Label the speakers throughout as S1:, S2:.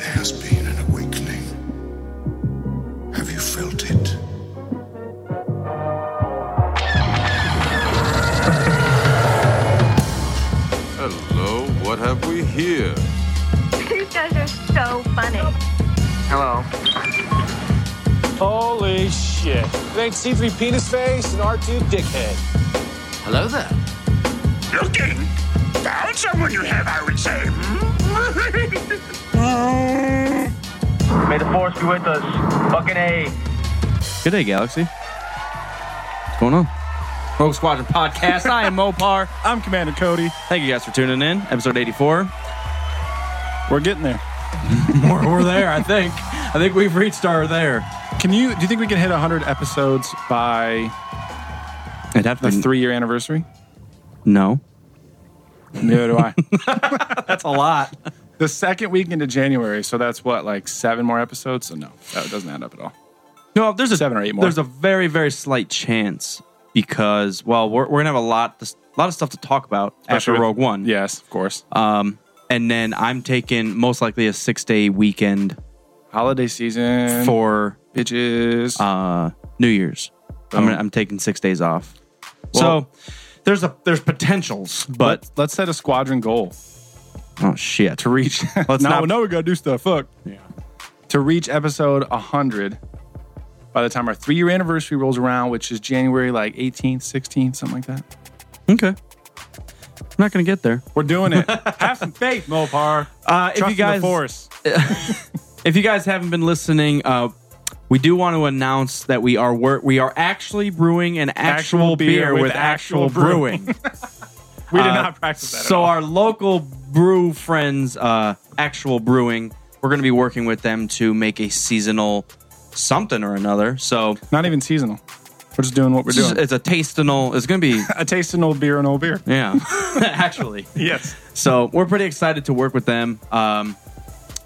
S1: has been an awakening. Have you felt it?
S2: Hello, what have we here?
S3: These guys are so funny.
S4: Hello.
S5: Holy shit. It ain't C3 penis face and R2 dickhead.
S4: Hello there.
S6: Looking? Found someone you have, I would say.
S7: Hmm. May the force be with us. Fucking A.
S8: Good day, Galaxy. What's going on? Rogue Squadron Podcast. I am Mopar.
S9: I'm Commander Cody.
S8: Thank you guys for tuning in. Episode 84.
S9: We're getting there.
S8: We're, we're there, I think. I think we've reached our there.
S9: Can you? Do you think we can hit 100 episodes by
S8: It'd have
S9: the
S8: to be
S9: three-year anniversary?
S8: No.
S9: Neither do I.
S8: That's a lot.
S9: the second week into January, so that's what, like seven more episodes. So no, that doesn't add up at all.
S8: No, there's a
S9: Seven or eight more.
S8: There's a very, very slight chance because, well, we're, we're gonna have a lot, a lot of stuff to talk about after
S9: Especially with-
S8: Rogue One. Uh,
S9: Yes, of course.
S8: and then I'm taking most likely a six day weekend
S9: Holiday season
S8: for
S9: bitches.
S8: uh, New Year's. I'm,
S9: Boom.
S8: gonna, I'm taking six days off. so
S9: Well-
S8: there's a there's potentials, but
S9: Let- let's set a squadron goal
S8: oh shit,
S9: to reach.
S8: Let's
S9: no,
S8: not-
S9: no, we gotta do stuff. Fuck. Yeah. To reach episode 100 by the time our three-year anniversary rolls around, which is January like 18th, 16th, something like that.
S8: okay. I'm not gonna get there.
S9: We're doing it. Have some faith, Mopar.
S8: Uh, if
S9: Trust
S8: you guys
S9: in the force.
S8: if you guys haven't been listening, uh, we do want to announce that we are wor- we are actually brewing an actual,
S9: Actual
S8: beer, with, actual, brewing.
S9: We did
S8: Uh,
S9: not practice that.
S8: So
S9: at all.
S8: our local brew friends, uh, actual brewing, we're going to be working with them to make a seasonal something or another. So
S9: not even seasonal. We're just doing what we're
S8: it's, just-
S9: doing.
S8: it's a tastinal. It's going to be
S9: a taste in old beer and old beer.
S8: yeah, actually.
S9: Yes.
S8: So we're pretty excited to work with them. Um,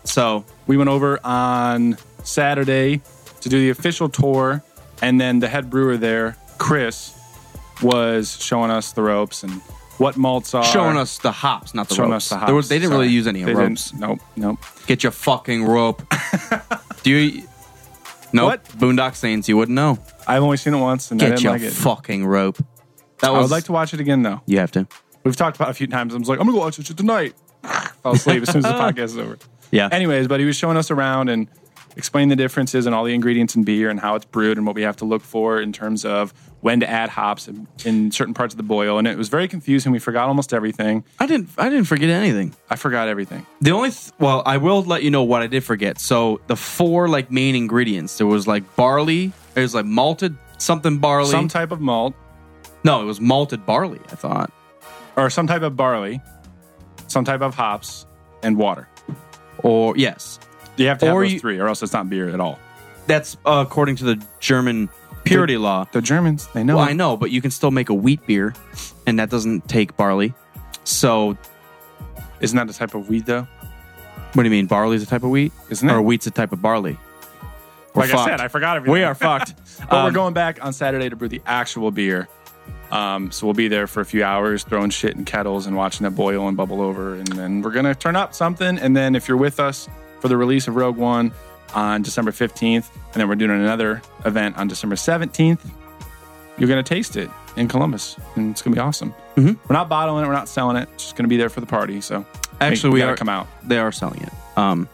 S8: so
S9: We went over on Saturday to do the official tour, and then the head brewer there, Chris, was showing us the ropes and what malts are.
S8: showing us the hops, not the
S9: Showing
S8: ropes.
S9: us the
S8: There was-
S9: hops.
S8: they didn't really
S9: Sorry.
S8: use any
S9: They didn't.
S8: ropes.
S9: Nope, nope.
S8: Get your fucking rope. Do you? No,
S9: What?
S8: Boondock Saints. You wouldn't know.
S9: I've only seen it once, and I
S8: Get
S9: didn't
S8: your
S9: like it.
S8: fucking rope. That
S9: I
S8: was
S9: would like to watch it again, though.
S8: You have to.
S9: We've talked about it a few times. I was like, I'm gonna go watch this shit tonight. Fell asleep as soon as the podcast is over.
S8: Yeah.
S9: Anyways, but he was showing us around and explaining the differences and all the ingredients in beer and how it's brewed and what we have to look for in terms of when to add hops in, in certain parts of the boil. And it was very confusing. We forgot almost everything.
S8: I didn't. I didn't forget anything.
S9: I forgot everything.
S8: The only th- well, I will let you know what I did forget. So the four like main ingredients there was like barley. It was like malted something barley.
S9: Some type of malt
S8: no, it was malted barley. I thought.
S9: or some type of barley, some type of hops, and water.
S8: Or yes,
S9: You have to have
S8: Or
S9: those
S8: you-
S9: three, or else it's not beer at all.
S8: that's uh, according to the German purity law.
S9: The Germans, they know.
S8: Well, I know, but you can still make a wheat beer, and that doesn't take barley. So
S9: Isn't that a type of weed though?
S8: what do you mean? Barley's a type of wheat,
S9: Isn't it?
S8: Or wheat's a type of barley. We're
S9: like
S8: fucked.
S9: I said, I forgot everything.
S8: we are fucked.
S9: But we're
S8: Um,
S9: going back on Saturday to brew the actual beer. Um, so we'll be there for a few hours, throwing shit in kettles and watching it boil and bubble over. And then we're gonna turn up something. And then if you're with us for the release of Rogue One on December 15th, and then we're doing another event on December 17th, you're gonna taste it in Columbus, and it's gonna be awesome.
S8: Mm-hmm.
S9: We're not bottling it, we're not selling it. It's just gonna be there for the party. So
S8: Actually,
S9: we,
S8: we
S9: gotta
S8: are-
S9: come out,
S8: They are selling it. Um,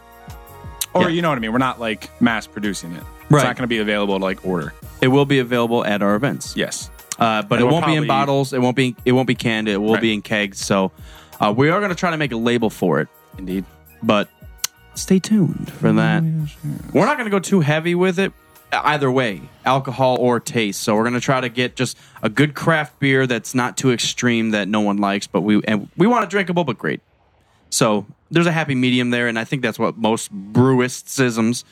S9: or
S8: Yeah.
S9: you know what I mean. We're not like mass producing it.
S8: Right.
S9: It's not gonna be available to like order.
S8: it will be available at our events.
S9: Yes.
S8: Uh, but
S9: And
S8: it
S9: we'll
S8: won't be in
S9: probably-
S8: bottles. It won't be. It won't be canned. It will
S9: Right.
S8: be in kegs. So uh, we are going to try to make a label for it.
S9: Indeed.
S8: But stay tuned for that. We're not going to go too heavy with it either way, alcohol or taste. So we're going to try to get just a good craft beer that's not too extreme that no one likes, but we and we want it drinkable but great. So there's a happy medium there, and I think that's what most brewisticisms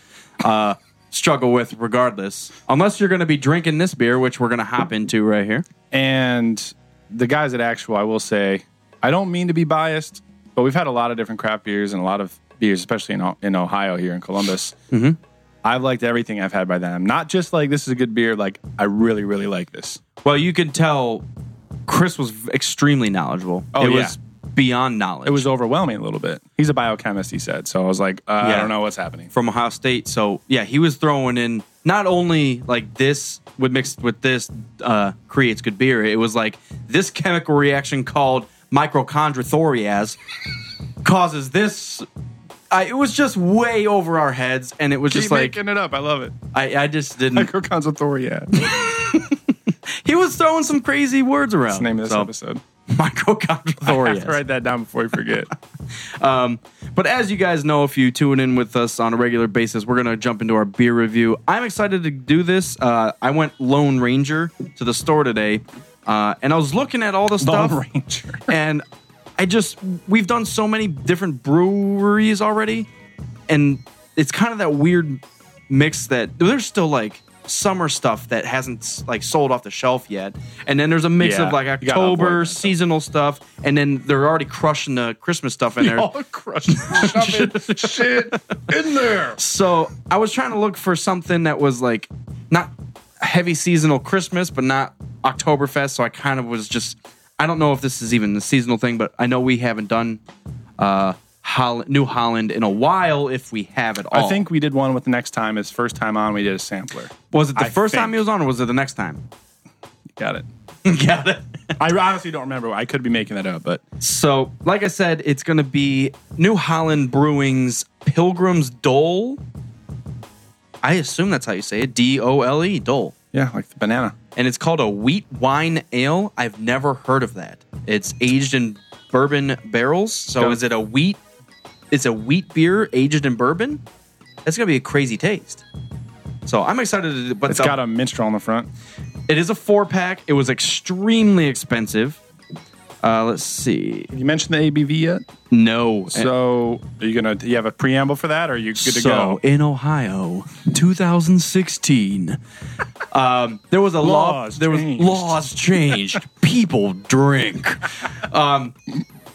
S8: uh, struggle with, regardless. Unless you're going to be drinking this beer, which we're going to hop into right here.
S9: And the guys at Actual, I will say, I don't mean to be biased, but we've had a lot of different craft beers and a lot of beers, especially in, O- in Ohio here in Columbus. Mm-hmm. I've liked everything I've had by them. Not just like this is a good beer, like I really, really like this.
S8: Well, you can tell Chris was extremely knowledgeable.
S9: Oh,
S8: it
S9: yeah.
S8: was beyond knowledge.
S9: It was overwhelming a little bit. He's a biochemist, he said. So I was like, uh, I
S8: Yeah.
S9: don't know what's happening.
S8: from Ohio State. So yeah, he was throwing in not only like this with mixed with this uh, creates good beer. It was like this chemical reaction called microchondrothorias causes this. I, it was just way over our heads, and it was
S9: Keep
S8: just like Mm.
S9: making it up. I love it.
S8: I, I just didn't.
S9: Microcons authority. Yeah. That's
S8: He was throwing some crazy words around.
S9: the name of this
S8: so,
S9: episode. I have
S8: Microchondrothorias.
S9: to write that down before we forget.
S8: But as you guys know, if you tune in with us on a regular basis, we're going to jump into our beer review. I'm excited to do this. Uh, I went Lone Ranger to the store today, uh, and I was looking at all the stuff.
S9: Lone Ranger.
S8: And I just, we've done so many different breweries already, and it's kind of that weird mix that there's still like summer stuff that hasn't like sold off the shelf yet and then there's a mix
S9: Yeah,
S8: of like
S9: you gotta avoid
S8: october
S9: that stuff.
S8: seasonal stuff and then they're already crushing the christmas stuff in there
S9: All crushed. Shove it. Shit. In there.
S8: so I was trying to look for something that was like not heavy seasonal Christmas, but not Oktoberfest. So I kind of was just I don't know if this is even a seasonal thing, but I know we haven't done uh Hol- New Holland in a while, if we have at all.
S9: I think we did one with the next time. His first time on, we did a sampler.
S8: was it the
S9: I
S8: first time
S9: think.
S8: he was on, or was it the next time?
S9: Got it.
S8: Got it.
S9: I honestly don't remember. I could be making that up, but
S8: So, like I said, it's going to be New Holland Brewing's Pilgrim's Dole. I assume that's how you say it. D O L E Dole.
S9: yeah, like the banana.
S8: and it's called a wheat wine ale. I've never heard of that. It's aged in bourbon barrels. So
S9: Yeah.
S8: is it a wheat? It's a wheat beer aged in bourbon. That's gonna be a crazy taste. So I'm excited. To, but
S9: It's
S8: the-
S9: got a minstrel on the front.
S8: it is a four pack. It was extremely expensive. Uh, let's see.
S9: Have you mentioned the ABV yet?
S8: No.
S9: So are you gonna? Do you have a preamble for that? Or are you good to
S8: so
S9: go?
S8: in Ohio, 2016, um, there was a law.
S9: Laws
S8: There was
S9: changed.
S8: laws changed. People drink. Um,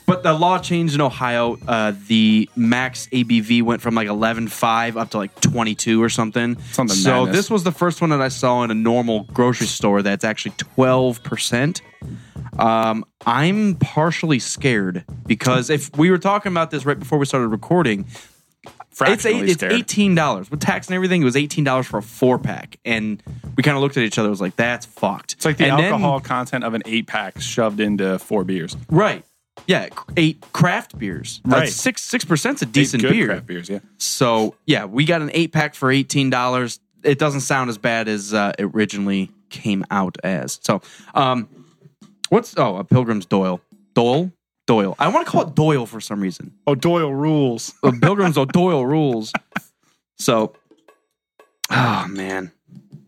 S8: but the law changed in Ohio. Uh, the max ABV went from like 11.5 up to like 22 or something.
S9: Something
S8: So
S9: madness.
S8: this was the first one that I saw in a normal grocery store. That's actually 12 percent. Um, I'm partially scared because if we were talking about this right before we started recording, it's,
S9: Fractionally
S8: eight, it's
S9: scared.
S8: eighteen dollars with tax and everything. It was eighteen dollars for a four pack, and we kind of looked at each other. Was like, that's fucked.
S9: It's like the
S8: And then-
S9: alcohol content of an eight pack shoved into four beers.
S8: right? Yeah, c- eight craft beers. That's
S9: Right.
S8: six six percent's a decent
S9: Eight good
S8: beer.
S9: craft beers. Yeah,
S8: So yeah, we got an eight pack for eighteen dollars. It doesn't sound as bad as uh, it originally came out as. So, um, what's oh a Pilgrim's Doyle Doyle Doyle? I want to call it Doyle for some reason.
S9: Oh, Doyle rules.
S8: But uh, Pilgrim's O'Doyle rules. So, oh man,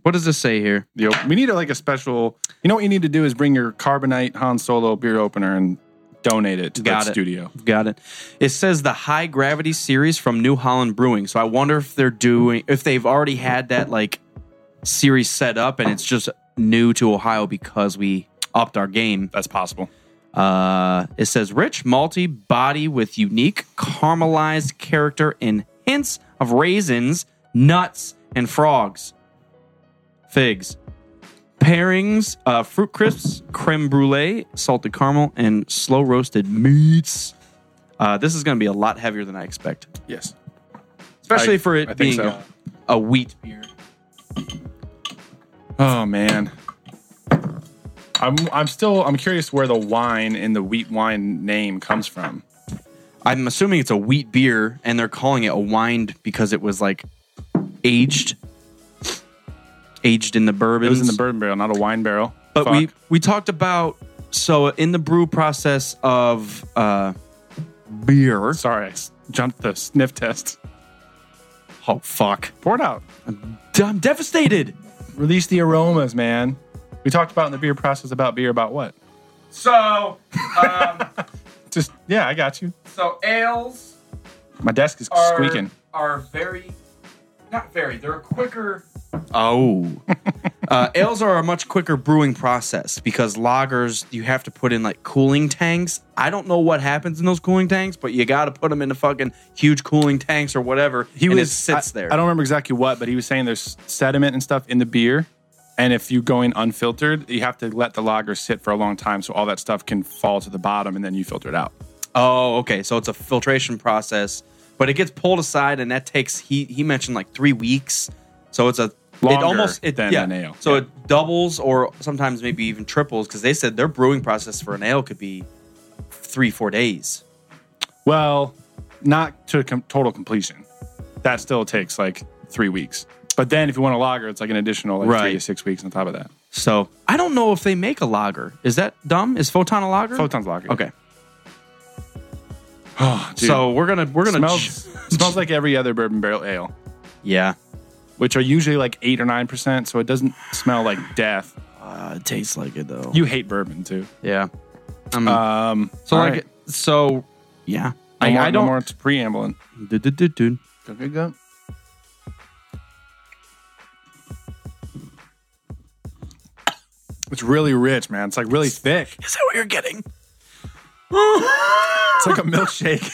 S8: what does this say here?
S9: The op- we need a, like a special. You know what you need to do is bring your carbonite Han Solo beer opener and donate it to
S8: Got it.
S9: that studio.
S8: Got it. It says the High Gravity series from New Holland Brewing. So I wonder if they're doing if they've already had that like series set up and it's just new to Ohio because we upped our game.
S9: That's possible.
S8: Uh, it says rich, malty body with unique caramelized character and hints of raisins, nuts, and frogs. Figs. Pairings, uh, fruit crisps, creme brulee, salted caramel, and slow roasted meats. Uh, this is going to be a lot heavier than I expect,
S9: Yes.
S8: especially
S9: I-
S8: for
S9: I
S8: it
S9: think
S8: being
S9: so.
S8: a, a wheat beer.
S9: Oh man. I'm I'm still I'm curious where the wine in the wheat wine name comes from.
S8: I'm assuming it's a wheat beer, and they're calling it a wine because it was like aged, aged in the bourbon.
S9: It was in the bourbon barrel, not a wine barrel.
S8: But
S9: Fuck.
S8: we we talked about so in the brew process of uh, beer.
S9: sorry, I s- jumped the sniff test.
S8: Oh fuck!
S9: Pour it out.
S8: I'm devastated.
S9: Release the aromas, man. We talked about in the beer process about beer about what?
S8: So
S9: Just yeah, I got you.
S8: so ales
S9: My desk is squeaking.
S8: are very not very. They're quicker. Oh, uh, ales are a much quicker brewing process because lagers you have to put in like cooling tanks. I don't know what happens in those cooling tanks, but you got to put them in the fucking huge cooling tanks or whatever. and it sits
S9: I-
S8: there.
S9: I don't remember exactly what, but he was saying there's sediment and stuff in the beer, and if you go in unfiltered, you have to let the lager sit for a long time so all that stuff can fall to the bottom, and then you filter it out.
S8: Oh, okay. So it's a filtration process, but it gets pulled aside, and that takes he he mentioned like three weeks. So it's a it
S9: Longer
S8: almost it,
S9: than
S8: yeah.
S9: an ale.
S8: So
S9: Yeah.
S8: it doubles or sometimes maybe even triples because they said their brewing process for an ale could be three four days.
S9: Well, not to com- total completion. That still takes like three weeks. But then if you want a lager, it's like an additional like
S8: Right.
S9: three to six weeks on top of that.
S8: So I don't know if they make a lager. Is that dumb? Is Photon a lager?
S9: Photon's lager.
S8: Okay.
S9: Oh, dude.
S8: So we're gonna we're gonna
S9: smells, smells like every other bourbon barrel ale,
S8: yeah.
S9: which are usually like eight or nine percent. So it doesn't smell like death.
S8: Uh, it tastes like it though.
S9: You hate bourbon too.
S8: yeah. Um,
S9: Um,
S8: so
S9: all
S8: like
S9: right.
S8: so yeah.
S9: No
S8: I,
S9: more,
S8: I
S9: no
S8: don't.
S9: more preambling.
S8: Dude, dude, dude, dude.
S9: Go, go, go. It's really rich, man. It's like really thick.
S8: Is that what you're getting?
S9: It's like a milkshake.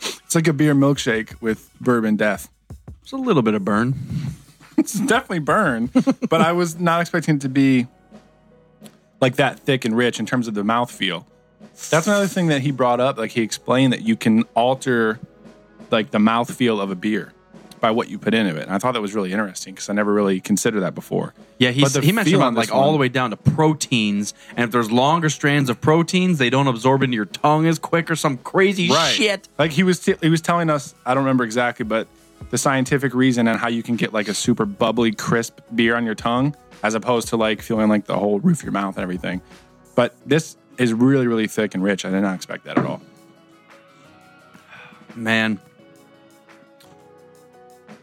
S9: it's like a beer milkshake with bourbon death.
S8: It's a little bit of burn.
S9: It's definitely burn, but I was not expecting it to be like that thick and rich in terms of the mouthfeel. That's another thing that he brought up. Like he explained that you can alter like the mouthfeel of a beer by what you put into it. And I thought that was really interesting because I never really considered that before.
S8: Yeah, he,
S9: But the
S8: he mentioned
S9: feel
S8: about,
S9: on this
S8: like all
S9: one-
S8: the way down to proteins, and if there's longer strands of proteins, they don't absorb into your tongue as quick or some crazy shit.
S9: Like he was, he was telling us. I don't remember exactly, but the scientific reason and how you can get like a super bubbly, crisp beer on your tongue, as opposed to like feeling like the whole roof of your mouth and everything. But this is really, really thick and rich. I did not expect that at all.
S8: Man,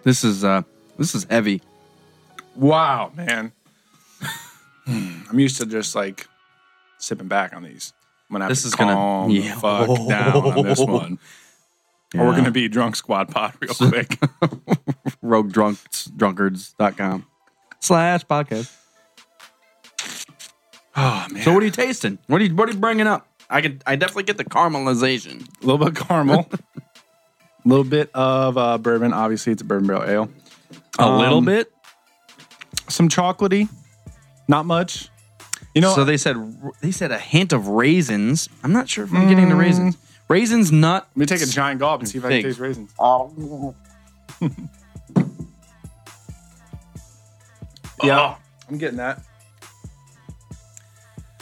S8: this is uh this is heavy.
S9: Wow, man. Hmm, I'm used to just like sipping back on these. I'm gonna have
S8: This
S9: to
S8: is gonna-
S9: calm
S8: Yeah.
S9: the fuck down on this one, or we're
S8: Yeah.
S9: gonna be drunk squad pod real quick.
S8: Roguedrunksdrunkards.com slash podcast.
S9: oh man.
S8: So what are you tasting? What are you what are you bringing up? I can I definitely get the caramelization.
S9: a little bit of caramel, a little bit of uh, bourbon. Obviously, it's a bourbon barrel ale.
S8: A little
S9: Um,
S8: bit.
S9: Some chocolatey, not much. You know,
S8: so they said they said a hint of raisins. I'm not sure if I'm getting the raisins.
S9: Mm.
S8: Raisins, nut.
S9: let me take a giant gulp and see if I can
S8: Thanks. Oh.
S9: taste raisins.
S8: Oh.
S9: yeah, I'm getting that.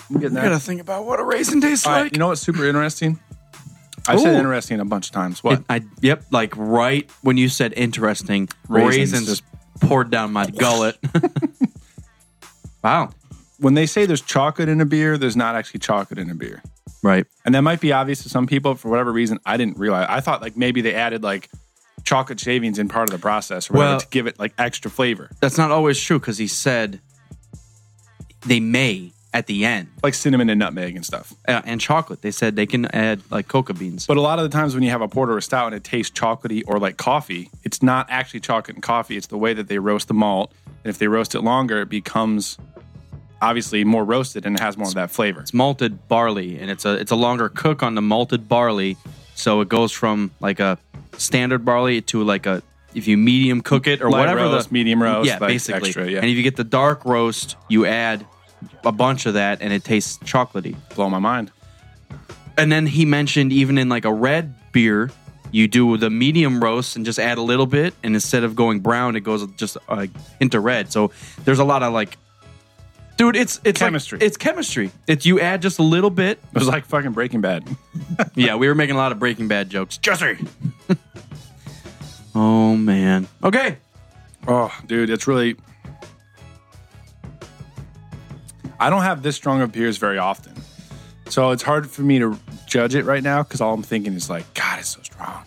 S9: I'm getting that.
S8: think about what a raisin tastes
S9: All right, you know what's super interesting? I said
S8: Ooh.
S9: interesting a bunch of times. What?
S8: I yep, like right when you said interesting, raisins,
S9: Raisins.
S8: just poured down my gullet. wow.
S9: when they say there's chocolate in a beer, there's not actually chocolate in a beer.
S8: Right.
S9: And that might be obvious to some people. For whatever reason, I didn't realize. I thought like maybe they added like chocolate shavings in part of the process or whatever
S8: Well-
S9: to give it like extra flavor,
S8: That's not always true because he said they may at the end
S9: like cinnamon and nutmeg and stuff.
S8: uh, and chocolate. They said they can add like coca beans.
S9: But a lot of the times when you have a porter or stout and it tastes chocolatey or like coffee, it's not actually chocolate and coffee. It's the way that they roast the malt. And if they roast it longer, it becomes obviously more roasted and it has more of that flavor.
S8: it's malted barley and it's a it's a longer cook on the malted barley so it goes from like a standard barley to like a if you medium cook it or
S9: Light
S8: whatever
S9: roast,
S8: the
S9: medium roast,
S8: yeah
S9: like
S8: basically
S9: extra, yeah.
S8: and if you get the dark roast you add a bunch of that and it tastes chocolatey
S9: Blow my mind.
S8: and then he mentioned even in like a red beer you do the medium roast and just add a little bit and instead of going brown it goes just like into red so there's a lot of like dude it's it's like-
S9: Chemistry.
S8: it's chemistry it's you add just a little bit
S9: It was like fucking Breaking Bad.
S8: yeah, we were making a lot of Breaking Bad jokes. Jesse. oh man. Okay.
S9: Oh, dude, it's really. I don't have this strong of beers very often. So it's hard for me to judge it right now because all I'm thinking is like, God, it's so strong.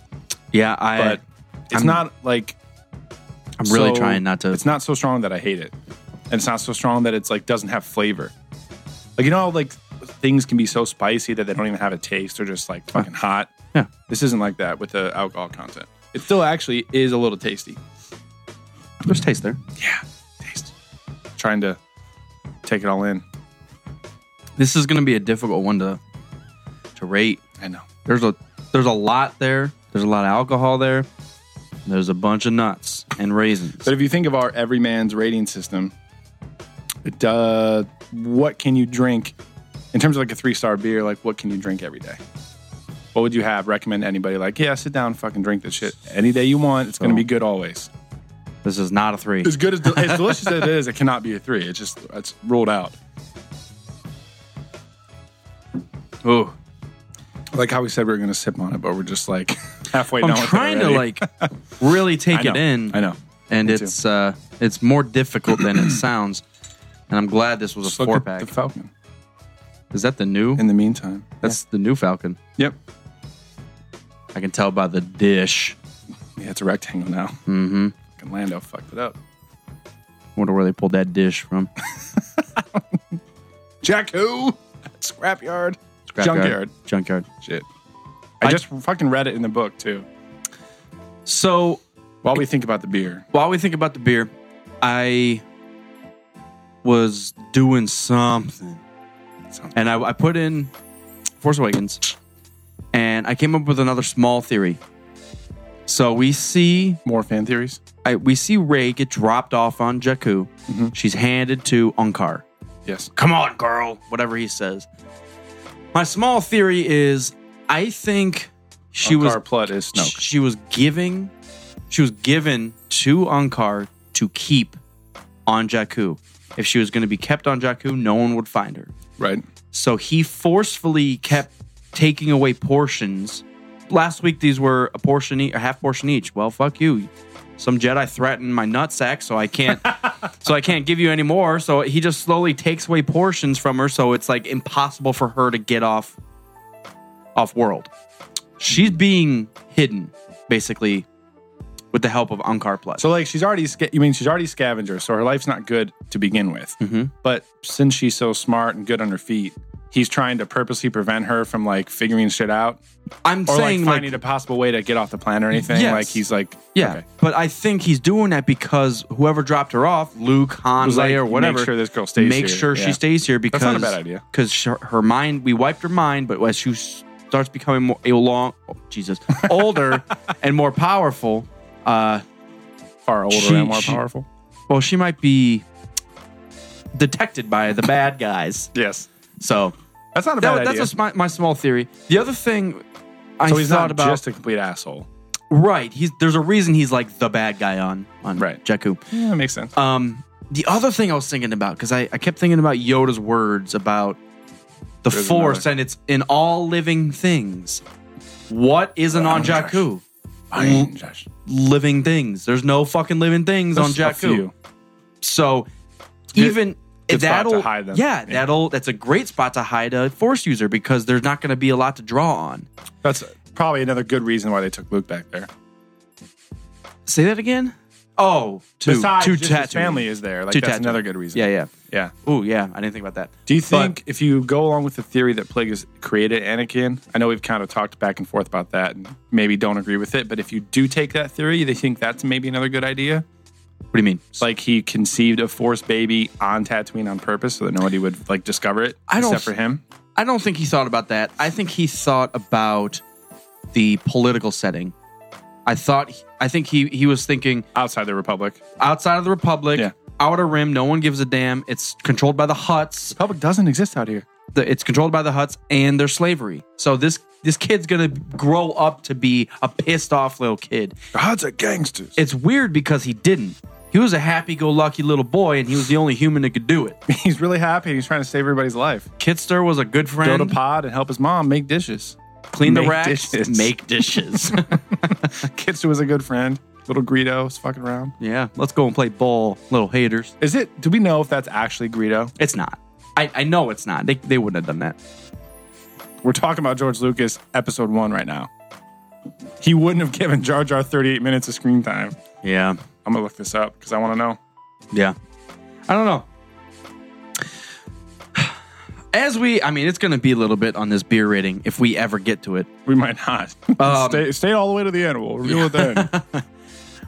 S8: Yeah, I.
S9: But it's
S8: I'm-
S9: not like.
S8: I'm really
S9: so-
S8: trying not to.
S9: It's not so strong that I hate it. And it's not so strong that it's like doesn't have flavor. Like, you know how like things can be so spicy that they don't even have a taste. They're just like fucking hot.
S8: Yeah.
S9: This isn't like that with the alcohol content. It still actually is a little tasty.
S8: There's taste there.
S9: Yeah, taste. Trying to take it all in.
S8: This is going to be a difficult one to to rate.
S9: I know.
S8: There's a there's a lot there. There's a lot of alcohol there. There's a bunch of nuts and raisins.
S9: But if you think of our everyman's rating system, it, uh, what can you drink in terms of like a three star beer? Like, what can you drink every day? What would you have? Recommend anybody? Like, yeah, sit down, fucking drink this shit any day you want. It's gonna
S8: Oh.
S9: be good always.
S8: This is not a three.
S9: As good as, as delicious as it is, it cannot be a three. It's just it's ruled out.
S8: Ooh.
S9: Like how we said we were gonna sip on it, but we're just like halfway
S8: I'm
S9: done. with it
S8: trying to
S9: already.
S8: like really take
S9: I
S8: it
S9: know.
S8: in.
S9: I know.
S8: And
S9: Me too.
S8: it's uh it's more difficult than it sounds. And I'm glad this was a
S9: Just look
S8: four
S9: at
S8: pack.
S9: The Falcon.
S8: is that the new?
S9: In the meantime,
S8: That's the new Falcon.
S9: yep.
S8: I can tell by the dish.
S9: Yeah, it's a rectangle now. Mm-hmm. Fucking Lando fucked it up.
S8: Wonder where they pulled that dish from.
S9: Jack who? Scrapyard. Junkyard.
S8: Scrapyard. Junkyard.
S9: Shit. I,
S8: I-
S9: just fucking read it in the book too.
S8: So
S9: While we think about the beer,
S8: while we think about the beer, I was doing something. And I, I put in Force Awakens, and I came up with another small theory. So we see
S9: more fan theories.
S8: I, we see Ray get dropped off on Jakku.
S9: Mm-hmm.
S8: She's handed to Unkar.
S9: Yes.
S8: Come on, girl. Whatever he says. My small theory is, I think she was
S9: Car Plutt is Snoke.
S8: she was giving she was given to Ankar to keep on Jakku. If she was going to be kept on Jakku, no one would find her.
S9: Right.
S8: So he forcefully kept taking away portions. Last week these were a portion each, a half portion each. Well, fuck you. Some Jedi threatened my nutsack, so I can't so I can't give you any more. So he just slowly takes away portions from her, so it's like impossible for her to get off off world. She's being hidden, basically, with the help of Ankar Plus.
S9: So like she's already sca- you mean she's already scavenger, so her life's not good to begin with.
S8: Mm-hmm.
S9: But since she's so smart and good on her feet, he's trying to purposely prevent her from like figuring shit out
S8: I'm
S9: or
S8: saying
S9: like
S8: like,
S9: finding a possible way to get off the planet or anything.
S8: Yes.
S9: Like he's like
S8: yeah,
S9: okay.
S8: but I think he's doing that because whoever dropped her off, Luke, Han,
S9: Was like,
S8: Leia, or
S9: make
S8: whatever,
S9: sure this girl stays
S8: Make
S9: here.
S8: sure
S9: Yeah.
S8: she stays here because
S9: That's not a bad idea.
S8: Because her mind, we wiped her mind, but as she starts becoming more a long, oh, Jesus, older and more powerful, uh,
S9: far older
S8: She-
S9: and more
S8: she-
S9: powerful.
S8: well, she might be detected by the bad guys.
S9: Yes.
S8: So
S9: That's not a bad
S8: that, that's
S9: idea.
S8: just my, my small theory. The other thing I
S9: so he's
S8: thought
S9: not
S8: about
S9: just a complete asshole.
S8: right, he's there's a reason he's like the bad guy on on
S9: Right.
S8: Jakku.
S9: Yeah, that makes sense.
S8: Um, the other thing I was thinking about because I, I kept thinking about Yoda's words about the
S9: There's
S8: Force
S9: another.
S8: and it's in all living things. What isn't on Jakku?
S9: Fine, Josh.
S8: Living things. There's no fucking living things on
S9: Just a
S8: Jakku.
S9: few.
S8: So
S9: good-
S8: even
S9: good spot
S8: that'll
S9: to hide them.
S8: Yeah,
S9: Yeah.
S8: that'll that's a great spot to hide a Force user because there's not going to be a lot to draw on.
S9: That's probably another good reason why they took Luke back there.
S8: Say that again. Oh, to
S9: Besides,
S8: to
S9: just his
S8: Tatooine.
S9: family is there. Like
S8: To
S9: that's
S8: Tatooine.
S9: another good reason.
S8: Yeah, yeah.
S9: yeah.
S8: Oh, yeah. I didn't think about that.
S9: Do you
S8: But-
S9: think if you go along with the theory that Plagueis created Anakin, I know we've kind of talked back and forth about that and maybe don't agree with it, but if you do take that theory, they think that's maybe another good idea.
S8: what do you mean?
S9: Like he conceived a Force baby on Tatooine on purpose so that nobody would like discover it
S8: I don't
S9: except for him.
S8: I don't think he thought about that. I think he thought about the political setting. I thought I think he he was thinking
S9: Outside the Republic.
S8: outside of the Republic,
S9: Yeah.
S8: outer rim, no one gives a damn. It's controlled by the Huts.
S9: Republic doesn't exist out here.
S8: The- It's controlled by the Huts and their slavery. So this this kid's gonna grow up to be a pissed off little kid.
S1: God's a gangsters.
S8: It's weird because he didn't. He was a happy go lucky little boy, and he was the only human that could do it.
S9: He's really happy. He's trying to save everybody's life.
S8: Kitster was a good
S9: Go to
S8: friend.
S9: pod and help his mom make dishes.
S8: clean the
S9: make
S8: racks,
S9: dishes.
S8: make dishes.
S9: Kitsu was a good friend. Little Greedo was fucking around.
S8: yeah, let's go and play ball, little haters.
S9: Is it? Do we know if that's actually Greedo?
S8: It's not. I, I know it's not. They, they wouldn't have done that.
S9: We're talking about George Lucas episode one right now. He wouldn't have given Jar Jar 38 minutes of screen time.
S8: Yeah.
S9: I'm gonna look this up because I want to know.
S8: Yeah. I don't know. As we, I mean, it's going to be a little bit on this beer rating if we ever get to it.
S9: We might not.
S8: Um,
S9: stay, stay all the way to the end. We'll review it then.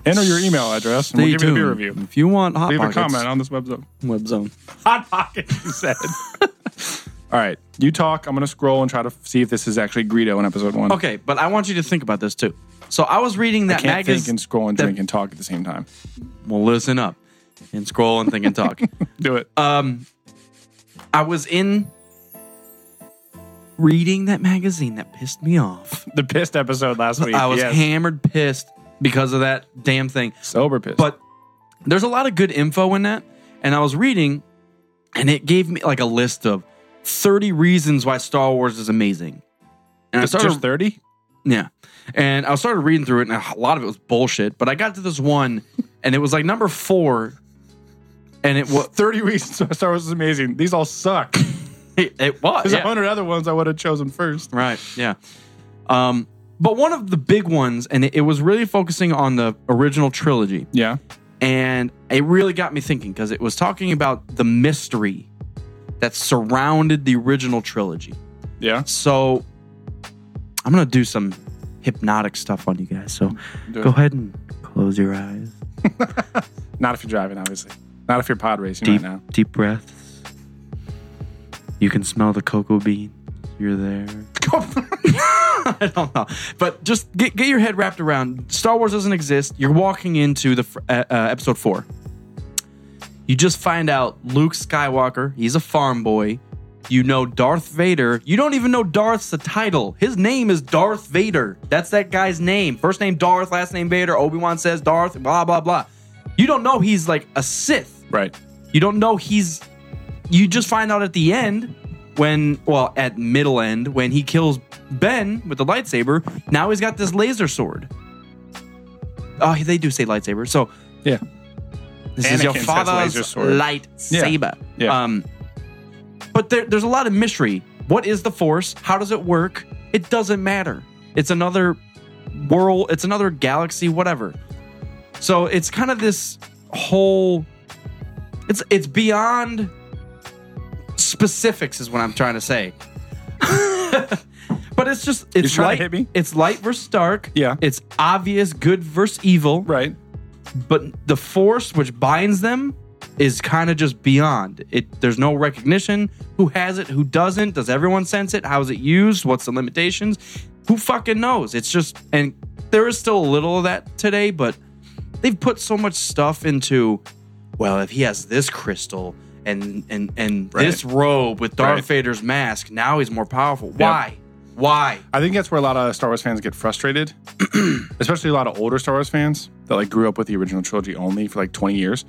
S9: Enter your email address and we'll
S8: Stay
S9: give you a beer
S8: tuned.
S9: review.
S8: If you want hot
S9: Leave
S8: pockets,
S9: a comment on this web zone.
S8: web zone.
S9: Hot pocket, you said. all right, you talk. I'm gonna scroll and try to see if this is actually Greedo in episode one.
S8: Okay, but I want you to think about this too. So I was reading that
S9: Can't
S8: magazine.
S9: think and scroll and
S8: that-
S9: drink and talk at the same time.
S8: well, listen up and scroll and think and
S9: Uh,
S8: talk.
S9: Do it.
S8: I was in reading that magazine that pissed me off.
S9: The pissed episode last week.
S8: I was
S9: yes.
S8: hammered pissed because of that damn thing.
S9: sober pissed.
S8: But there's a lot of good info in that. And I was reading, and it gave me like a list of 30 reasons why Star Wars is amazing. And I
S9: Just-
S8: started,
S9: just thirty.
S8: yeah. And I started reading through it, and a lot of it was bullshit. But I got to this one, and it was like number four. And it was,
S9: Thirty reasons why Star Wars is amazing. These all suck.
S8: it, it was.
S9: There's a
S8: Yeah.
S9: hundred other ones I would have chosen first.
S8: Right. Yeah. Um, but one of the big ones, and it, it was really focusing on the original trilogy.
S9: Yeah.
S8: and it really got me thinking because it was talking about the mystery that surrounded the original trilogy.
S9: Yeah.
S8: So I'm gonna do some hypnotic stuff on you guys. So
S9: Do
S8: go
S9: it.
S8: ahead and close your eyes,
S9: Not if you're driving, obviously. Not if you're pod racing
S8: deep
S9: right now.
S8: deep breaths. You can smell the cocoa bean. You're there. I don't know, but just get get your head wrapped around. Star Wars doesn't exist. You're walking into the fr- uh, uh, episode four. You just find out Luke Skywalker, he's a farm boy. You know Darth Vader. You don't even know Darth's the title. His name is Darth Vader. That's that guy's name. First name Darth, last name Vader. Obi Wan says Darth, blah, blah, blah. You don't know he's like a Sith.
S9: Right.
S8: You don't know he's. You just find out at the end when, well, at middle end, when he kills Ben with the lightsaber. Now he's got this laser sword. Oh, they do say lightsaber. So
S9: Yeah.
S8: this is your
S9: Anakin's got
S8: father's
S9: laser sword.
S8: lightsaber.
S9: Yeah.
S8: Um, but there, there's a lot of mystery. What is the force? How does it work? It doesn't matter. It's another world. It's another galaxy. Whatever. So it's kind of this whole. It's it's beyond specifics is what I'm trying to say. but it's just it's
S9: trying
S8: light.
S9: to hit me?
S8: It's light versus dark.
S9: Yeah.
S8: It's obvious good versus evil
S9: Right.
S8: but the force which binds them is kind of just beyond it there's no recognition who has it who doesn't does everyone sense it how is it used what's the limitations who fucking knows it's just and there is still a little of that today but they've put so much stuff into well if he has this crystal and and and
S9: Right.
S8: this robe with Darth
S9: Right.
S8: Vader's mask now he's more powerful why why
S9: I think that's where a lot of Star Wars fans get frustrated, especially a lot of older Star Wars fans that like grew up with the original trilogy only for like 20 years.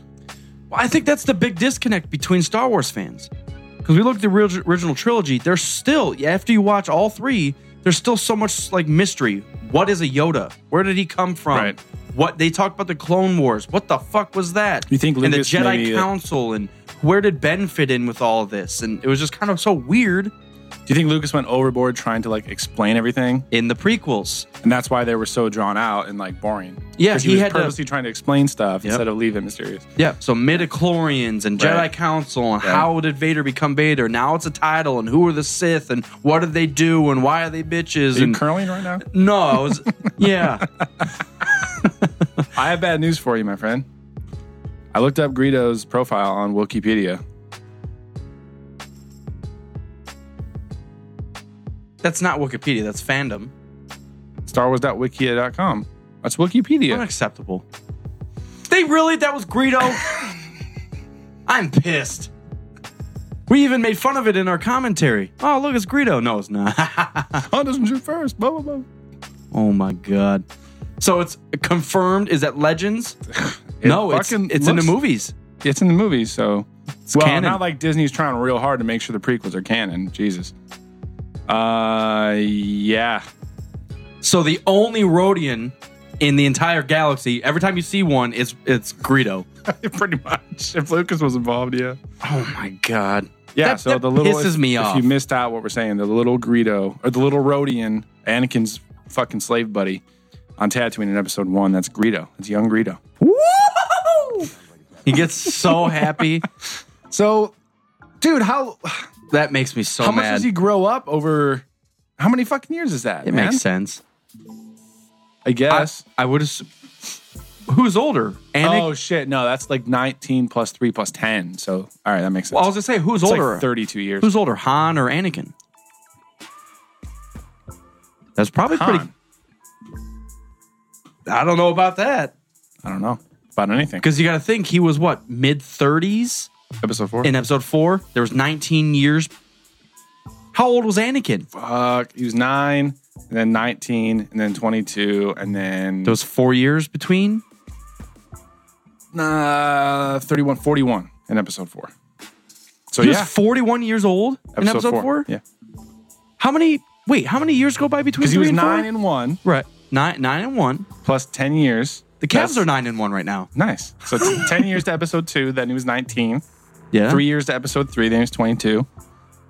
S8: Well, I think that's the big disconnect between Star Wars fans. Because we look at the real, original trilogy, there's still, after you watch all three, there's still so much like mystery. What is a Yoda? Where did he come from?
S9: Right.
S8: What they talked about the Clone Wars. What the fuck was that?
S9: You think
S8: and the
S9: Lucas
S8: Jedi
S9: maybe, uh,
S8: Council and where did Ben fit in with all this? And it was just kind of so weird
S9: Do you think Lucas went overboard trying to like explain everything,
S8: in the prequels.
S9: and that's why they were so drawn out and like boring?
S8: Yeah,
S9: 'Cause he,
S8: he
S9: was
S8: had to-
S9: purposely trying to explain stuff
S8: Yep.
S9: instead of leave it mysterious.
S8: Yeah. So midichlorians and Jedi
S9: Right.
S8: Council and how did Vader become Vader? Now it's a title and who are the Sith and what did they do and why are they bitches?
S9: Are you
S8: and
S9: curling right now?
S8: No, I was, yeah.
S9: I have bad news for you, my friend. I looked up Greedo's profile on Wikipedia.
S8: That's not Wikipedia. That's fandom.
S9: StarWars.wikia.com. That's Wikipedia.
S8: Unacceptable. They really? That was Greedo? I'm pissed. We even made fun of it in our commentary. Oh, look, it's Greedo. No, it's not.
S9: Hunt Oh, shoot first. Blah blah blah.
S8: oh my god. So it's confirmed. Is that Legends? no, it's
S9: fucking
S8: it's in the
S9: looks-
S8: movies.
S9: It's in the movie, so well,
S8: canon.
S9: not like Disney's trying real hard to make sure the prequels are canon. Jesus. Uh, yeah.
S8: So the only Rodian in the entire galaxy. Every time you see one, it's it's Greedo.
S9: Pretty much. If Lucas was involved, yeah.
S8: Oh my god.
S9: Yeah,
S8: That-
S9: so
S8: that
S9: the little
S8: pisses
S9: if,
S8: me
S9: if
S8: off.
S9: you missed out what we're saying, the little Greedo or the little Rodian, Anakin's fucking slave buddy on Tatooine in episode one, that's Greedo. It's young Greedo.
S8: He gets so happy.
S9: So dude, how
S8: That makes me so
S9: how
S8: mad.
S9: much does he grow up over how many fucking years is that?
S8: It
S9: man?
S8: makes sense.
S9: I
S8: I-
S9: guess.
S8: I, would assume. Who's older? Anakin.
S9: oh shit, no, that's like 19 plus 3 plus 10. So all right, that makes sense.
S8: well, I was gonna say who's
S9: It's like
S8: older?
S9: 32 years.
S8: Who's older, Han or Anakin? That's probably
S9: Han?
S8: pretty. I don't know about that
S9: I don't know about anything.
S8: because you got to think he was what mid thirties
S9: Episode 4.
S8: in Episode Four. There was 19 years. How old was Anakin?
S9: Fuck. He was nine, and then 19, and then 22, and then
S8: Those four years between?
S9: uh, 31, 41 in episode four. So,
S8: He
S9: Oh, yeah.
S8: was 41 years old in episode four?
S9: Yeah.
S8: How many, wait, how many years go by between
S9: Because he
S8: three
S9: was
S8: and four?
S9: nine and one
S8: Right. Nine, nine and one.
S9: plus 10 years.
S8: The Cavs are nine and one right now.
S9: Nice. So, t- 10 years to episode two, then he was 19.
S8: Yeah.
S9: Three years to episode three, then he was 22.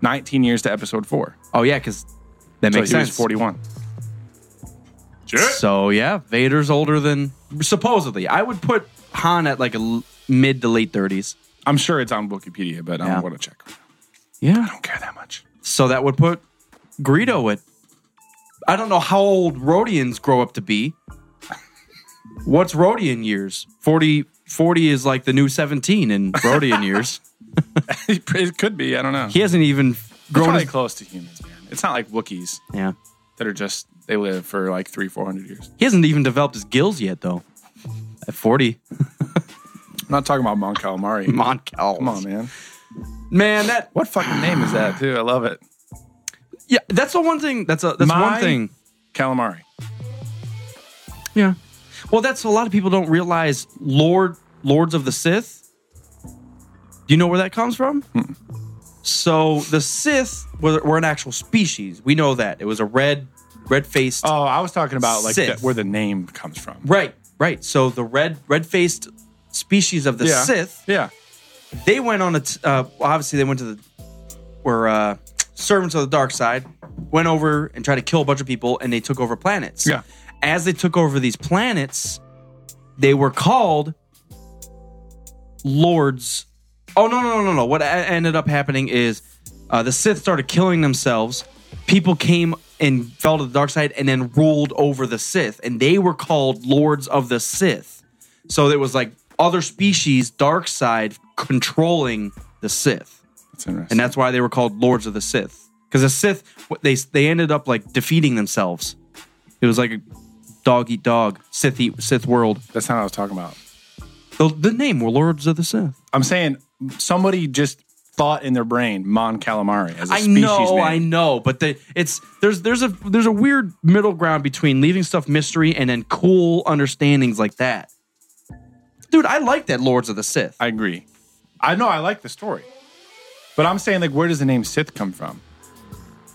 S9: 19 years to episode four.
S8: Oh yeah, because that
S9: So
S8: makes
S9: he
S8: sense.
S9: was 41.
S8: So yeah, Vader's older than supposedly. I would put Han at like a l- mid to late thirties.
S9: I'm sure it's on Wikipedia, but I
S8: Yeah.
S9: don't want to check. I
S8: Yeah.
S9: don't care that much.
S8: So that would put Greedo at. I don't know how old Rodians grow up to be. What's Rodian years? 40, 40 is like the new 17 in Rodian years.
S9: it could be. I don't know.
S8: He hasn't even
S9: They're
S8: grown
S9: probably
S8: his,
S9: close to humans, man. It's not like Wookiees
S8: Yeah.
S9: that are just they live for like three, four hundred years.
S8: He hasn't even developed his gills yet, though. At 40.
S9: I'm not talking about Mon Calamari.
S8: Mon Cal.
S9: Come on, man.
S8: Man, that
S9: What fucking name is that too? I love it.
S8: yeah, that's the one thing. That's a that's one
S9: My-
S8: thing.
S9: Calamari.
S8: Yeah. Well, that's a lot of people don't realize Lord Lords of the Sith. Do you know where that comes from?
S9: Hmm.
S8: So the Sith were, were an actual species. We know that it was a red, red faced.
S9: Oh, I was talking about like
S8: Sith.
S9: the, where the name comes from.
S8: Right, right. So the red, red faced species of the
S9: yeah.
S8: Sith.
S9: Yeah.
S8: They went on a. T- uh, obviously, they went to the were uh, servants of the dark side. Went over and tried to kill a bunch of people, and they took over planets.
S9: Yeah.
S8: as they took over these planets, they were called lords. Oh no no no no no! What a- ended up happening is uh, the Sith started killing themselves. People came and fell to the dark side, and then ruled over the Sith, and they were called lords of the Sith. So it was like other species, dark side controlling the Sith
S9: That's interesting.
S8: and that's why they were called Lords of the Sith. Because the Sith, what- they they ended up like defeating themselves. It was like a dog eat dog, Sith eat Sith world.
S9: that's not what I was talking about.
S8: The, the name were Lords of the Sith.
S9: I'm saying somebody just thought in their brain Mon Calamari as a
S8: I
S9: species
S8: know,
S9: name.
S8: I know, but the, it's there's there's a there's a weird middle ground between leaving stuff mystery and then cool understandings like that. Dude, I like that Lords of the Sith.
S9: I agree. I know I like the story, but I'm saying like, where does the name Sith come from?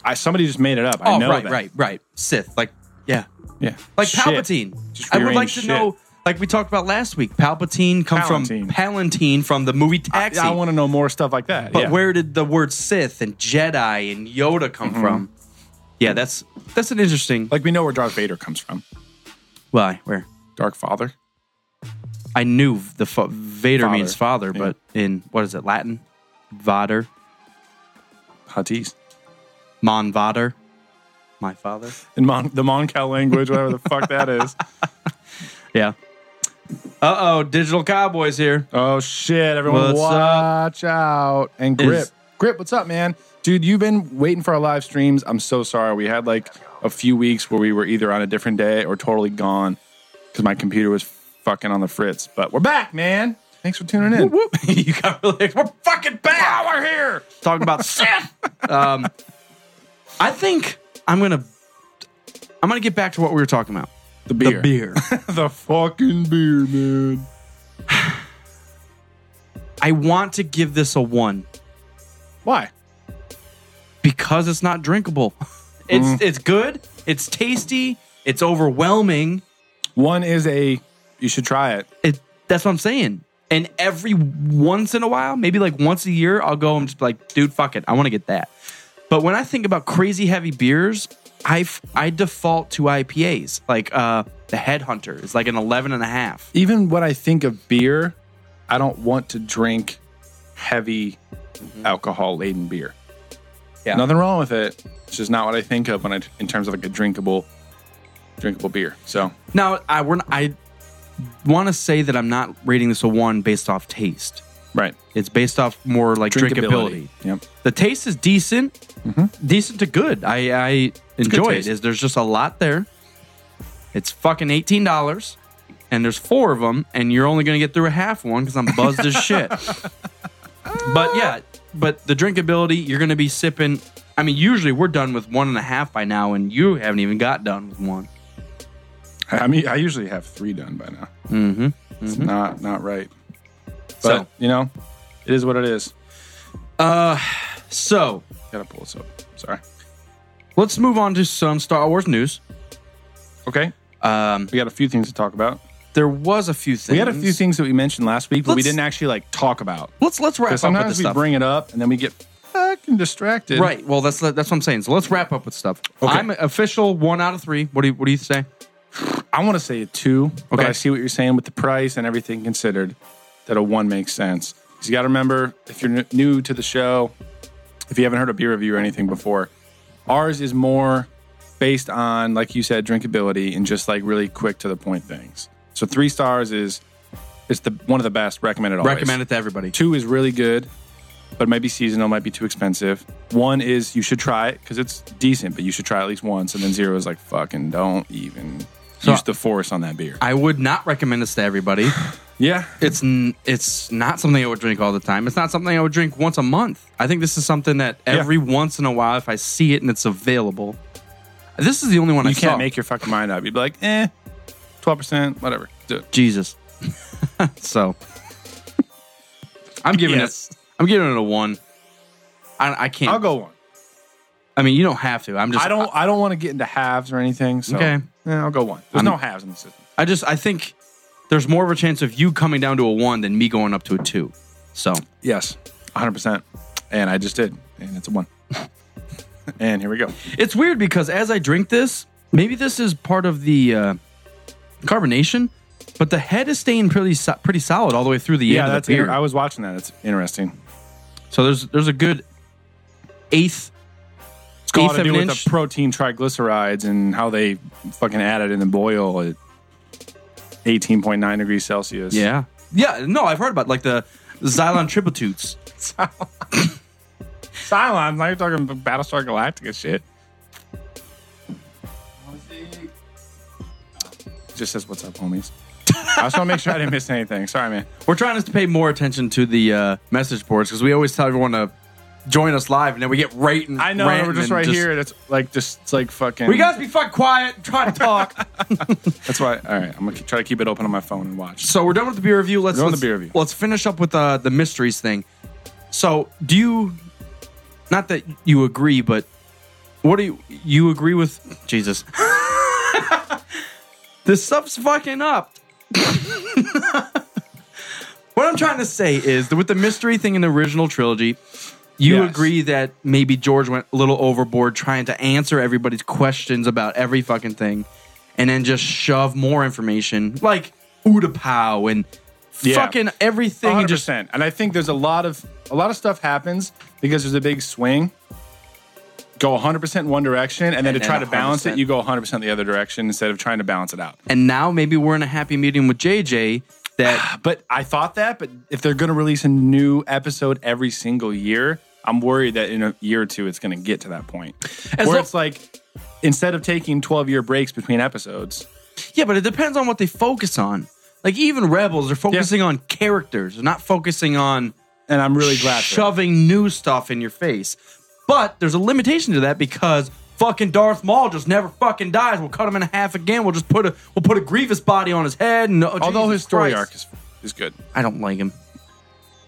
S9: I somebody just made it up. I
S8: oh,
S9: know
S8: right,
S9: that.
S8: right, right. Sith, like yeah,
S9: Yeah,
S8: like
S9: Shit.
S8: Palpatine.
S9: Just
S8: I would like
S9: rearrange
S8: to
S9: shit.
S8: know, like we talked about last week, Palpatine come from
S9: Palantine.
S8: Palantine from the movie Taxi.
S9: I, want to know more stuff like that.
S8: but
S9: yeah.
S8: where did the word Sith and Jedi and Yoda come from? Yeah, that's that's an interesting.
S9: Mm-hmm. like we know where Darth Vader comes from,
S8: Why? Where?
S9: Dark Father.
S8: I knew the fa- Vader
S9: Father.
S8: means father,
S9: Yeah.
S8: but in what is it Latin? Vader,
S9: Huttese.
S8: mon vader, my father.
S9: In Mon, the Moncal language, whatever the fuck that is.
S8: Yeah. Uh oh, digital cowboys here.
S9: Oh shit! Everyone,
S8: What's
S9: watch out and grip,
S8: Is-
S9: grip. What's up, man? Dude, you've been waiting for our live streams. I'm so sorry. We had like a few weeks where we were either on a different day or totally gone because my computer was fucking on the fritz. But we're back, man. Thanks for tuning in.
S8: Whoop. you got really. We're fucking back.
S9: Wow, we're here.
S8: talking about Seth. Um, I think I'm gonna I'm gonna get back to what we were talking about.
S9: The beer.
S8: The beer.
S9: the fucking beer, man.
S8: I want to give this a one
S9: Why?
S8: because it's not drinkable. It's it's good. It's tasty. It's overwhelming.
S9: One is a. You should try it.
S8: It, that's what I'm saying. And every once in a while, maybe like once a year, I'll go and just be like, dude, fuck it, I want to get that. But when I think about crazy heavy beers, I, f- I default to IPAs. Like uh, the Headhunter is like an 11 and a half.
S9: Even when I think of beer, I don't want to drink heavy alcohol laden beer.
S8: Mm-hmm. Yeah.
S9: Nothing wrong with it. It's just not what I think of when I in terms of like a drinkable drinkable beer. So
S8: Now, I we're not, I want to say that I'm not rating this a one based off taste.
S9: right.
S8: It's based off more like drinkability.
S9: Yep.
S8: The taste is decent, decent to good. I, I enjoy it.
S9: Mm-hmm. taste.
S8: Is there's just a lot there. It's fucking eighteen dollars, and there's four of them, and you're only gonna get through a half one because I'm buzzed as shit. But yeah, but the drinkability, you're gonna be sipping I mean, usually we're done with one and a half by now, and you haven't even got done with one.
S9: I I mean, I usually have three done by now.
S8: Mm-hmm.
S9: It's not not right. But
S8: So-
S9: you know, it is what it is.
S8: Uh, so
S9: Gotta pull this up. Sorry.
S8: let's move on to some Star Wars news.
S9: Okay,
S8: Um,
S9: we got a few things to talk about.
S8: there was a few things.
S9: We had a few things that we mentioned last week, but we
S8: Let's-
S9: didn't actually like talk about.
S8: Let's let's wrap
S9: Because
S8: up with
S9: sometimes
S8: this
S9: we
S8: stuff.
S9: bring it up and then we get fucking distracted.
S8: right. Well, that's that's what I'm saying. So let's wrap up with stuff.
S9: Okay.
S8: I'm official one out of three. What do you, what do you say?
S9: I want to say a two, but
S8: Okay.
S9: I see what you're saying with the price and everything considered that a one makes sense. Because you got to remember, if you're n- new to the show, if you haven't heard a beer review or anything before, ours is more based on, like you said, drinkability and just like really quick to the point things. So three stars is it's the one of the best recommended. Always.
S8: Recommend it to everybody.
S9: Two is really good, but might be seasonal, might be too expensive. One is you should try it because it's decent, but you should try at least once. And then zero is like fucking don't even
S8: So-
S9: use the force on that beer.
S8: I would not recommend this to everybody.
S9: yeah,
S8: It's n- it's not something I would drink all the time. It's not something I would drink once a month. I think this is something that every once in a while, if I see it and it's available, this is the only one I
S9: you can't
S8: saw.
S9: make your fucking mind up. You'd be like, eh, twelve percent, whatever. Do it.
S8: Jesus. so I'm giving
S9: Yes.
S8: it. I'm giving it a one. I, I can't.
S9: I'll go one.
S8: I mean, you don't have to. I'm just.
S9: I don't. I don't want to get into halves or anything. So
S8: Okay.
S9: yeah, I'll go one. There's
S8: I'm-
S9: no halves in the system.
S8: I just. I think there's more of a chance of you coming down to a one than me going up to a two. So
S9: Yes, one hundred percent. And I just did, and it's a one. and here we go.
S8: It's weird because as I drink this, maybe this is part of the uh, carbonation, but the head is staying pretty so- pretty solid all the way through the
S9: Yeah,
S8: end of
S9: that's.
S8: the
S9: Inter-
S8: beer.
S9: I was watching that. It's interesting.
S8: so there's there's a good eighth.
S9: It's got
S8: eighth
S9: to
S8: of
S9: do
S8: an
S9: with
S8: inch.
S9: the protein triglycerides and how they fucking add it in the boil at 18.9 degrees Celsius.
S8: Yeah, yeah. No, I've heard about like the Xylon triplitutes.
S9: Cylons, now you're talking about Battlestar Galactica shit. Just says, what's up, homies? I just want to make sure I didn't miss anything. Sorry, man.
S8: We're trying to pay more attention to the uh, message boards because we always tell everyone to join us live, and then we get right and
S9: I know
S8: ranting
S9: we're just
S8: and
S9: right here. and It's like just it's like fucking.
S8: We guys be fucking quiet and try to talk.
S9: That's why. All right, I'm gonna try to keep it open on my phone and watch.
S8: So we're done with the beer review. Let's
S9: We're done
S8: let's,
S9: with the beer review.
S8: let's finish up with uh, the mysteries thing. So do you? Not that you agree, but what do you you agree with? Jesus, this stuff's fucking up. what I'm trying to say is that with the mystery thing in the original trilogy, you
S9: Yes.
S8: agree that maybe George went a little overboard trying to answer everybody's questions about every fucking thing and then just shove more information like Utapau and
S9: Yeah.
S8: fucking everything and just
S9: 100%. and I think there's a lot of a lot of stuff happens because there's a big swing. Go 100% one direction, and, then to
S8: And
S9: try
S8: then
S9: to balance it,
S8: 100%.
S9: you go 100% the other direction instead of trying to balance it out.
S8: and now maybe we're in a happy meeting with JJ that
S9: But I thought that, but if they're going to release a new episode every single year, I'm worried that in a year or two, it's going to get to that point
S8: As
S9: where
S8: lo-
S9: it's like instead of taking 12 year breaks between episodes,
S8: yeah, but it depends on what they focus on. Like even Rebels are focusing on characters, they're not focusing on
S9: and I'm really glad. for that.
S8: shoving new stuff in your face. But there's a limitation to that because fucking Darth Maul just never fucking dies. We'll cut him in half again. We'll just put a we'll put a grievous body on his head. And oh,
S9: Although
S8: Jesus
S9: his story
S8: Christ.
S9: arc is, is good.
S8: I don't like him.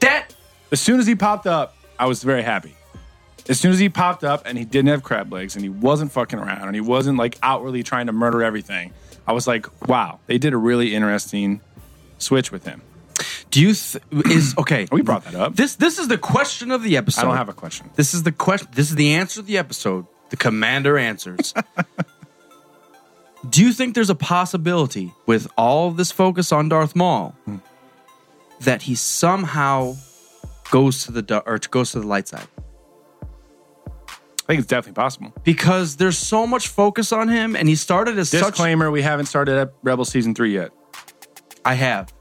S8: That
S9: As soon as he popped up, I was very happy. As soon as he popped up and he didn't have crab legs and he wasn't fucking around and he wasn't like outwardly trying to murder everything, I was like, wow, they did a really interesting switch with him.
S8: do you th- is okay?
S9: We brought that up.
S8: This this is the question of the episode.
S9: I don't have a question.
S8: This is the question. This is the answer of the episode. The commander answers. Do you think there's a possibility with all this focus on Darth Maul
S9: Hmm.
S8: that he somehow goes to the dar- or goes to the light side?
S9: I think it's definitely possible.
S8: Because there's so much focus on him, and he started as such.
S9: Disclaimer: We haven't started up Rebel season three yet.
S8: I have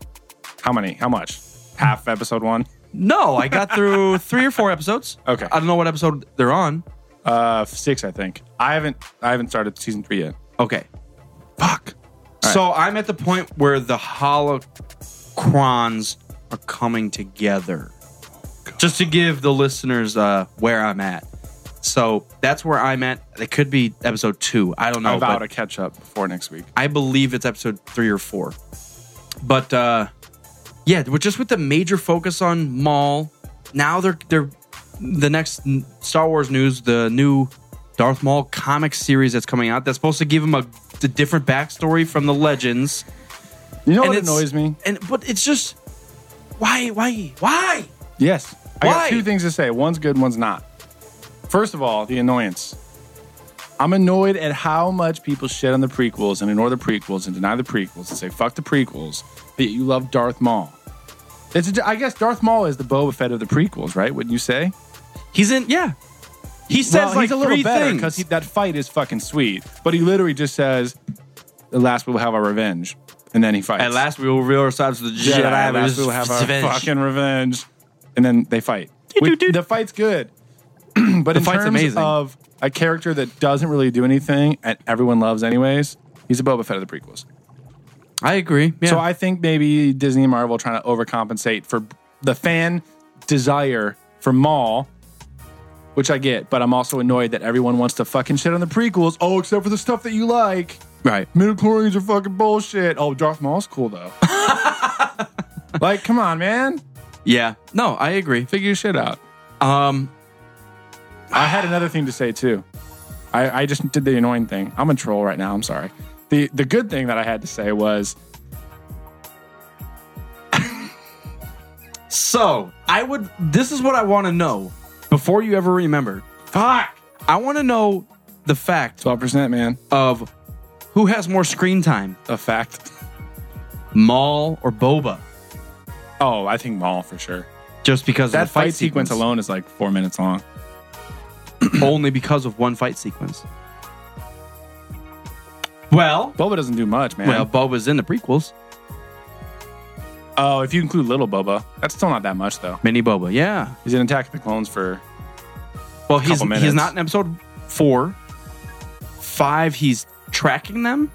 S9: How many? How much? Half of episode one.
S8: no. I got through three or four episodes.
S9: Okay.
S8: I don't know what episode they're on.
S9: Uh, six, I think. I haven't. I haven't started season three yet.
S8: Okay.
S9: Fuck.
S8: So I'm at the point where the holocrons are coming together. Just to give the listeners uh, where I'm at. So that's where I'm at. It could be episode two. I don't know.
S9: I vow
S8: but
S9: to catch up before next week.
S8: I believe it's episode three or four. But uh yeah, with- just with the major focus on Maul, now they're they're the next n- Star Wars news, the new Darth Maul comic series that's coming out that's supposed to give him a, a different backstory from the legends.
S9: You know
S8: And
S9: what
S8: it's-
S9: annoys me?
S8: And but it's just why why why?
S9: Yes. I
S8: Why?
S9: got two things to say. One's good, one's not. First of all, the annoyance. I'm annoyed at how much people shit on the prequels and ignore the prequels and deny the prequels and say fuck the prequels, but yet you love Darth Maul. It's a, I guess Darth Maul is the Boba Fett of the prequels, right? Wouldn't you say?
S8: He's in yeah. He says
S9: Well,
S8: like three things.
S9: because that fight is fucking sweet, but he literally just says, "At last we will have our revenge," and then he fights.
S8: At last, we will reveal ourselves to the Jedi.
S9: Jedi, at
S8: Last
S9: last we will have our fucking revenge, and then they fight. Which- the fight's good, but in
S8: fight's
S9: terms
S8: amazing.
S9: of a character that doesn't really do anything and everyone loves anyways, he's a Boba Fett of the prequels.
S8: I agree. Yeah.
S9: So I think maybe Disney and Marvel trying to overcompensate for the fan desire for Maul, which I get, but I'm also annoyed that everyone wants to fucking shit on the prequels. Oh, except for the stuff that you like.
S8: right.
S9: Midichlorians are fucking bullshit. Oh, Darth Maul's cool though. like, come on, man.
S8: Yeah. No, I agree.
S9: Figure your shit out.
S8: Um,
S9: I had another thing to say too. I, I just did the annoying thing. I'm a troll right now. I'm sorry. The the good thing that I had to say was
S8: so I would. This is what I want to know before you ever remember. Fuck. I want to know the fact
S9: 12%, man.
S8: of who has more screen time,
S9: A fact.
S8: Maul or Boba,
S9: Oh, I think Maul for sure.
S8: just because
S9: That
S8: of the fight,
S9: fight, sequence, alone is like four minutes long.
S8: only because of one fight sequence. Well,
S9: Boba doesn't do much, man.
S8: well, Boba's in the prequels.
S9: oh, if you include little Boba, that's still not that much though.
S8: Mini Boba, yeah.
S9: He's in Attack of the Clones for
S8: Well, he's
S9: couple
S8: he's
S9: minutes.
S8: not in episode four, five. He's tracking them.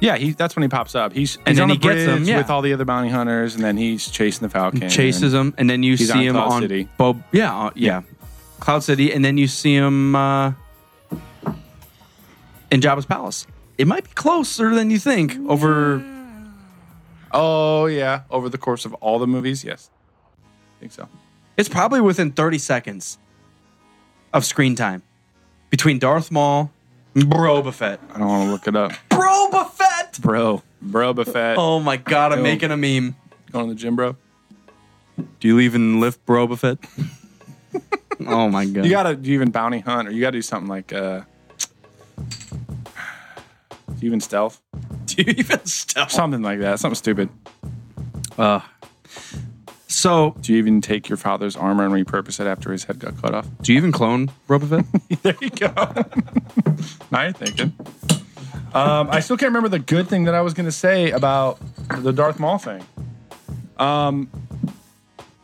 S9: yeah. He that's when he pops up. He's, he's
S8: then
S9: on the
S8: he gets
S9: bridge
S8: 'em, yeah.
S9: with all the other bounty hunters, and then he's chasing the Falcon.
S8: chases him, and then you
S9: He's
S8: see
S9: on
S8: him
S9: Cloud
S8: on
S9: City.
S8: Bob. Yeah, uh, yeah, Cloud City, and then you see him uh, in Jabba's palace. It might be closer than you think. Over
S9: Oh yeah, over the course of all the movies, yes, I think so.
S8: It's probably within 30 seconds of screen time between Darth Maul and Boba Fett.
S9: I don't want to look it up,
S8: Boba Fett!
S9: bro. Bro, Buffett,
S8: Oh my god, I'm
S9: Yo.
S8: making a meme.
S9: going to the gym, bro.
S8: Do you even lift Boba Fett? oh my god.
S9: You gotta do you even bounty hunt, or you gotta do something like uh, do you even stealth,
S8: Do you even stop?
S9: something like that, something stupid.
S8: Uh, so,
S9: Do you even take your father's armor and repurpose it after his head got cut off?
S8: do you even clone Boba Fett?
S9: There you go. now you're thinking. Um, I still can't remember the good thing that I was going to say about the Darth Maul thing. Um,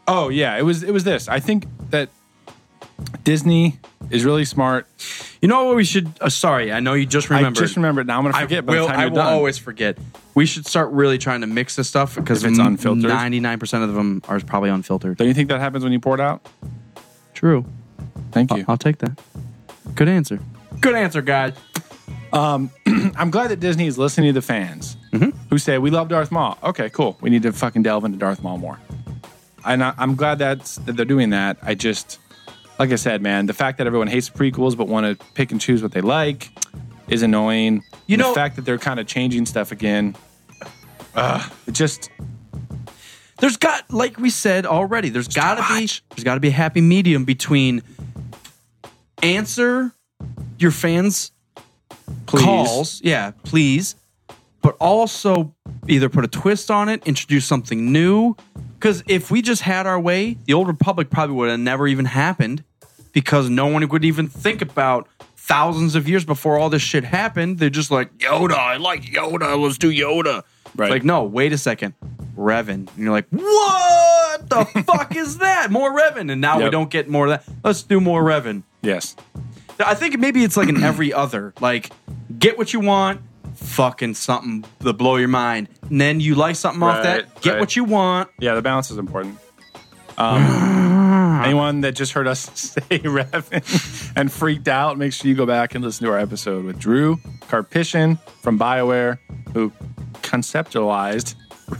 S9: oh yeah, it was it was this. I think that Disney is really smart.
S8: You know what we should? Uh, sorry, I know you just remembered.
S9: I just remember it now. I'm going to
S8: I
S9: forget. by
S8: will.
S9: the time
S8: I
S9: you're
S8: will
S9: done.
S8: always forget. We should start really trying to mix this stuff because
S9: If it's unfiltered.
S8: Ninety-nine percent of them are probably unfiltered.
S9: Don't you think that happens when you pour it out?
S8: True.
S9: Thank you.
S8: I'll take that. Good answer. Good answer, guys.
S9: I'm glad that Disney is listening to the fans
S8: Mm-hmm.
S9: who say we love Darth Maul. Okay, cool. We need to fucking delve into Darth Maul more. And I, I'm glad that's, that they're doing that. I just, like I said, man, the fact that everyone hates prequels but want to pick and choose what they like is annoying.
S8: You
S9: And
S8: know-
S9: the fact that they're kind of changing stuff again. Uh, it just
S8: There's got like we said already. There's got to be there's got to be a happy medium between answer your fans
S9: please.
S8: calls, yeah, please, but also either put a twist on it, introduce something new. Because if we just had our way, the old republic probably would have never even happened because no one would even think about thousands of years before all this shit happened. They're just like, Yoda, I like Yoda, let's do Yoda.
S9: Right.
S8: Like, no, wait a second. Revan. And you're like, what the fuck is that? More Revan. And now we
S9: Yep.
S8: don't get more of that. Let's do more Revan.
S9: Yes.
S8: I think maybe it's like an every other. Like, get what you want, fucking something to blow your mind. And then you like something off
S9: Right,
S8: that, get
S9: right.
S8: what you want.
S9: Yeah, the balance is important. Um, Anyone that just heard us say Revan and freaked out, make sure you go back and listen to our episode with Drew Carpishin from BioWare, who conceptualized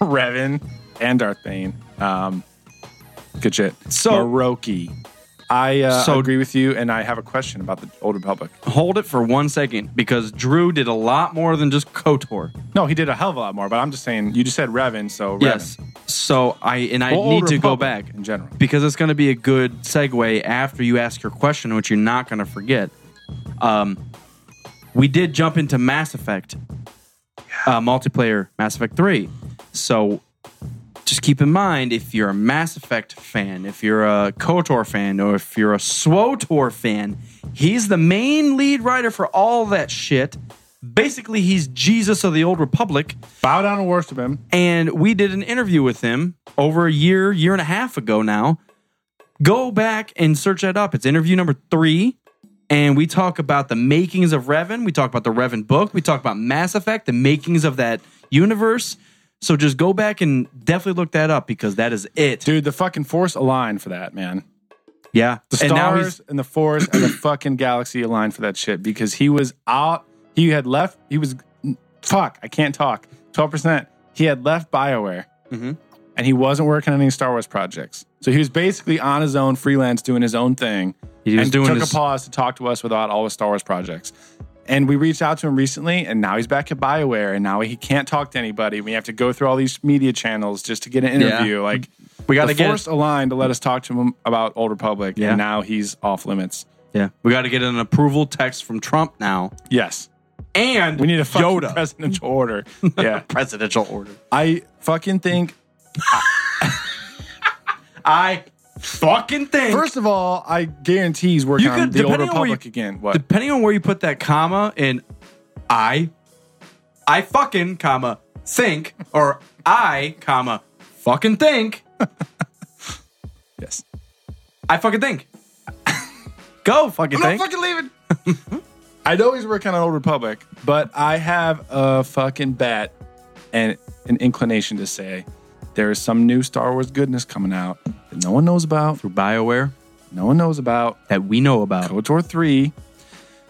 S9: Revan and Darth Bane. Um, good shit.
S8: So-
S9: Maroki. I uh,
S8: So-
S9: agree with you, and I have a question about the Old Republic.
S8: Hold it for one second because Drew did a lot more than just KOTOR.
S9: No, he did a hell of a lot more, but I'm just saying, you just said Revan, so Revan.
S8: Yes. So I and I
S9: Well, Old
S8: need to go
S9: Republic
S8: back
S9: in general.
S8: because it's going to be a good segue after you ask your question, which you're not going to forget. Um, we did jump into Mass Effect uh, multiplayer, Mass Effect Three. So just keep in mind if you're a Mass Effect fan, if you're a KOTOR fan, or if you're a SWOTOR fan, he's the main lead writer for all that shit. Basically, he's Jesus of the Old Republic
S9: Bow down and worship him.
S8: and we did an interview with him over a year, year and a half ago now. Go back and search that up. It's interview number three. And we talk about the makings of Revan. We talk about the Revan book. We talk about Mass Effect, the makings of that universe. So just go back and definitely look that up because that is it.
S9: Dude, the fucking Force aligned for that, man.
S8: yeah.
S9: The
S8: and now he's
S9: stars and the forest and the fucking galaxy aligned for that shit because he was out. He had left. He was fuck. I can't talk. Twelve percent. He had left Bioware,
S8: Mhm.
S9: and he wasn't working on any Star Wars projects. So he was basically on his own, freelance, doing his own thing.
S8: He was
S9: and
S8: doing
S9: took
S8: his-
S9: a pause to talk to us without all his Star Wars projects. And we reached out to him recently, and now he's back at Bioware, and now he can't talk to anybody. We have to go through all these media channels just to get an interview. Like
S8: We gotta
S9: the
S8: get-
S9: Force aligned to let us talk to him about Old Republic,
S8: Yeah.
S9: and now he's off limits.
S8: yeah. We got to get an approval text from Trump now.
S9: Yes.
S8: And
S9: We need a fucking
S8: Yoda
S9: presidential order. Yeah.
S8: presidential order.
S9: I fucking think,
S8: I fucking think.
S9: first of all, I guarantee he's working
S8: You could-
S9: on the Old
S8: depending on where you-
S9: Republic again. What?
S8: depending on where you put that comma in I, I fucking comma think or I comma fucking think,
S9: yes.
S8: I fucking think. Go fucking think.
S9: fucking leaving. I know he's working on Old Republic, but I have a fucking bet and an inclination to say there is some new Star Wars goodness coming out that no one knows about.
S8: Through BioWare
S9: No one knows about.
S8: that we know about.
S9: KOTOR 3,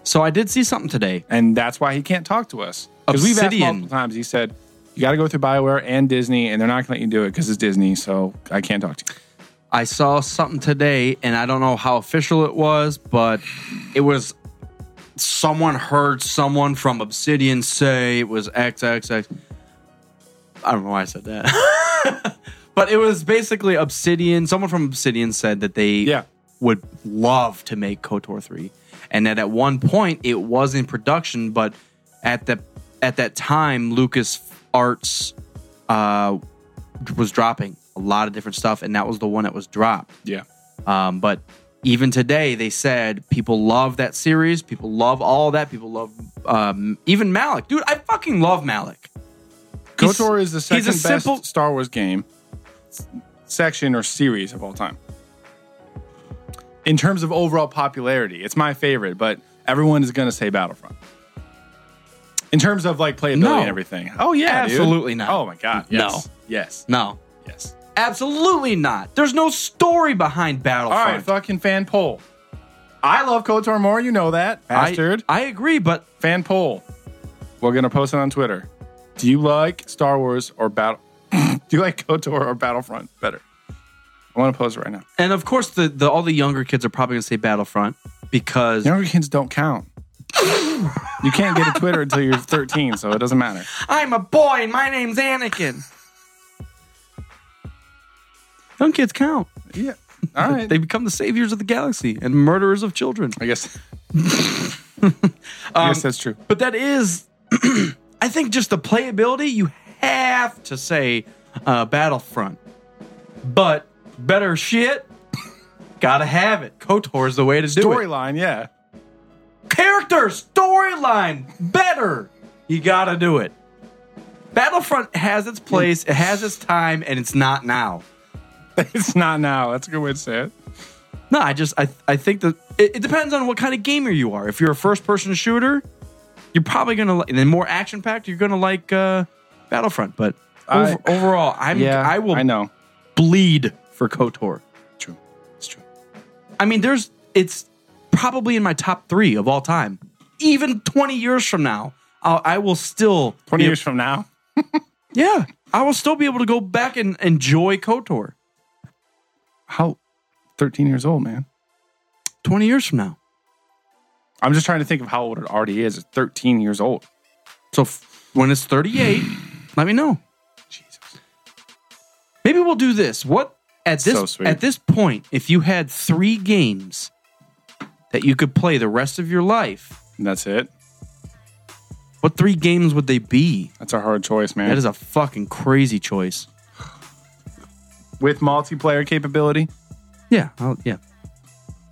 S8: So I did see something today.
S9: and that's why he can't talk to us. Because we've asked
S8: Obsidian.
S9: multiple times. He said, you got to go through BioWare and Disney, and they're not going to let you do it because it's Disney, so I can't talk to you.
S8: I saw something today, and I don't know how official it was, but it was someone heard someone from Obsidian say it was XXX. I don't know why I said that. but it was basically Obsidian. Someone from Obsidian said that they
S9: Yeah.
S8: would love to make KOTOR 3. And that at one point it was in production, but at the at that time Lucas Arts uh, was dropping a lot of different stuff and that was the one that was dropped.
S9: Yeah.
S8: Um, but even today, they said people love that series. People love all that. People love um, even Malik. Dude, I fucking love Malik. He's-
S9: KOTOR is the
S8: he's a
S9: second best
S8: simple-
S9: Star Wars game s- section or series of all time. In terms of overall popularity, it's my favorite, but everyone is going to say Battlefront. In terms of like playability
S8: No.
S9: and everything. Oh yeah, dude.
S8: Absolutely not.
S9: Oh my god.
S8: No.
S9: Yes. Yes.
S8: No,
S9: Yes.
S8: absolutely not. There's no story behind
S9: All
S8: Battlefront.
S9: right, fucking fan poll. I love KOTOR more, you know that.
S8: I-
S9: Bastard.
S8: I, agree, but
S9: fan poll. We're gonna post it on Twitter. Do you like Star Wars or Battle? Do you like KOTOR or Battlefront better? I want to post it right now.
S8: and of course, the, the all the younger kids are probably gonna say Battlefront because
S9: Younger kids don't count. you can't get a Twitter until you're 13, so it doesn't matter.
S8: I'm a boy and my name's Anakin. Young kids count.
S9: Yeah. All right.
S8: They become the saviors of the galaxy and murderers of children.
S9: I guess. I guess that's true.
S8: But that is, I think, just the playability. You have to say uh, Battlefront, but better shit. Gotta have it. Kotor is the way to do it.
S9: Storyline, yeah.
S8: Character storyline better. You gotta do it. Battlefront has its place. It has its time, and it's not now.
S9: It's not now. That's a good way to say it.
S8: No, I just I I think that it, it depends on what kind of gamer you are. If you're a first person shooter, you're probably gonna li- and then more action packed, you're gonna like uh, Battlefront. But
S9: I-
S8: over, overall, I'm
S9: Yeah,
S8: I will
S9: I know.
S8: bleed for KOTOR.
S9: True. It's true.
S8: I mean, there's it's probably in my top three of all time. Even 20 years from now, I'll, I will still
S9: 20
S8: be-
S9: years from now,
S8: Yeah, I will still be able to go back and enjoy Kotor
S9: how 13 years old, man.
S8: 20 years from now.
S9: I'm just trying to think of how old it already is. It's 13 years old.
S8: So f- when it's 38, let me know.
S9: Jesus.
S8: Maybe we'll do this. What at this
S9: So sweet.
S8: at this point, if you had three games that you could play the rest of your life,
S9: And that's it.
S8: what three games would they be?
S9: That's a hard choice, man.
S8: That is a fucking crazy choice.
S9: With multiplayer capability,
S8: Yeah, I'll, yeah.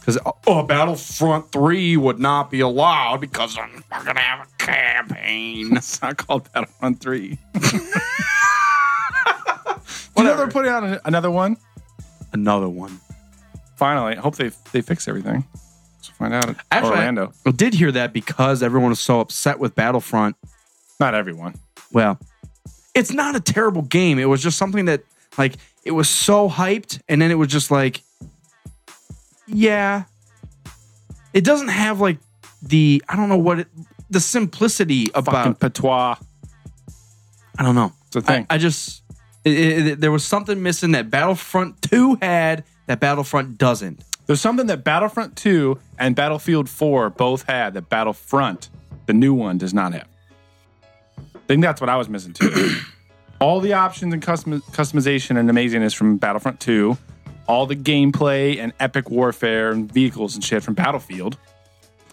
S8: Because oh, Battlefront Three would not be allowed because I'm gonna have a campaign.
S9: it's not called Battlefront 3. Do you know they're putting out a- another one?
S8: Another one.
S9: Finally, I hope they they fix everything. Let's find out. at
S8: Actually,
S9: Orlando.
S8: I did hear that because everyone was so upset with Battlefront.
S9: Not everyone.
S8: Well, it's not a terrible game. It was just something that like it was so hyped, and then it was just like, yeah, it doesn't have like the I don't know what it, the simplicity
S9: Fucking
S8: about.
S9: patois.
S8: I don't know.
S9: It's a thing.
S8: I, I just it, it, it- there was something missing that Battlefront Two had that Battlefront doesn't.
S9: There's something that Battlefront 2 and Battlefield 4 both had that Battlefront, the new one, does not have. I think that's what I was missing too. all the options and custom- customization and amazingness from Battlefront 2, all the gameplay and epic warfare and vehicles and shit from Battlefield.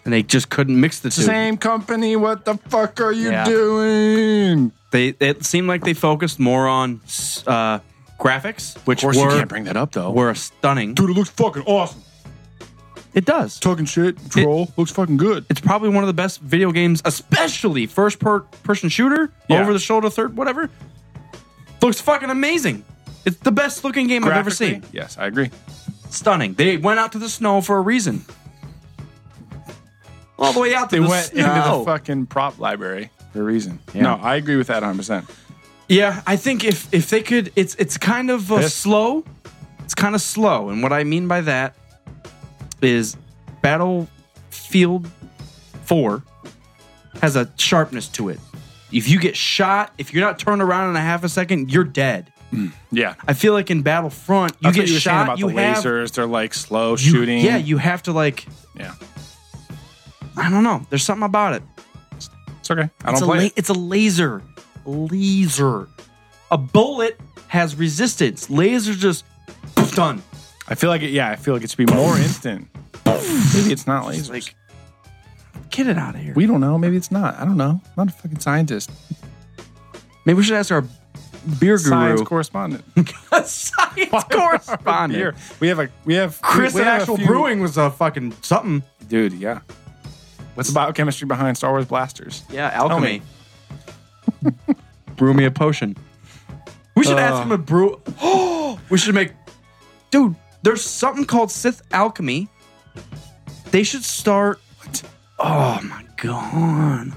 S8: And they just couldn't mix the two.
S9: Same company, what the fuck are you
S8: Yeah.
S9: doing?
S8: They it seemed like they focused more on uh, graphics, which
S9: Of course,
S8: were
S9: you can't bring that up though.
S8: were stunning.
S9: Dude, it looks fucking awesome.
S8: It does.
S9: Talking shit, troll, looks fucking good.
S8: It's probably one of the best video games, especially first per- person shooter,
S9: Yeah.
S8: over the shoulder, third, whatever. Looks fucking amazing. It's the best looking game I've ever
S9: Graphically,
S8: seen.
S9: Yes, I agree.
S8: Stunning. They went out to the snow for a reason. All the way out to
S9: They
S8: the
S9: went
S8: snow.
S9: into the fucking prop library for a reason. No, I agree with that 100%.
S8: Yeah, I think if if they could, it's it's kind of uh,
S9: Yes.
S8: slow. It's kind of slow, and what I mean by that is Battlefield Four has a sharpness to it. If you get shot, if you're not turned around in a half a second, you're dead.
S9: Yeah.
S8: I feel like in Battlefront, you
S9: That's
S8: get
S9: what you were saying
S8: shot,
S9: about
S8: you
S9: the
S8: have
S9: lasers. They're like slow
S8: you-
S9: shooting.
S8: Yeah, you have to like
S9: yeah.
S8: I don't know. There's something about it.
S9: It's okay. I
S8: It's
S9: don't
S8: a
S9: play.
S8: la-
S9: it.
S8: It's a laser. Laser. A bullet has resistance. Lasers just poof, done.
S9: I feel like it. Yeah, I feel like it should be more instant. Maybe it's not lasers.
S8: like- Get it out of here.
S9: we don't know. Maybe it's not. I don't know. I'm not a fucking scientist.
S8: Maybe we should ask our beer
S9: Science
S8: guru,
S9: correspondent.
S8: science
S9: Beer.
S8: correspondent,
S9: We have a. We have
S8: Chris
S9: we, we
S8: at
S9: have a
S8: Actual
S9: few-
S8: Brewing was a fucking something.
S9: dude. Yeah. What's the biochemistry behind Star Wars blasters?
S8: Yeah,
S9: alchemy.
S8: brew me a potion. We should
S9: Uh.
S8: ask him to brew. Oh, we should make, dude. There's something called Sith alchemy. They should start. What? Oh my god.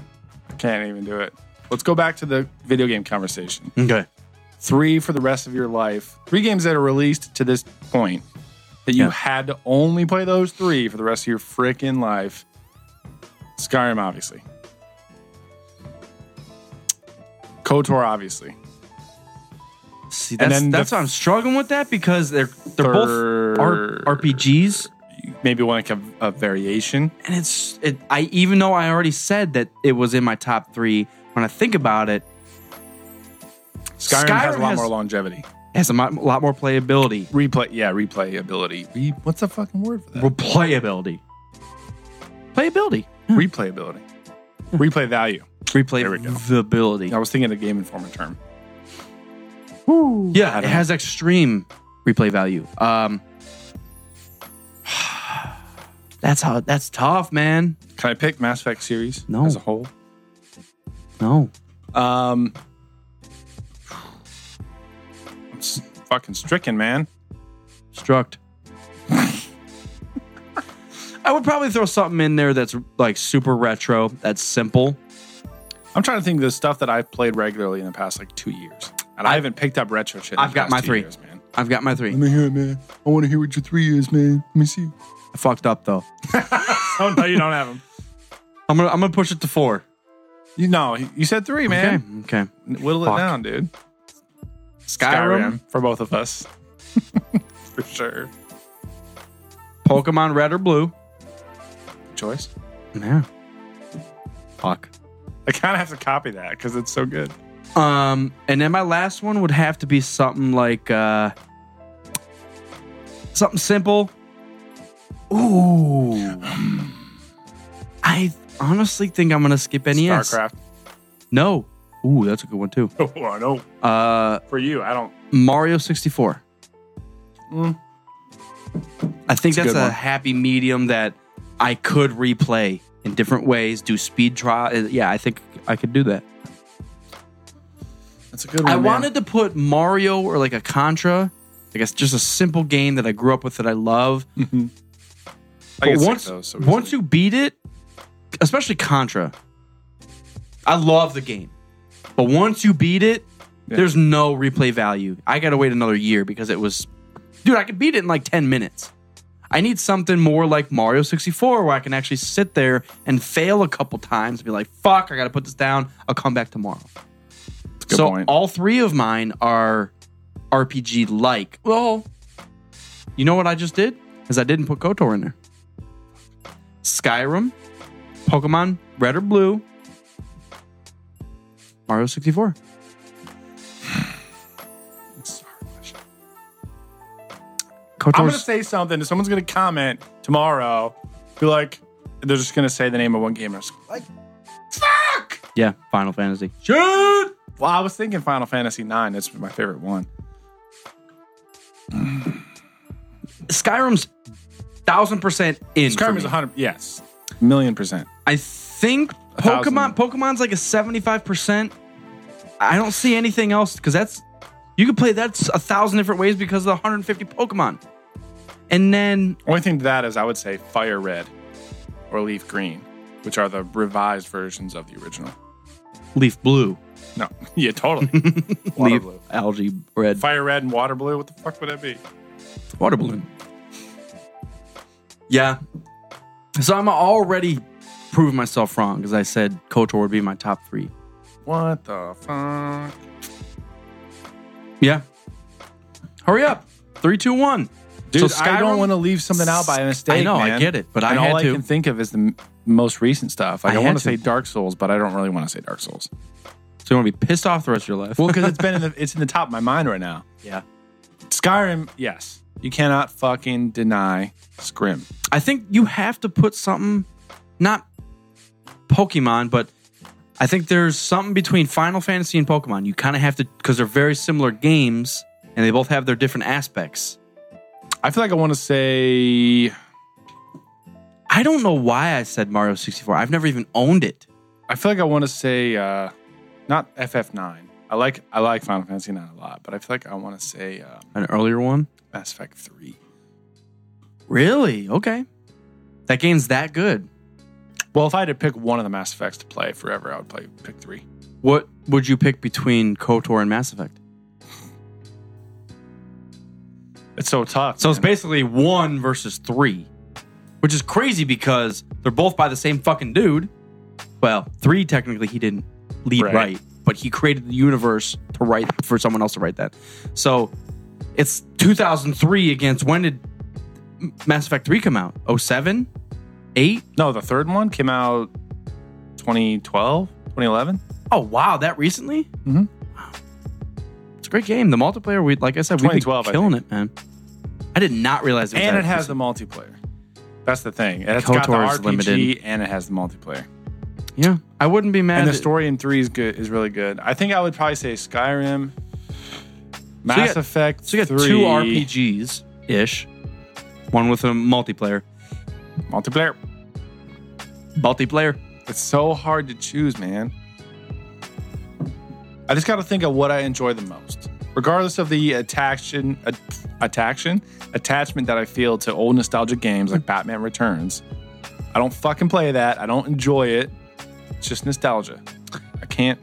S9: I can't even do it. Let's go back to the video game conversation.
S8: Okay.
S9: three for the rest of your life. Three games that are released to this point that you
S8: Yeah.
S9: had to only play those three for the rest of your freaking life. Skyrim, obviously. KOTOR, obviously.
S8: See, that's
S9: then the
S8: that's why I'm struggling with that because they're they're both
S9: Third-
S8: R- RPGs.
S9: Maybe one like a, a variation.
S8: and it's it, I even though I already said that it was in my top three. When I think about it,
S9: Skyrim, has a
S8: Skyrim
S9: lot
S8: has-
S9: more longevity.
S8: it has a mo- lot more playability,
S9: Replay, yeah, replayability. Re- what's the fucking word for that?
S8: replayability, playability,
S9: replayability. Replay value. we go. I
S8: replayability.
S9: was thinking of the Game Informer term.
S8: Yeah, it has extreme replay value. Um, that's how that's tough, man.
S9: Can I pick Mass Effect series
S8: No.
S9: as a whole?
S8: No,
S9: Um, I'm s- fucking stricken, man.
S8: struct. I would probably throw something in there that's like super retro, that's simple.
S9: I'm trying to think of the stuff that I've played regularly in the past like two years, and I, haven't picked up retro shit. in
S8: I've
S9: the
S8: got
S9: past
S8: my
S9: two
S8: three.
S9: years, man.
S8: I've got my three.
S9: me hear it, man. I want to hear what your three is, man. Let me see.
S8: I fucked up though.
S9: Oh no, you don't have them.
S8: I'm gonna I'm gonna push it to four.
S9: You no, you said three,
S8: Okay.
S9: man.
S8: Okay.
S9: Whittle
S8: Fuck.
S9: it down, dude.
S8: Skyrim,
S9: for both of us, for sure.
S8: Pokemon Red or Blue.
S9: Choice.
S8: Yeah. Fuck.
S9: I kind of have to copy that because it's so good.
S8: Um, and then my last one would have to be something like uh something simple. Ooh. I honestly think I'm gonna skip NES.
S9: Starcraft.
S8: No. Ooh, that's a good one too.
S9: Oh, I know.
S8: Uh
S9: For you, I don't.
S8: Mario 64. I think
S9: That's Mm.
S8: that's
S9: a good
S8: a,
S9: one.
S8: happy medium that I could replay in different ways, do speed trial. Uh, Yeah, I think I could do that.
S9: That's a good
S8: I wanted to put Mario or like a Contra, I guess just a simple game that I grew up with that I love.
S9: I get
S8: But
S9: sick
S8: once,
S9: of those so
S8: once
S9: easily.
S8: you beat it, especially Contra, I love the game. But once you beat it,
S9: Yeah.
S8: there's no replay value. I got to wait another year because it was, dude, I could beat it in like 10 minutes. I need something more like Mario 64 where I can actually sit there and fail a couple times and be like, fuck, I got to put this down. I'll come back tomorrow.
S9: That's a good
S8: so
S9: point.
S8: all three of mine are RPG like. Well, you know what I just did? Is I didn't put KOTOR in there. Skyrim, Pokemon Red or Blue, Mario 64.
S9: I'm gonna
S8: KOTOR's
S9: say something. and Someone's gonna comment tomorrow. Be like, they're just gonna say the name of one game. and I'm just Like, fuck.
S8: yeah, Final Fantasy.
S9: Dude! Well, I was thinking Final Fantasy IX. That's my favorite one.
S8: Skyrim's thousand percent in. for
S9: Skyrim
S8: me.
S9: is 100. Yes. Million percent.
S8: I think
S9: thousand.
S8: Pokemon Pokemon's like a 75%. I don't see anything else because that's you can play that s- a thousand different ways because of the 150 Pokemon. And then
S9: Only thing to that is I would say Fire Red or Leaf Green, which are the revised versions of the original.
S8: Leaf Blue,
S9: No. Yeah, totally. Water
S8: Leaf
S9: Blue.
S8: Algae Red,
S9: Fire Red and Water Blue. What the fuck would that be?
S8: Water Balloon. Yeah. So I'm already proving myself wrong because I said KOTOR would be my top three.
S9: What the fuck?
S8: Yeah. Hurry up. Three, two, one.
S9: Dude,
S8: So
S9: I
S8: Skyrim-
S9: don't want to leave something out by mistake.
S8: I know, I
S9: man.
S8: get it, but I
S9: and
S8: had
S9: all
S8: to.
S9: I can think of is the m- most recent stuff. Like,
S8: I
S9: I,
S8: had
S9: want
S8: to.
S9: to say Dark Souls, but I don't really want to say Dark Souls.
S8: So you want to be pissed off the rest of your life.
S9: Well, because it's been in the it's in the top of my mind right now.
S8: yeah.
S9: Skyrim, yes. You cannot fucking deny Scrim.
S8: I think you have to put something, not Pokemon, but I think there's something between Final Fantasy and Pokemon. You kind of have to, because they're very similar games and they both have their different aspects.
S9: I feel like I want to say
S8: I don't know why I said Mario 64. I've never even owned it.
S9: I feel like I want to say uh not FF9. I like I like Final Fantasy 9 a lot, but I feel like I want to say uh,
S8: An earlier one?
S9: Mass Effect 3.
S8: Really? Okay. That game's that good.
S9: Well, if I had to pick one of the Mass Effects to play forever, I would play pick 3.
S8: What would you pick between KOTOR and Mass Effect?
S9: It's so tough.
S8: So it's
S9: man.
S8: basically one versus three, which is crazy because they're both by the same fucking dude. Well, three technically he didn't lead right,
S9: Right.
S8: but he created the universe to write for someone else to write that. So it's 2003 against when did M- Mass Effect 3 come out? 07? 8?
S9: No, the third one came out 2012, 2011.
S8: Oh, wow, that recently? Mm-hmm.
S9: Mhm.
S8: Wow. It's a great game. The multiplayer, we like I said, we've been
S9: 2012, I
S8: killing it, man. I did not realize it was
S9: and
S8: that
S9: it has
S8: recent.
S9: the multiplayer. That's the thing. It's got the
S8: KOTOR is
S9: RPG
S8: limited.
S9: and it has the multiplayer.
S8: Yeah. I wouldn't be mad
S9: and the
S8: at-
S9: story in three is good is really good. I think I would probably say Skyrim, Mass
S8: got-
S9: Effect.
S8: So you got
S9: 3,
S8: two RPGs ish, one with a multiplayer.
S9: multiplayer.
S8: Multiplayer.
S9: It's so hard to choose, man. I just got to think of what I enjoy the most, regardless of the attraction, a- attraction, attachment that I feel to old nostalgic games like Batman Returns. I don't fucking play that. I don't enjoy it. It's just nostalgia. I can't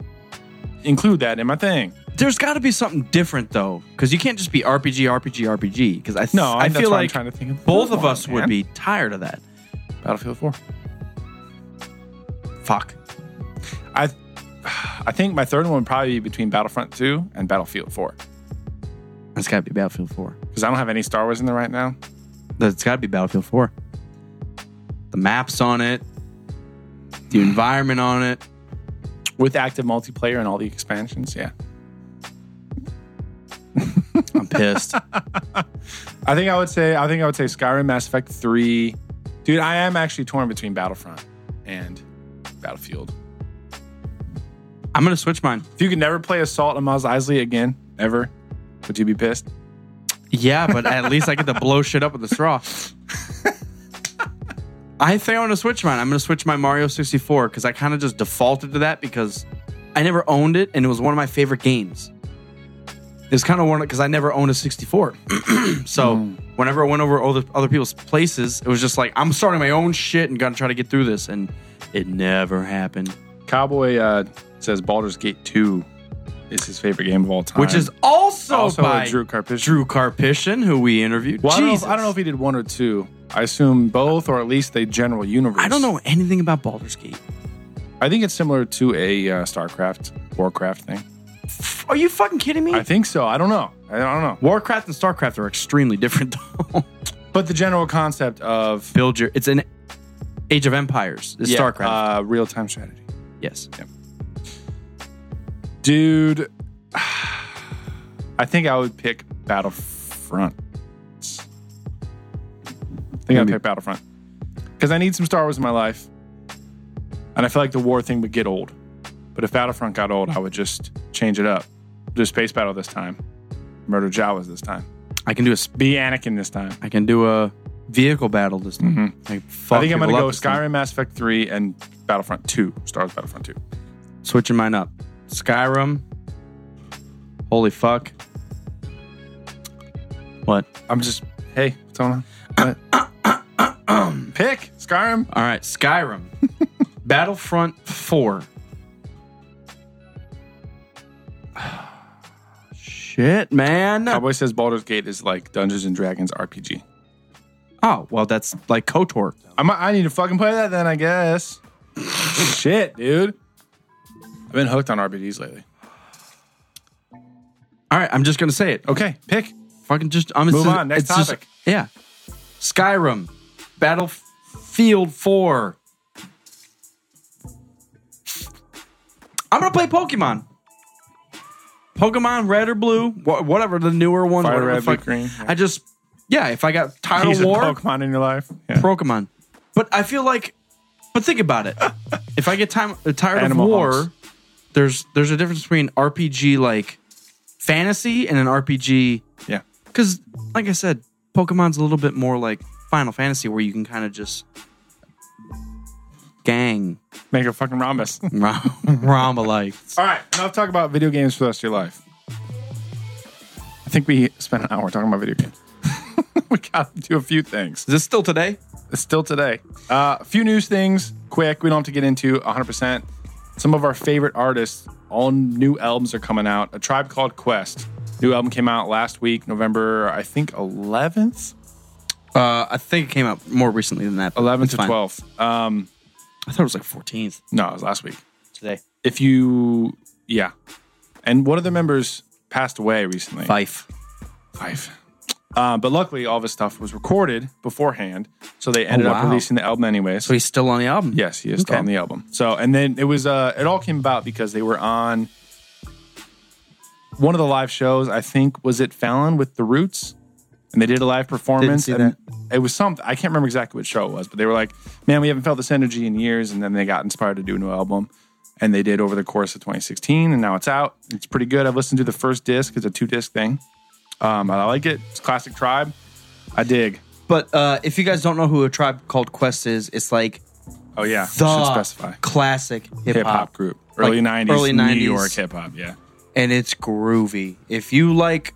S9: include that in my thing.
S8: There's got to be something different though, because you can't just be RPG, RPG, RPG. Because I
S9: No,
S8: I
S9: that's
S8: feel
S9: what I'm
S8: like
S9: trying to think of the
S8: both
S9: third
S8: of
S9: one,
S8: us would
S9: man.
S8: be tired of that.
S9: Battlefield 4.
S8: Fuck.
S9: I I think my third one would probably be between Battlefront 2 and Battlefield 4.
S8: That's got to be Battlefield Four.
S9: Because I don't have any Star Wars in there right now.
S8: That's got to be Battlefield Four. The maps on it, the environment on it.
S9: With active multiplayer and all the expansions, yeah.
S8: I'm pissed.
S9: I think I would say I think I would say Skyrim, Mass Effect 3. Dude, I am actually torn between Battlefront and Battlefield.
S8: I'm gonna switch mine.
S9: If you could never play Assault on Mos Eisley again, ever, would you be pissed?
S8: Yeah, but at least I get to blow shit up with a straw. I think I'm gonna switch mine. I'm gonna switch my Mario 64 because I kind of just defaulted to that because I never owned it and it was one of my favorite games. It's kind of one because I never owned a 64. so
S9: Hmm.
S8: whenever I went over other other people's places, it was just like I'm starting my own shit and gonna try to get through this, and it never happened.
S9: Cowboy uh, says Baldur's Gate 2 is his favorite game of all time.
S8: Which is also,
S9: also
S8: by
S9: Drew Carpish.
S8: Drew Carpishin, who we interviewed.
S9: Well, I don't, know if,
S8: Jesus.
S9: I don't know if he did one or two. I assume both, or at least the general universe.
S8: I don't know anything about Baldur's Gate.
S9: I think it's similar to a uh, StarCraft, Warcraft thing.
S8: Are you fucking kidding me?
S9: I think so. I don't know. I don't know.
S8: Warcraft and Starcraft are extremely different though.
S9: But the general concept of
S8: Build your it's an Age of Empires. It's
S9: Yeah,
S8: Starcraft.
S9: uh, real-time strategy,
S8: yes.
S9: dude. I think I would pick Battlefront. I think I'd
S8: Maybe.
S9: pick Battlefront because I need some Star Wars in my life, and I feel like the war thing would get old. But if Battlefront got old, I would just change it up. Do a space battle this time. Murder Jawas this time.
S8: I can do a sp-
S9: Be Anakin this time.
S8: I can do a vehicle battle this time. Like, fuck
S9: Mm-hmm. I think
S8: people
S9: I'm gonna
S8: up
S9: go
S8: this time.
S9: Skyrim, Mass Effect 3, and Battlefront 2. Star Wars Battlefront 2.
S8: Switching mine up. Skyrim. Holy fuck. What?
S9: I'm just hey, what's going on? What? Pick Skyrim.
S8: All right, Skyrim. Battlefront 4. Shit, man.
S9: Cowboy says Baldur's Gate is like Dungeons and Dragons RPG.
S8: Oh, well, that's like KOTOR.
S9: I'm, I need to fucking play that then, I guess. Shit, dude. I've been hooked on RPGs lately.
S8: All right, I'm just gonna say it. Oh,
S9: Okay, pick.
S8: Fucking just I'm it's,
S9: Move on, next
S8: it's just-
S9: topic.
S8: yeah, Skyrim, Battlefield Four. I'm gonna play Pokemon. Pokemon Red or Blue, wha- whatever the newer ones.
S9: Fire
S8: whatever the
S9: Red, Blue,
S8: fuck.
S9: Green, yeah.
S8: I just yeah, if I got tired
S9: He's
S8: of
S9: a
S8: war,
S9: Pokemon in your life. Yeah.
S8: Pokemon. But I feel like, but think about it. if I get time, uh, tired
S9: Animal
S8: of war,
S9: House.
S8: there's there's a difference between RPG like fantasy and an RPG
S9: yeah.
S8: because, like I said, Pokemon's a little bit more like Final Fantasy, where you can kind of just gang
S9: Make a fucking rhombus. All
S8: Rama like.
S9: right, enough talk about video games for the rest of your life. I think we spent an hour talking about video games. we got to do a few things.
S8: Is this still today?
S9: It's still today. Uh, a few news things, quick. We don't have to get into 100%. Some of our favorite artists, all new albums are coming out. A Tribe Called Quest. New album came out last week, November, I think 11th?
S8: Uh, I think it came out more recently than that. but
S9: 11th
S8: it's
S9: to
S8: fine.
S9: 12th. Um,
S8: I thought it was like 14th
S9: no, it was last week.
S8: today.
S9: If you, yeah. And one of the members passed away recently.
S8: Fife.
S9: Five. Uh, but luckily, all of his stuff was recorded beforehand. So they ended up
S8: Oh, wow.
S9: releasing the album anyway.
S8: So he's still on the album.
S9: Yes, he is still
S8: Okay.
S9: on the album. So, and then it was, uh, it all came about because they were on one of the live shows, I think, was it Fallon with The Roots? And they did a live performance.
S8: see
S9: and It was something, I can't remember exactly what show it was, but they were like, man, we haven't felt this energy in years. And then they got inspired to do a new album. And they did over the course of 2016. And now it's out. It's pretty good. I've listened to the first disc, it's a two disc thing. Um, I like it. It's classic tribe. I dig.
S8: But uh, if you guys don't know who a tribe called Quest is, it's like
S9: Oh, yeah. I
S8: the
S9: should specify.
S8: classic hip
S9: hip hop
S8: hop
S9: group.
S8: Like,
S9: Early 90s,
S8: early
S9: New
S8: 90s.
S9: York hip hop, yeah.
S8: and it's groovy. If you like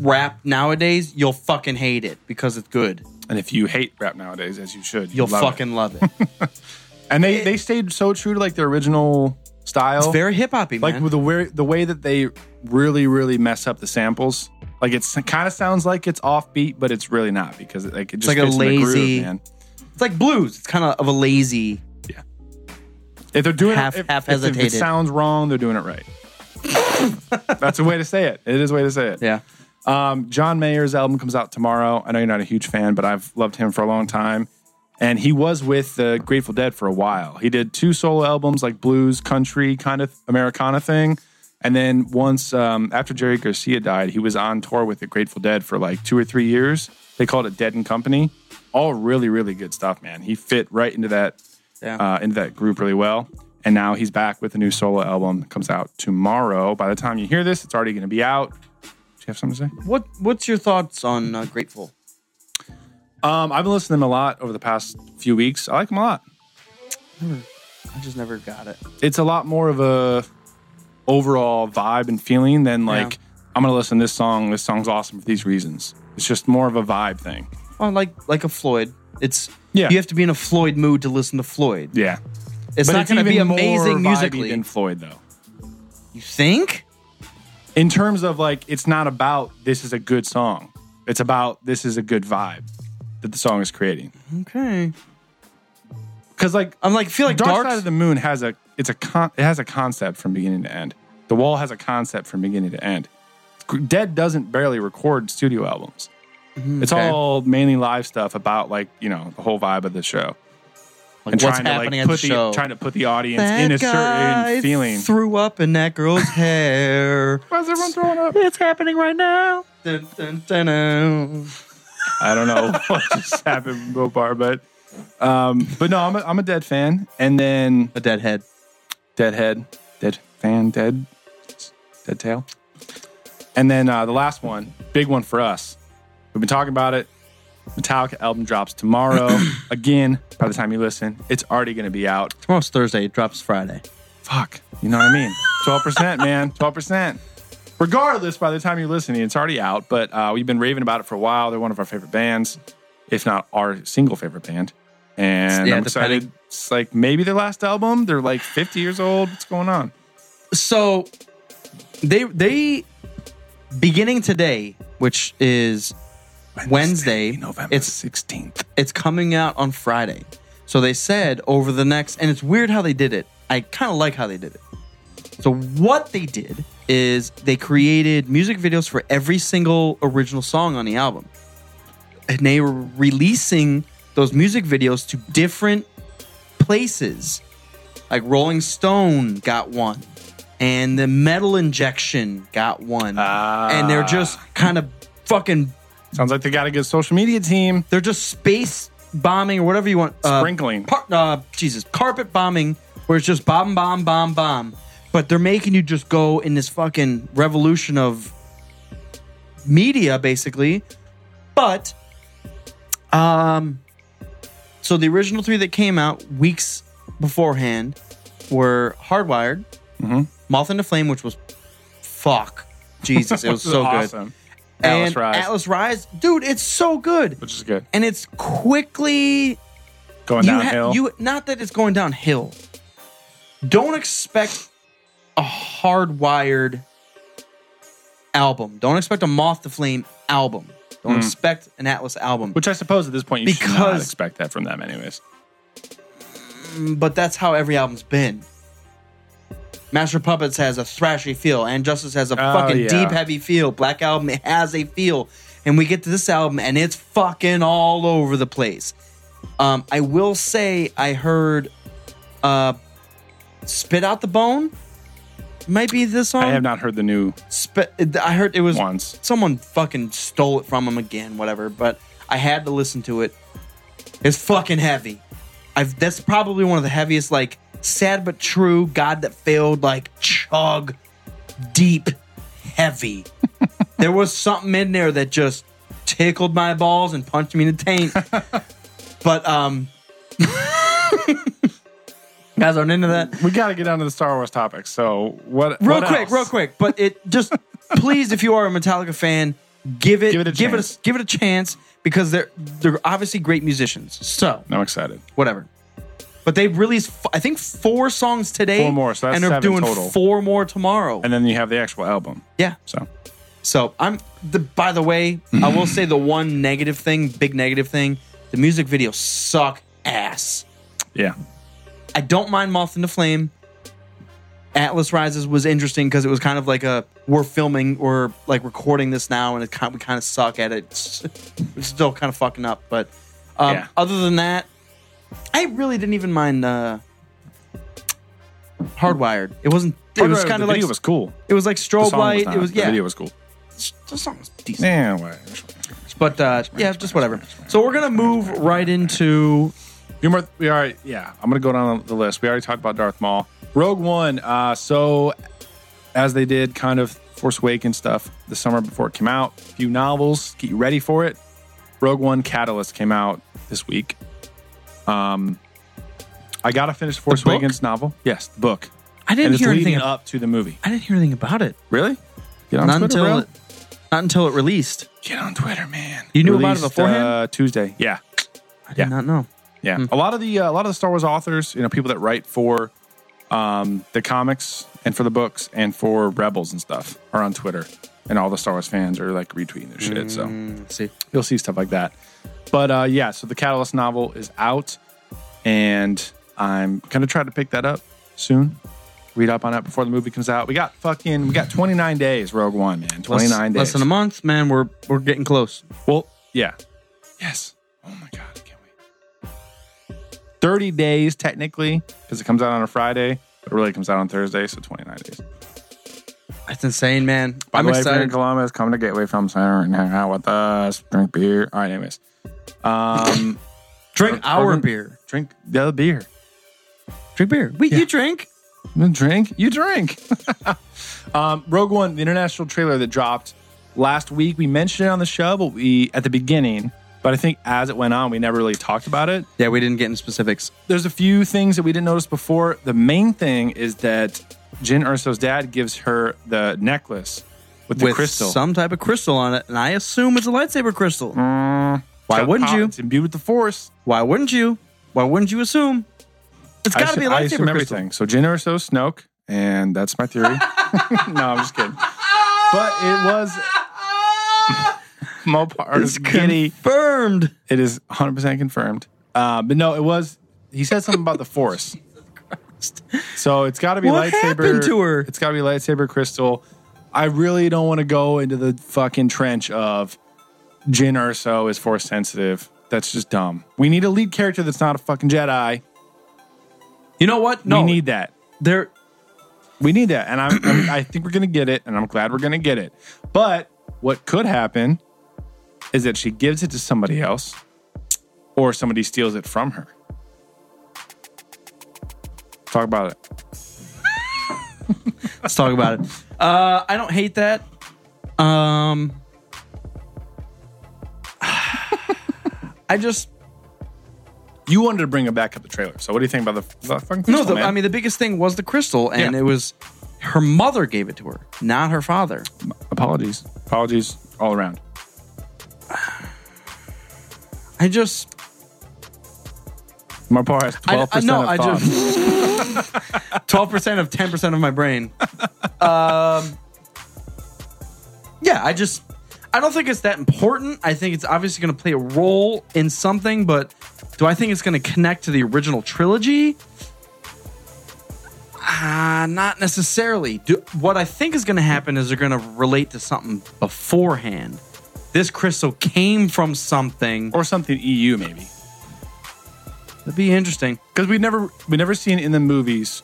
S8: rap nowadays, you'll fucking hate it because it's good.
S9: And if you hate rap nowadays, as you should, you
S8: You'll
S9: love it.
S8: fucking love it.
S9: And they they stayed so true to like their original style.
S8: It's very hip hoppy,
S9: like
S8: man.
S9: with the way, the way that they really really mess up the samples. Like it's kind of sounds like it's offbeat, but it's really not because it, like it just
S8: like a
S9: fits in the groove,
S8: lazy-
S9: man.
S8: it's like blues. It's kind of of a lazy.
S9: If they're doing
S10: Half-
S9: it, if,
S10: half
S9: if it- if it
S10: hesitated.
S9: sounds wrong, they're doing it right. That's a way to say it. It is a way to say it.
S8: Yeah.
S9: Um, John Mayer's album comes out tomorrow. I know you're not a huge fan, but I've loved him for a long time. And he was with the Grateful Dead for a while. He did two solo albums, like blues, country kind of Americana thing. And then once um, after Jerry Garcia died, he was on tour with the Grateful Dead for like two or three years. They called it Dead and Company. All really, really good stuff, man. He fit right into that
S8: Yeah.
S9: uh, into that group really well. And now he's back with a new solo album. Comes out tomorrow. By the time you hear this, it's already going to be out. Do you have something to say?
S8: What What's your thoughts on uh, Grateful?
S9: Um, I've been listening to him a lot over the past few weeks. I like him a lot.
S8: I just never got it.
S9: It's a lot more of a overall vibe and feeling than like I'm gonna listen to this song. This song's awesome for these reasons. It's just more of a vibe thing.
S8: Well, like like a Floyd. It's
S9: Yeah.
S8: You have to be in a Floyd mood to listen to Floyd.
S9: Yeah,
S8: It's not going to be amazing musically.
S9: than Floyd though.
S8: you think?
S9: In terms of like, it's not about this is a good song. It's about this is a good vibe that the song is creating.
S8: Okay.
S9: Because like
S8: I'm like feel like
S9: Dark,
S8: Dark.
S9: Side of the Moon has a it's a con, it has a concept from beginning to end. The Wall has a concept from beginning to end. Dead doesn't barely record studio albums. It's
S8: Mm-hmm. okay.
S9: all mainly live stuff about like you know the whole vibe of the show
S8: like, what's
S9: and trying to
S8: happening
S9: like
S8: at the
S9: put the,
S8: show?
S9: trying to put the audience
S8: that
S9: in a
S8: guy
S9: certain feeling.
S8: Threw up in that girl's hair.
S9: Why is everyone throwing up?
S8: It's happening right now. Dun, dun, dun, dun.
S9: I don't know what just happened, Mopar, but um, but no, I'm a, I'm a Dead fan, and then
S8: A deadhead.
S9: Deadhead, Dead Fan, Dead, Dead Tail. And then uh, the last one, big one for us. We've been talking about it. Metallica album drops tomorrow. Again, by the time you listen, it's already going to be out.
S8: Tomorrow's Thursday. It drops Friday.
S9: Fuck, you know what I mean? 12%, man, 12%. Regardless, by the time you're listening, it's already out, but uh, we've been raving about it for a while. They're one of our favorite bands, if not our single favorite band. And
S8: Yeah,
S9: I'm excited.
S8: depending-
S9: It's like maybe their last album. They're like 50 years old. What's going on?
S8: so they they beginning today, which is Wednesday,
S9: November
S8: it's-
S9: 16th.
S8: it's coming out on Friday. So they said over the next, and it's weird how they did it. I kind of like how they did it. So what they did is they created music videos for every single original song on the album, and they were releasing those music videos to different places. Like Rolling Stone got one, and the Metal Injection got one, and they're just kind of fucking
S9: Sounds like they got a good social media team.
S8: they're just space bombing or whatever you want. uh,
S9: Sprinkling.
S8: par- uh, Jesus, carpet bombing, where it's just bomb, bomb, bomb, bomb. But they're making you just go in this fucking revolution of media, basically. But, um, so the original three that came out weeks beforehand were Hardwired,
S9: Mm-hmm.
S8: Moth into Flame, which was fuck. Jesus, it was so good.
S9: awesome. Atlas
S8: and
S9: Rise.
S8: Atlas Rise, dude, it's so good
S9: Which is good.
S8: and it's quickly
S9: Going
S8: you, ha-
S9: downhill.
S8: you not that it's going downhill. Don't expect a hardwired album. Don't expect a Moth to Flame album. Don't expect an Atlas album.
S9: Which I suppose at this point you should not
S8: Because-
S9: expect that from them, anyways.
S8: Mm, but that's how every album's been. Master of Puppets has a thrashy feel, and Justice has a fucking
S9: Oh, yeah.
S8: deep, heavy feel. Black Album it has a feel, and we get to this album, and it's fucking all over the place. Um, I will say, I heard uh, "Spit Out the Bone." Might be this song.
S9: I have not heard the new
S8: Spit, I heard it was
S9: ones.
S8: someone fucking stole it from him again, whatever. But I had to listen to it. It's fucking heavy. I've that's probably one of the heaviest, like sad but true, God that failed, like chug, deep, heavy. there was something in there that just tickled my balls and punched me in the taint. but um, guys aren't into that
S9: We got to get down to the Star Wars topic. So what?
S8: real
S9: what
S8: quick,
S9: else?
S8: real quick. But it just please, if you are a Metallica fan, give it
S9: Give it a
S8: give
S9: chance.
S8: it a, give it a chance because they're they're obviously great musicians. So
S9: I'm excited.
S8: whatever. But they released, f- I think, four songs today.
S9: Four more, so that's
S8: and they're
S9: seven
S8: doing
S9: total.
S8: four more tomorrow.
S9: and then you have the actual album.
S8: yeah.
S9: So
S8: So I'm. The, by the way, I will say the one negative thing, big negative thing, the music videos suck ass.
S9: yeah,
S8: I don't mind Moth into Flame. Atlas Rises was interesting because it was kind of like a we're filming, we're like recording this now, and it kind we kind of suck at it. It's, it's still kind of fucking up, but um,
S9: Yeah.
S8: other than that, I really didn't even mind uh, Hardwired. It wasn't. It was
S9: Hardwired,
S8: kind
S9: the
S8: of like
S9: video was cool.
S8: it was like
S9: The
S8: strobe
S9: song
S8: light.
S9: not-
S8: it was
S9: The
S8: yeah.
S9: video was cool.
S8: the song was decent.
S9: Yeah, well,
S8: But uh, yeah, just whatever. So we're gonna move right into
S9: You more, we are, yeah. I'm gonna go down the list. We already talked about Darth Maul, Rogue One. Uh, so, as they did, kind of Force Awakens stuff the summer before it came out. A few novels, get you ready for it. Rogue One Catalyst came out this week. Um, I gotta finish Force
S8: book?
S9: Awakens novel. Yes, the book.
S8: I
S9: And
S8: didn't
S9: it's
S8: hear anything.
S9: leading up to the movie.
S8: I didn't hear anything about it.
S9: Really? Get on
S8: Not
S9: Twitter,
S8: until
S9: bro.
S8: it, not until it released.
S9: Get on Twitter, man.
S8: You knew about it beforehand?
S9: Uh, Tuesday. Yeah.
S8: I did
S9: Yeah.
S8: not know.
S9: Yeah,
S8: Mm-hmm.
S9: a lot of the uh, a lot of the Star Wars authors, you know, people that write for um, the comics and for the books and for Rebels and stuff are on Twitter, and all the Star Wars fans are like retweeting their shit. So
S8: Let's Mm, see.
S9: you'll see stuff like that. But uh, yeah, so the Catalyst novel is out, and I'm gonna try to pick that up soon. Read up on it before the movie comes out. We got fucking we got 29 days, Rogue One, man. 29 days.
S8: Less than a month, man. We're we're getting close.
S9: Well, yeah. Yes. Oh my God. Can't wait. 30 days, technically, because it comes out on a Friday, but it really comes out on Thursday, so 29 days.
S8: That's insane, man.
S9: By
S8: I'm
S9: the way, if you're in
S8: excited.
S9: Columbus, come to Gateway Film Center and hang out with us, drink beer. All right, anyways. Um,
S8: Drink our
S9: Urban-
S8: beer.
S9: drink the other beer.
S8: Drink beer. We you drink.
S9: Then drink. You drink. um, Rogue One, the international trailer that dropped last week. We mentioned it on the show, but we at the beginning. But I think as it went on, we never really talked about it.
S8: Yeah, we didn't get in specifics.
S9: there's a few things that we didn't notice before. The main thing is that Jin Urso's dad gives her the necklace with the
S8: with
S9: crystal.
S8: some type of crystal on it, and I assume it's a lightsaber crystal. Why
S9: Got
S8: wouldn't
S9: pow-
S8: you?
S9: It's imbued with the force.
S8: Why wouldn't you? Why wouldn't you assume? It's
S9: I
S8: got to
S9: assu-
S8: be a
S9: I
S8: lightsaber
S9: assume
S8: crystal.
S9: everything. So Jin Urso, Snoke, and that's my theory. no, I'm just kidding. But it was Mopar's kitty.
S8: Confirmed.
S9: It is 100 percent confirmed. Uh, but no, it was. He said something about the force. So it's got to be
S8: What
S9: lightsaber.
S8: happened to her?
S9: It's got to be lightsaber crystal. I really don't want to go into the fucking trench of Jin Urso is force sensitive. That's just dumb. We need a lead character that's not a fucking Jedi.
S8: You know what? No,
S9: We need that.
S8: there.
S9: We need that, and I'm, I'm, I think we're gonna get it, and I'm glad we're gonna get it. But what could happen is that she gives it to somebody else, or somebody steals it from her. Talk about it.
S8: Let's talk about it. Uh, I don't hate that. Um, I just
S9: You wanted to bring it back up the trailer, so what do you think about the, the fucking
S8: no.
S9: crystal,
S8: The,
S9: man?
S8: I mean, the biggest thing was the crystal, and
S9: Yeah.
S8: it was her mother gave it to her, not her father.
S9: apologies, apologies all around.
S8: I just,
S9: My part has
S8: I,
S9: twelve
S8: I
S9: percent
S8: no,
S9: of
S8: I
S9: thought.
S8: just twelve percent of ten percent of my brain. Um, yeah, I just, I don't think it's that important. I think it's obviously going to play a role in something, but do I think it's going to connect to the original trilogy? Uh, not necessarily. Do, what I think is going to happen is they're going to relate to something beforehand. This crystal came from something.
S9: or something EU maybe
S8: That'd be interesting.
S9: because we never we never seen in the movies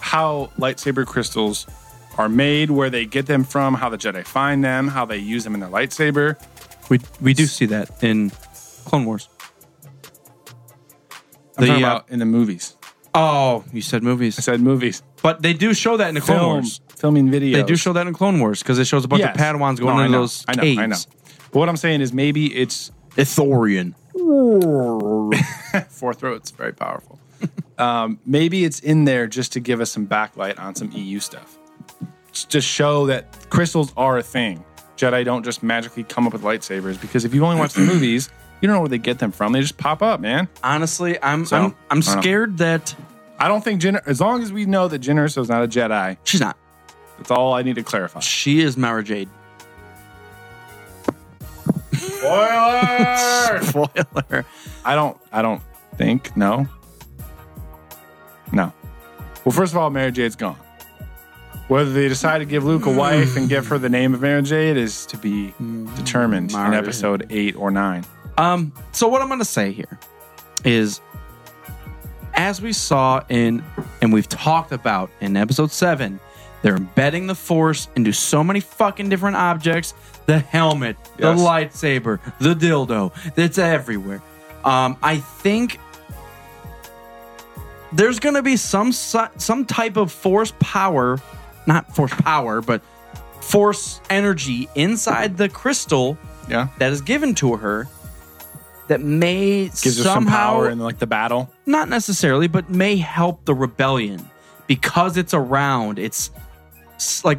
S9: how lightsaber crystals are made, where they get them from, how the Jedi find them, how they use them in their lightsaber.
S8: We we do see that in Clone Wars.
S9: I'm
S8: The,
S9: talking
S8: uh,
S9: about in the movies.
S8: Oh, you said
S9: I
S8: movies,
S9: said movies,
S8: but they do show that in the Clone Wars.
S9: filming videos.
S8: They do show that in Clone Wars because it shows a bunch
S9: Yes.
S8: of Padawans going
S9: No, I
S8: into
S9: know,
S8: those
S9: I know,
S8: caves.
S9: I know. But what I'm saying is maybe it's
S8: Ithorian.
S9: four throats, very powerful. um, maybe it's in there just to give us some backlight on some EU stuff, just to show that crystals are a thing. Jedi don't just magically come up with lightsabers because if you only watch the movies, You don't know where they get them from. They just pop up, man.
S8: Honestly, I'm
S9: So,
S8: I'm, I'm
S9: I don't know.
S8: scared that
S9: I don't think Jyn. As long as we know that Jyn Erso's not a Jedi,
S8: she's not.
S9: that's all I need to clarify.
S8: She is Mara Jade.
S9: Spoiler.
S8: Spoiler.
S9: I don't. I don't think. No. No. Well, first of all, Mary Jade's gone. Whether they decide to give Luke a wife and give her the name of Mary Jade is to be determined in
S8: Mara.
S9: episode eight or nine.
S8: Um, so what I'm going to say here is, as we saw in and we've talked about in episode seven, they're embedding the force into so many fucking different objects: the helmet,
S9: Yes.
S8: the lightsaber, the dildo. It's everywhere. Um, I think there's going to be some si- some type of force power, not force power, but force energy inside the crystal
S9: Yeah.
S8: that is given to her that may
S9: Gives her
S8: somehow
S9: some power in like the battle.
S8: not necessarily but may help the rebellion because it's around it's s- like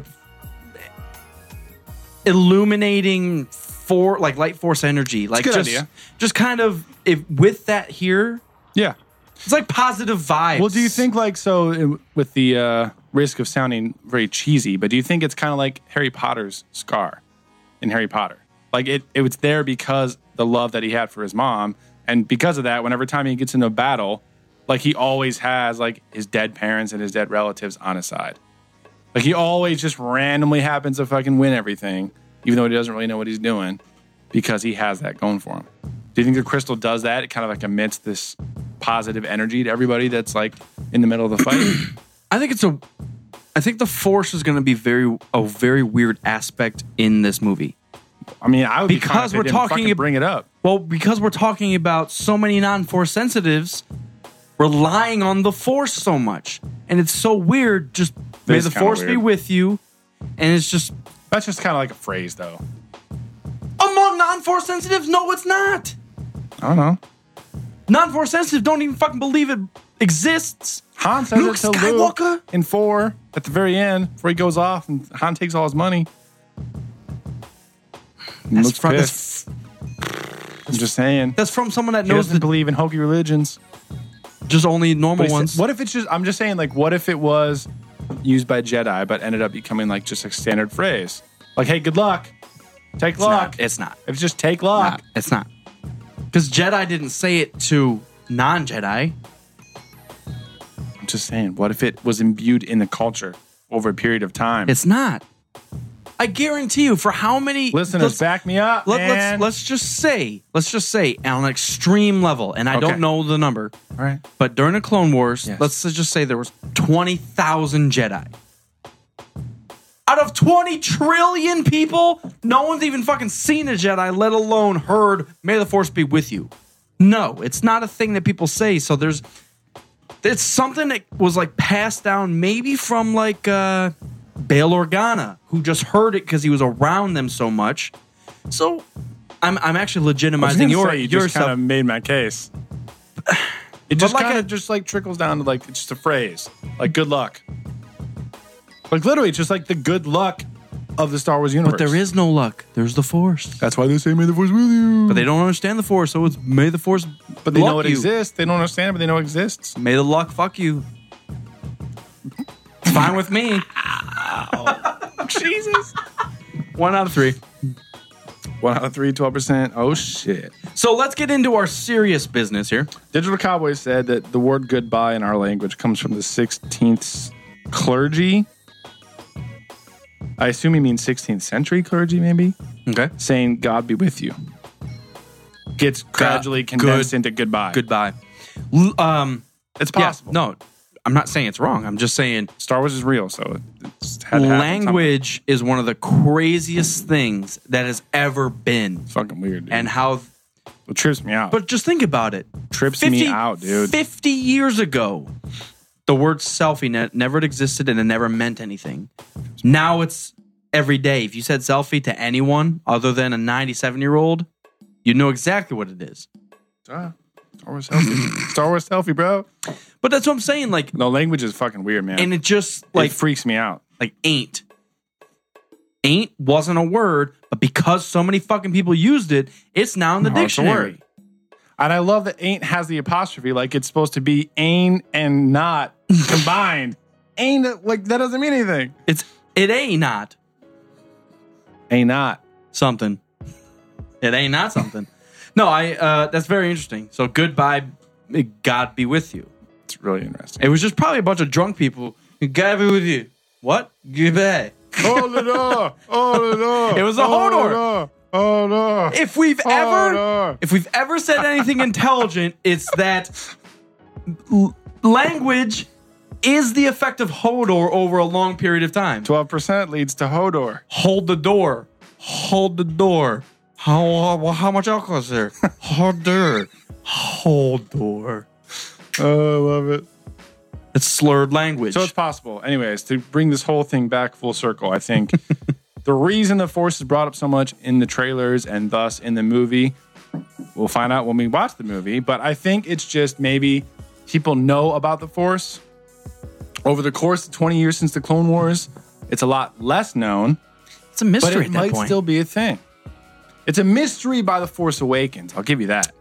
S8: illuminating for like light force energy like
S9: good
S8: just
S9: idea.
S8: just kind of if with that here
S9: Yeah.
S8: it's like positive vibes
S9: Well, do you think like so it- with the uh, risk of sounding very cheesy, but do you think it's kind of like Harry Potter's scar in Harry Potter? Like it, it was there because the love that he had for his mom, and because of that, whenever time he gets into a battle, like he always has like his dead parents and his dead relatives on his side. Like he always just randomly happens to fucking win everything, even though he doesn't really know what he's doing, because he has that going for him. Do you think the crystal does that? It kind of like emits this positive energy to everybody that's like in the middle of the fight.
S8: I think it's a. I think the force is going to be very a very weird aspect in this movie.
S9: I mean, I would be
S8: Because
S9: because we're
S8: we're
S9: didn't
S8: talking
S9: fucking
S8: ab-
S9: bring it up.
S8: Well, because we're talking about so many non-force sensitives relying on the force so much, and it's so weird. Just may
S9: is
S8: the
S9: kinda
S8: force be
S9: weird.
S8: with you, and it's just
S9: That's just kind of like a phrase, though.
S8: among non-force sensitives. No, it's not.
S9: I don't know.
S8: Non-force sensitive don't even fucking believe it exists.
S9: Han says
S8: Luke
S9: it to
S8: Skywalker?
S9: Luke in four at the very end before he goes off, and Han takes all his money. And
S8: That's
S9: Luke's
S8: from,
S9: pissed.
S8: that's,
S9: I'm just saying.
S8: that's from someone that
S9: He
S8: knows
S9: doesn't
S8: the,
S9: believe in hokey religions.
S8: just only
S9: But
S8: normal
S9: he said-
S8: ones.
S9: what if it's just? I'm just saying, like, what if it was used by Jedi, but ended up becoming like just a standard phrase, like, "Hey, good luck, take
S8: It's
S9: luck."
S8: not. It's not.
S9: If it's just take luck.
S8: not. It's not. Because Jedi didn't say it to non Jedi.
S9: I'm just saying, what if it was imbued in the culture over a period of time?
S8: It's not. I guarantee you, for how many
S9: Listeners,
S8: let's-
S9: back me up.
S8: Let,
S9: man.
S8: let's let's just say, let's just say, on an extreme level, and I
S9: Okay.
S8: don't know the number,
S9: All right.
S8: but during the Clone Wars,
S9: Yes.
S8: let's just say there was twenty thousand Jedi. Out of twenty trillion people, no one's even fucking seen a Jedi, let alone heard "May the Force be with you." No, it's not a thing that people say. So there's, it's something that was like passed down, maybe from like uh, Bail Organa, who just heard it because he was around them so much. So I'm I'm actually
S9: I was
S8: legitimizing
S9: gonna
S8: your
S9: say you
S8: your
S9: just kind of made my case. It just
S8: like
S9: kind
S8: I-
S9: of just like trickles down to like it's just a phrase, like good luck. Like literally, it's just like the good luck of the Star Wars universe.
S8: But there is no luck. There's the Force.
S9: That's why they say "May the Force be with you."
S8: But they don't understand the Force, so it's may the Force.
S9: But they know
S8: luck
S9: it
S8: you.
S9: exists. They don't understand, it, but they know it exists.
S8: May the luck fuck you. Fine with me.
S9: Jesus.
S8: One out of three.
S9: One out of three, 12%. Oh, shit.
S8: So let's get into our serious business here.
S9: Digital Cowboy said that the word goodbye in our language comes from the 16th clergy. I assume he means 16th century clergy, maybe,
S8: Okay.
S9: saying, God be with you. Gets gradually
S8: good-
S9: condensed into goodbye.
S8: Goodbye. L- Um,
S9: It's
S8: yeah,
S9: possible.
S8: no, I'm not saying it's wrong. I'm just saying
S9: Star Wars is real, so it's had to happen
S8: language is one of the craziest things that has ever been.
S9: somehow. Fucking weird. Dude.
S8: And how,
S9: it trips me out.
S8: but just think about it.
S9: trips me out, dude.
S8: 50 years ago, the word selfie ne- never existed and it never meant anything. Now it's every day. If you said selfie to anyone other than a 97 year old, you know exactly what it is.
S9: Ah, Star Wars selfie. Star Wars selfie, bro.
S8: But that's what I'm saying. Like,
S9: No, language is fucking weird, man.
S8: and it just
S9: like
S8: like
S9: freaks me out.
S8: like ain't. Ain't wasn't a word, but because so many fucking people used it, it's now in the
S9: Now it's a
S8: dictionary.
S9: word. And I love that ain't has the apostrophe, like it's supposed to be ain't and not combined. ain't like that doesn't mean anything.
S8: It's it ain't not
S9: Ain't not.
S8: something. It ain't not something. no, I. Uh, that's very interesting. So goodbye. may God be with you.
S9: It's really interesting.
S8: It was just probably a bunch of drunk people. God be with you. What? Goodbye.
S9: oh no! Oh no!
S8: It was a Hodor.
S9: Oh no!
S8: If we've
S9: Oh,
S8: ever,
S9: no.
S8: if we've ever said anything intelligent, it's that l- language is the effect of Hodor over a long period of time.
S9: Twelve percent leads to Hodor.
S8: Hold the door. Hold the door. How how, how much alcohol is there? Hodor. Hold door.
S9: Oh, I love it.
S8: It's slurred language.
S9: So it's possible. Anyways, to bring this whole thing back full circle, I think the reason the Force is brought up so much in the trailers and thus in the movie, we'll find out when we watch the movie. But I think it's just maybe people know about the Force. Over the course of 20 years since the Clone Wars, it's a lot less known,
S8: It's a
S9: but
S8: mystery
S9: it
S8: at that
S9: might
S8: point.
S9: still be a thing. It's a mystery by the Force Awakens. I'll give you that.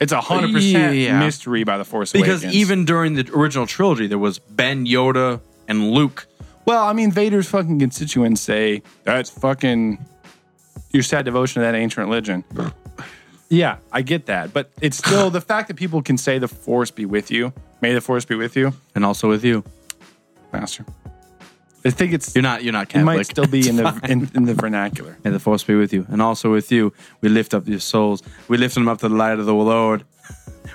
S9: It's a 100%
S8: Yeah.
S9: mystery by the Force
S8: because
S9: Awakens.
S8: even during the original trilogy, there was Ben, Yoda, and Luke.
S9: Well, I mean, Vader's fucking constituents say that's fucking your sad devotion to that ancient religion. yeah, I get that, but it's still the fact that people can say the Force be with you. May the Force be with you,
S8: And also with you.
S9: Master. I think it's
S8: You're not. You're not
S9: it
S8: Catholic.
S9: might still be in the in, in the vernacular.
S8: May the force be with you, and also with you. We lift up your souls. We lift them up to the light of the Lord.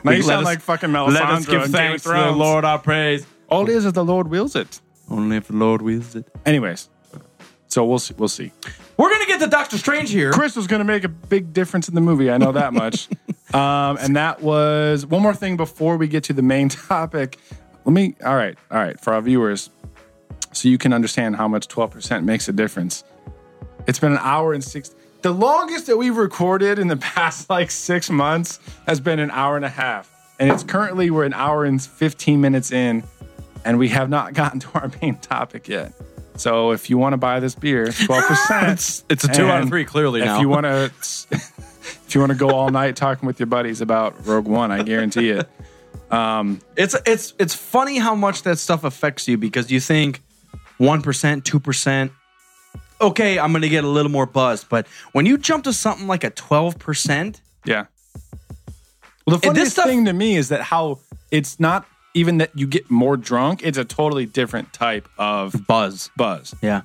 S9: Now
S8: We-
S9: you
S8: let
S9: sound
S8: us-
S9: like fucking Melisandre.
S8: Let us give
S9: in Game
S8: thanks
S9: of
S8: to the
S9: Thrones.
S8: Lord our praise.
S9: All it is is the Lord wills it.
S8: Only if the Lord wills it.
S9: Anyways, so we'll see. We'll see.
S8: We're gonna get the Doctor Strange here.
S9: Crystal's going to make a big difference in the movie. I know that much. um, and that was one more thing before we get to the main topic. Let me, all right, all right, for our viewers, so you can understand how much 12% makes a difference. It's been an hour and six. The longest that we've recorded in the past like six months has been an hour and a half. And it's currently, we're an hour and 15 minutes in, and we have not gotten to our main topic yet. So if you want to buy this beer, 12%.
S8: It's- it's a two out of
S9: And
S8: three, clearly,
S9: If
S8: now.
S9: you want to, if you want to go all night talking with your buddies about Rogue One, I guarantee it.
S8: It's it's it's funny how much that stuff affects you because you think one percent, two percent. Okay, I'm gonna get a little more buzz, but when you jump to something like a twelve percent,
S9: Yeah. Well, the
S8: And
S9: funniest
S8: this stuff-
S9: thing to me is that how it's not even that you get more drunk; it's a totally different type of
S8: buzz.
S9: buzz.
S8: Yeah,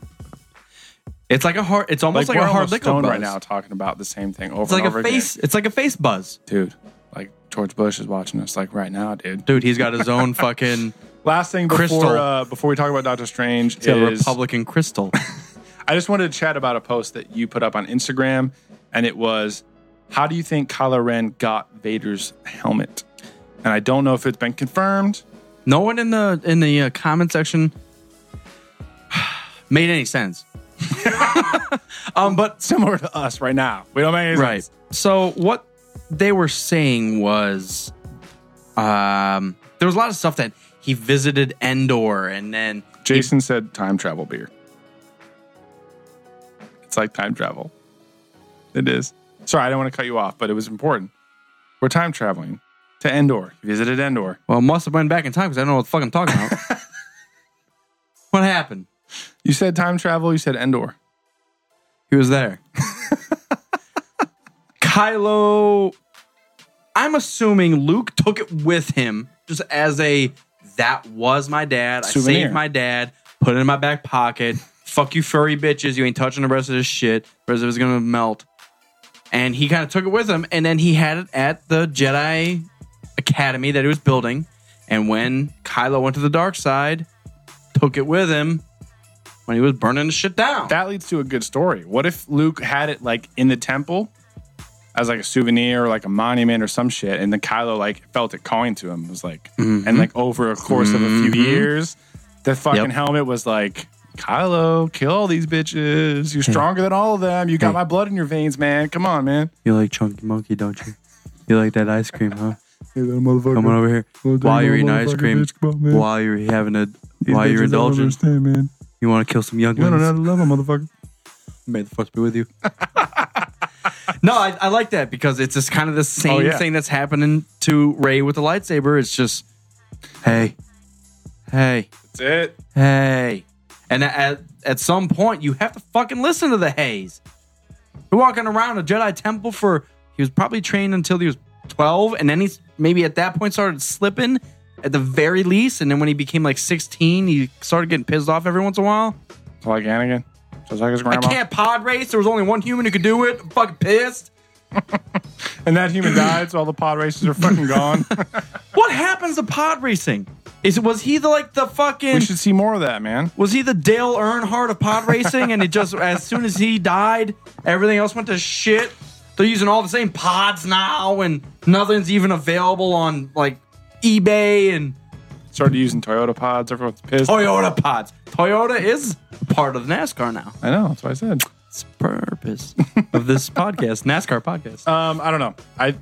S8: it's like a hard. It's almost like,
S9: we're
S8: a hard
S9: almost
S8: liquor
S9: stoned
S8: buzz.
S9: right now, talking about the same thing over
S8: It's like
S9: and over
S8: a face. It's like a face buzz,
S9: again, dude. Like George Bush is watching us, like right now, dude.
S8: dude. He's got his own fucking.
S9: Last thing
S8: Crystal.
S9: before uh, before we talk about Doctor Strange
S8: It's a
S9: is
S8: Republican crystal.
S9: I just wanted to chat about a post that you put up on Instagram, and it was, "How do you think Kylo Ren got Vader's helmet?" And I don't know if it's been confirmed.
S8: no one in the in the uh, comment section made any sense. um, but
S9: Similar to us right now, we don't make any
S8: right.
S9: sense.
S8: So what they were saying was, um, there was a lot of stuff that he visited Endor, and then
S9: Jason said, "Time travel beer." It's like time travel. It is. Sorry, I don't want to cut you off, but it was important. We're time traveling to Endor. He visited Endor.
S8: well, must have went back in time because I don't know what the fuck I'm talking about. what happened?
S9: You said time travel. You said Endor.
S8: He was there. Kylo. I'm assuming Luke took it with him just as a that was my dad. I
S9: Souvenir.
S8: saved my dad, put it in my back pocket. Fuck you, furry bitches. You ain't touching the rest of this shit. The rest of it's gonna melt. And he kind of took it with him, and then he had it at the Jedi Academy that he was building. And when Kylo went to the dark side, took it with him when he was burning the shit down.
S9: that leads to a good story. What if Luke had it like in the temple as like a souvenir or like a monument or some shit, and then Kylo like felt it calling to him? It was like,
S8: Mm-hmm.
S9: and like over a course of a few years, the fucking
S8: Yep.
S9: helmet was like, Kylo, kill all these bitches. You're
S8: Hmm.
S9: stronger than all of them. You got my blood in your veins, man. Come on, man.
S8: You like Chunky Monkey, don't you? You like that ice cream, huh? Come on over here. While you're eating ice cream, while you're having a, while you're indulging, you want to kill some young ones.
S9: love, motherfucker.
S8: May the force be with you. No, I, I like that because it's just kind of the same
S9: Oh, yeah.
S8: thing that's happening to Ray with the lightsaber. It's just, hey, hey,
S9: That's it.
S8: hey. And at, at some point, you have to fucking listen to the haze. You're walking around a Jedi temple for, he was probably trained until he was 12, and then he's maybe at that point started slipping at the very least. And then when he became like 16, he started getting pissed off every once in a while.
S9: It's like Anakin. Just like his
S8: I
S9: grandma.
S8: can't pod race. There was only one human who could do it. I'm fucking pissed.
S9: And that human died, so all the pod races are fucking gone.
S8: What happens to pod racing? Is was he the like the fucking
S9: we should see more of that, man.
S8: was he the Dale Earnhardt of pod racing? And it just as soon as he died, everything else went to shit. They're using all the same pods now, and nothing's even available on like eBay and
S9: Started using Toyota pods. Everyone's pissed.
S8: Toyota pods. Toyota is part of NASCAR now.
S9: I know. That's what I said.
S8: It's the purpose Uh, of this podcast, NASCAR podcast.
S9: Um, I don't know. I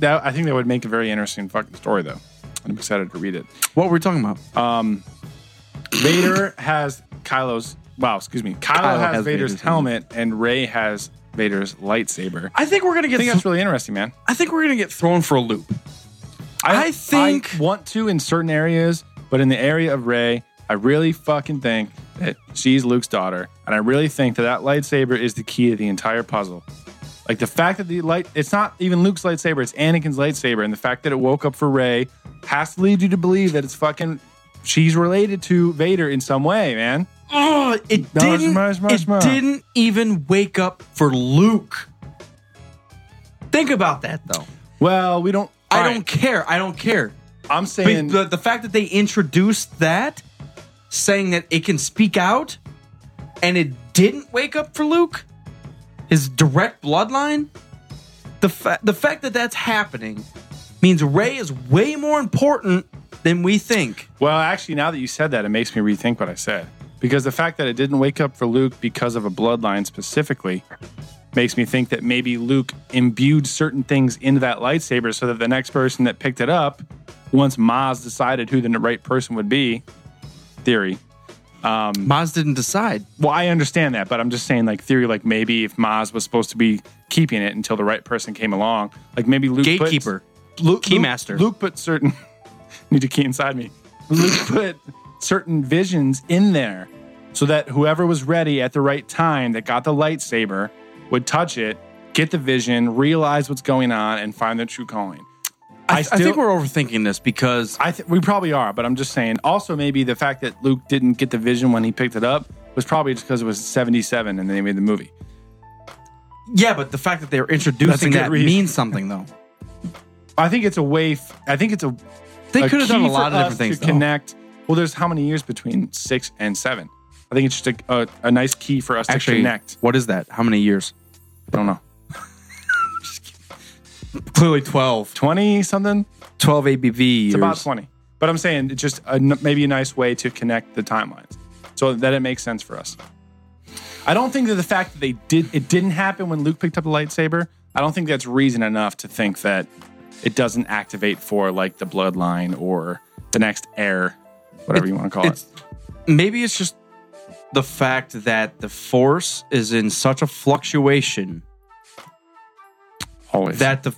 S9: that I think that would make a very interesting fucking story, though. I'm excited to read it.
S8: what were we talking about?
S9: Vader has Kylo's. Wow, excuse me. Kylo,
S8: Kylo
S9: has,
S8: has
S9: Vader's,
S8: Vader's
S9: helmet, and Ray has Vader's lightsaber.
S8: I think we're gonna
S9: I
S8: get.
S9: think that's really interesting, man.
S8: I think we're gonna get thrown for a loop. I think-
S9: want to in certain areas, but in the area of Ray, I really fucking think that she's Luke's daughter, and I really think that that lightsaber is the key to the entire puzzle. Like the fact that the light, it's not even Luke's lightsaber, it's Anakin's lightsaber, and the fact that it woke up for Ray has to lead you to believe that it's fucking she's related to Vader in some way, man.
S8: Oh, it
S9: Smash,
S8: didn't.
S9: smash, smash,
S8: it
S9: smash.
S8: didn't even wake up for Luke. Think about that, though.
S9: Well, we don't.
S8: I
S9: All
S8: don't
S9: right,
S8: care. I don't care.
S9: I'm
S8: But
S9: saying
S8: the, the fact that they introduced that, saying that it can speak out, and it didn't wake up for Luke, his direct bloodline. The fa- the fact that that's happening means Ray is way more important than we think.
S9: Well, actually, now that you said that, it makes me rethink what I said. Because the fact that it didn't wake up for Luke because of a bloodline specifically makes me think that maybe Luke imbued certain things in that lightsaber so that the next person that picked it up, once Maz decided who the right person would be, theory.
S8: Maz didn't decide.
S9: Well, I understand that, but I'm just saying, like, theory, like maybe if Maz was supposed to be keeping it until the right person came along, like maybe Luke. put-
S8: Gatekeeper.
S9: Luke,
S8: Keymaster.
S9: Luke, Luke put certain. need a key inside me. Luke put certain visions in there so that whoever was ready at the right time that got the lightsaber would touch it, get the vision, realize what's going on, and find their true calling.
S8: I, I
S9: still-
S8: think we're overthinking this because
S9: I th- we probably are, but I'm just saying. Also, maybe the fact that Luke didn't get the vision when he picked it up was probably just because it was 77 and they made the movie.
S8: Yeah, but the fact that they're
S9: That's a
S8: introducing
S9: good
S8: that
S9: reason.
S8: means something, though.
S9: I think it's a way. F- I think it's a.
S8: They could have done
S9: key
S8: a lot
S9: for
S8: of different
S9: us
S8: things.
S9: to
S8: though.
S9: connect. Well, there's how many years between six and seven? I think it's just a, a, a nice key for us
S8: Actually,
S9: to connect.
S8: what is that? How many years?
S9: I don't know,
S8: Clearly 12.
S9: twenty something.
S8: 12 ABV years.
S9: It's about twenty. But I'm saying it's just a, n- maybe a nice way to connect the timelines, so that it makes sense for us. I don't think that the fact that they did it didn't happen when Luke picked up the lightsaber. I don't think that's reason enough to think that it doesn't activate for like the bloodline or the next heir, whatever you want to call it.
S8: It's, maybe it's just the fact that the force is in such a fluctuation
S9: Always
S8: that the.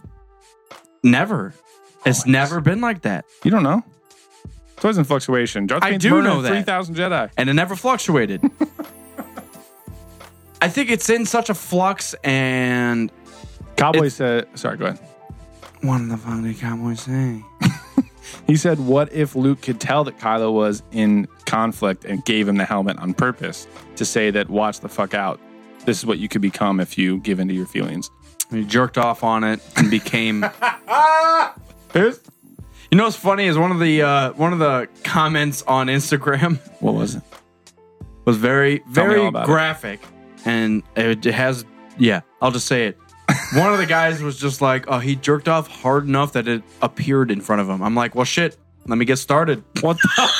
S8: Never. It's never been like that.
S9: You don't know. It's always in fluctuation. Darth
S8: I
S9: Vader's
S8: do
S9: murdered
S8: know that.
S9: 3,000 Jedi.
S8: and it never fluctuated. I think it's in such a flux and
S9: Cowboy said, sorry, go ahead.
S8: what in the fuck did Cowboy say?
S9: He said, what if Luke could tell that Kylo was in conflict and gave him the helmet on purpose to say that, watch the fuck out. This is what you could become if you give into your feelings.
S8: He jerked off on it and became
S9: There's,
S8: You know what's funny is one of the uh, one of the comments on Instagram
S9: what was it?
S8: was very very
S9: all about it.
S8: graphic, and it has yeah. I'll just say it. one of the guys was just like, "Oh, he jerked off hard enough that it appeared in front of him." I'm like, "Well, shit. Let me get started.
S9: What the?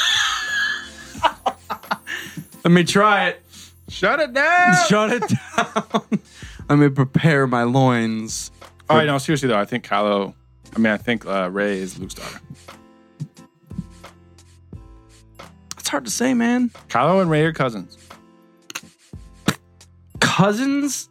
S8: Let me try it.
S9: Shut it down.
S8: Shut it down. let me prepare my loins."
S9: All right, no, seriously though, I think Kylo, I mean, I think uh, Ray is Luke's daughter.
S8: It's hard to say, man.
S9: Kylo and Ray are cousins.
S8: Cousins.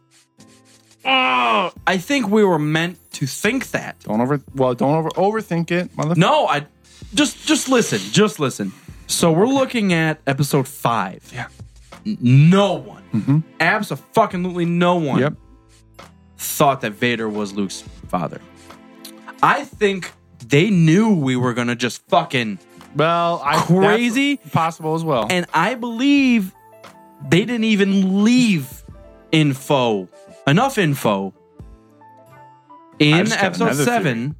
S8: Oh, I think we were meant to think that.
S9: Don't over well, don't over overthink it, motherfucker.
S8: No, I just just listen, just listen. So we're looking at episode five.
S9: Yeah. Mm-hmm.
S8: N- No one, absolutely no one,
S9: Yep.
S8: thought that Vader was Luke's father. I think they knew we were gonna just fucking,
S9: Well, I that's
S8: Crazy.
S9: possible as well.
S8: and I believe they didn't even leave info enough info
S9: I
S8: in
S9: just got
S8: episode
S9: another
S8: seven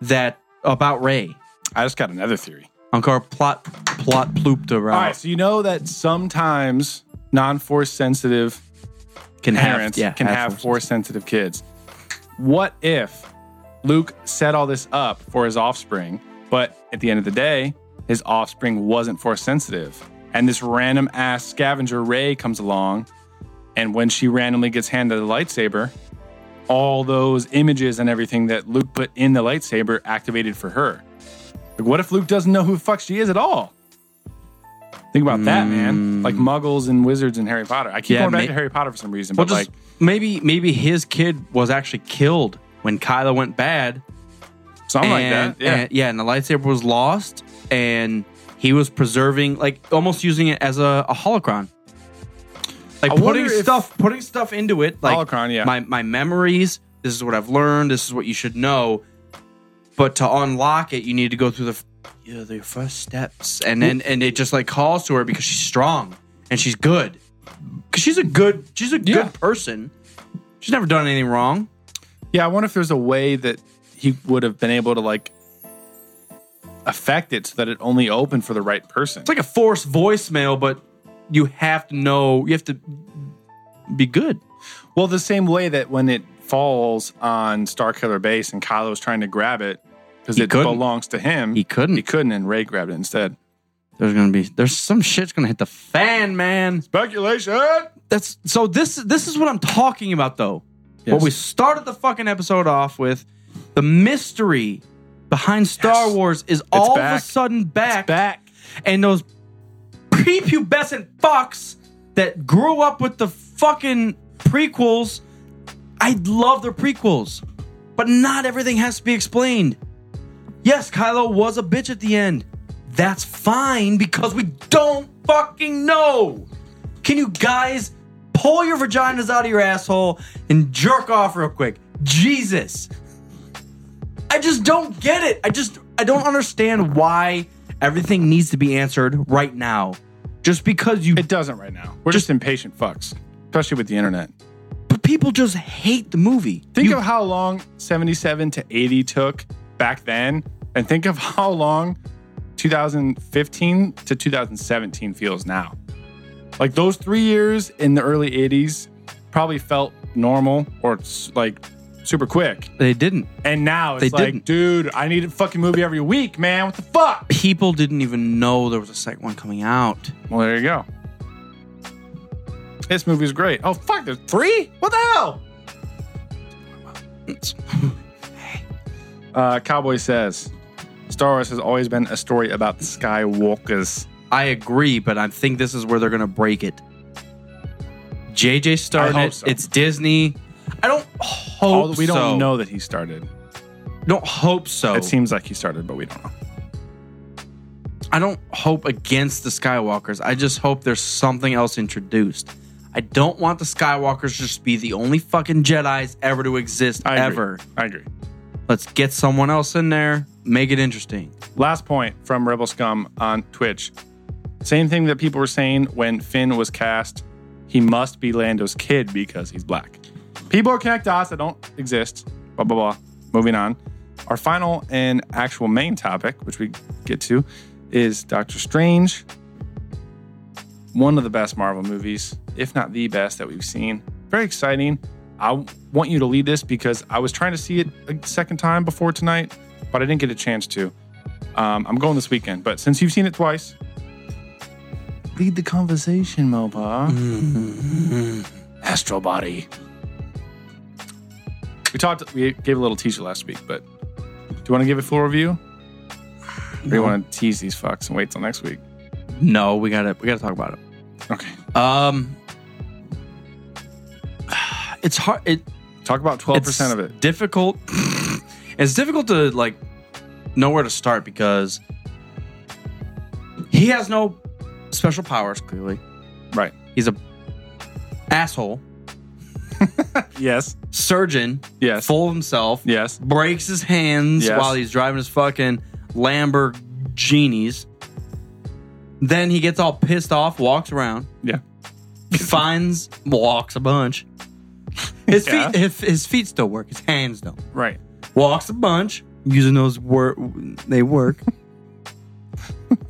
S8: that about Ray.
S9: I just got another theory.
S8: Uncle plot plot plooped around.
S9: All right, so you know that sometimes non-force sensitive
S8: can
S9: parents can have force sensitive kids. What if Luke set all this up for his offspring, but at the end of the day, his offspring wasn't force sensitive? And this random ass scavenger Ray comes along, and when she randomly gets handed a lightsaber, all those images and everything that Luke put in the lightsaber activated for her. Like, what if Luke doesn't know who the fuck she is at all? Think about that, man. Like muggles and wizards in Harry Potter. I
S8: Mm.
S9: keep
S8: Yeah,
S9: going back
S8: ma-
S9: to Harry Potter for some reason,
S8: Well,
S9: but
S8: just
S9: like
S8: maybe maybe his kid was actually killed when Kylo went bad.
S9: something
S8: and,
S9: like that. Yeah.
S8: And, yeah, and the lightsaber was lost, and he was preserving, like almost using it as a, a holocron. Like
S9: I
S8: putting
S9: wonder if-
S8: stuff, putting stuff into it. Like
S9: Holocron, yeah.
S8: My my memories. This is what I've learned. This is what you should know. But to unlock it, you need to go through the f- yeah, the first steps, and then and it just like calls to her because she's strong and she's good. Cause she's a good, she's a
S9: Yeah.
S8: good person. She's never done anything wrong.
S9: yeah, I wonder if there's a way that he would have been able to like affect it so that it only opened for the right person.
S8: It's like a forced voicemail, but you have to know, you have to be good.
S9: well, the same way that when it falls on Starkiller Base and Kylo's trying to grab it because
S8: He
S9: it
S8: couldn't.
S9: belongs to him,
S8: He couldn't.
S9: He couldn't, and Ray grabbed it instead.
S8: There's gonna be, there's some shit's gonna hit the fan, man.
S9: Speculation.
S8: That's so. This, this is what I'm talking about, though. What we started the fucking episode off with, the mystery behind Star
S9: Yes.
S8: Wars is all of a
S9: back.
S8: sudden back,
S9: Back.
S8: and those prepubescent fucks that grew up with the fucking prequels. I love the prequels, but not everything has to be explained. Yes, Kylo was a bitch at the end. That's fine because we don't fucking know. Can you guys pull your vaginas out of your asshole and jerk off real quick? Jesus. I just don't get it. I just I don't understand why everything needs to be answered right now. Just because you
S9: It doesn't right now. We're just, impatient fucks, especially with the internet.
S8: but people just hate the movie.
S9: Think
S8: You-
S9: of how long 77 to 80 took back then, and think of how long 2015 to 2017 feels now. Like those three years in the early 80s probably felt normal or s- like super quick.
S8: they didn't.
S9: And now it's
S8: They
S9: like,
S8: didn't.
S9: dude, I need a fucking movie every week, man. What the fuck?
S8: People didn't even know there was a second one coming out.
S9: Well, there you go. This movie's great. Oh, fuck, there's three? What the hell?
S8: It's-
S9: Uh, Cowboy says Star Wars has always been a story about the Skywalkers.
S8: I agree, but I think this is where they're gonna break it. JJ started
S9: hope
S8: it.
S9: so.
S8: It's Disney. I don't hope
S9: Although we don't
S8: so. Oh.
S9: know that he started.
S8: Don't hope so.
S9: It seems like he started, but we don't know.
S8: I don't hope against the Skywalkers. I just hope there's something else introduced. I don't want the Skywalkers just to be the only fucking Jedi's ever to exist
S9: I agree.
S8: ever.
S9: I agree.
S8: Let's get someone else in there, make it interesting.
S9: Last point from Rebel Scum on Twitch. Same thing that people were saying when Finn was cast. He must be Lando's kid because he's black. People connect dots that don't exist. Blah blah blah. Moving on. Our final and actual main topic, which we get to, is Doctor Strange. One of the best Marvel movies, if not the best that we've seen. Very exciting. I want you to lead this because I was trying to see it a second time before tonight, but I didn't get a chance to. Um, I'm going this weekend, but since you've seen it twice, lead the conversation, Mopa. Astro Mm-hmm. body. We talked. We gave a little teaser last week, but do you want to give a full review? Or do you want to tease these fucks and wait till next week?
S8: No, we gotta we gotta talk about it.
S9: Okay.
S8: Um it's hard. It,
S9: Talk about twelve
S8: it's
S9: percent of it.
S8: difficult. it's difficult to like know where to start because he has no special powers. Clearly,
S9: Right.
S8: he's a asshole
S9: Yes.
S8: surgeon.
S9: Yes.
S8: full of himself.
S9: Yes.
S8: breaks his hands
S9: Yes.
S8: while he's driving his fucking Lamborghinis. Then he gets all pissed off, walks around,
S9: Yeah.
S8: finds, walks a bunch. His
S9: Yeah.
S8: feet, his, his feet still work. His hands don't.
S9: Right.
S8: Walks a bunch using those work. They work.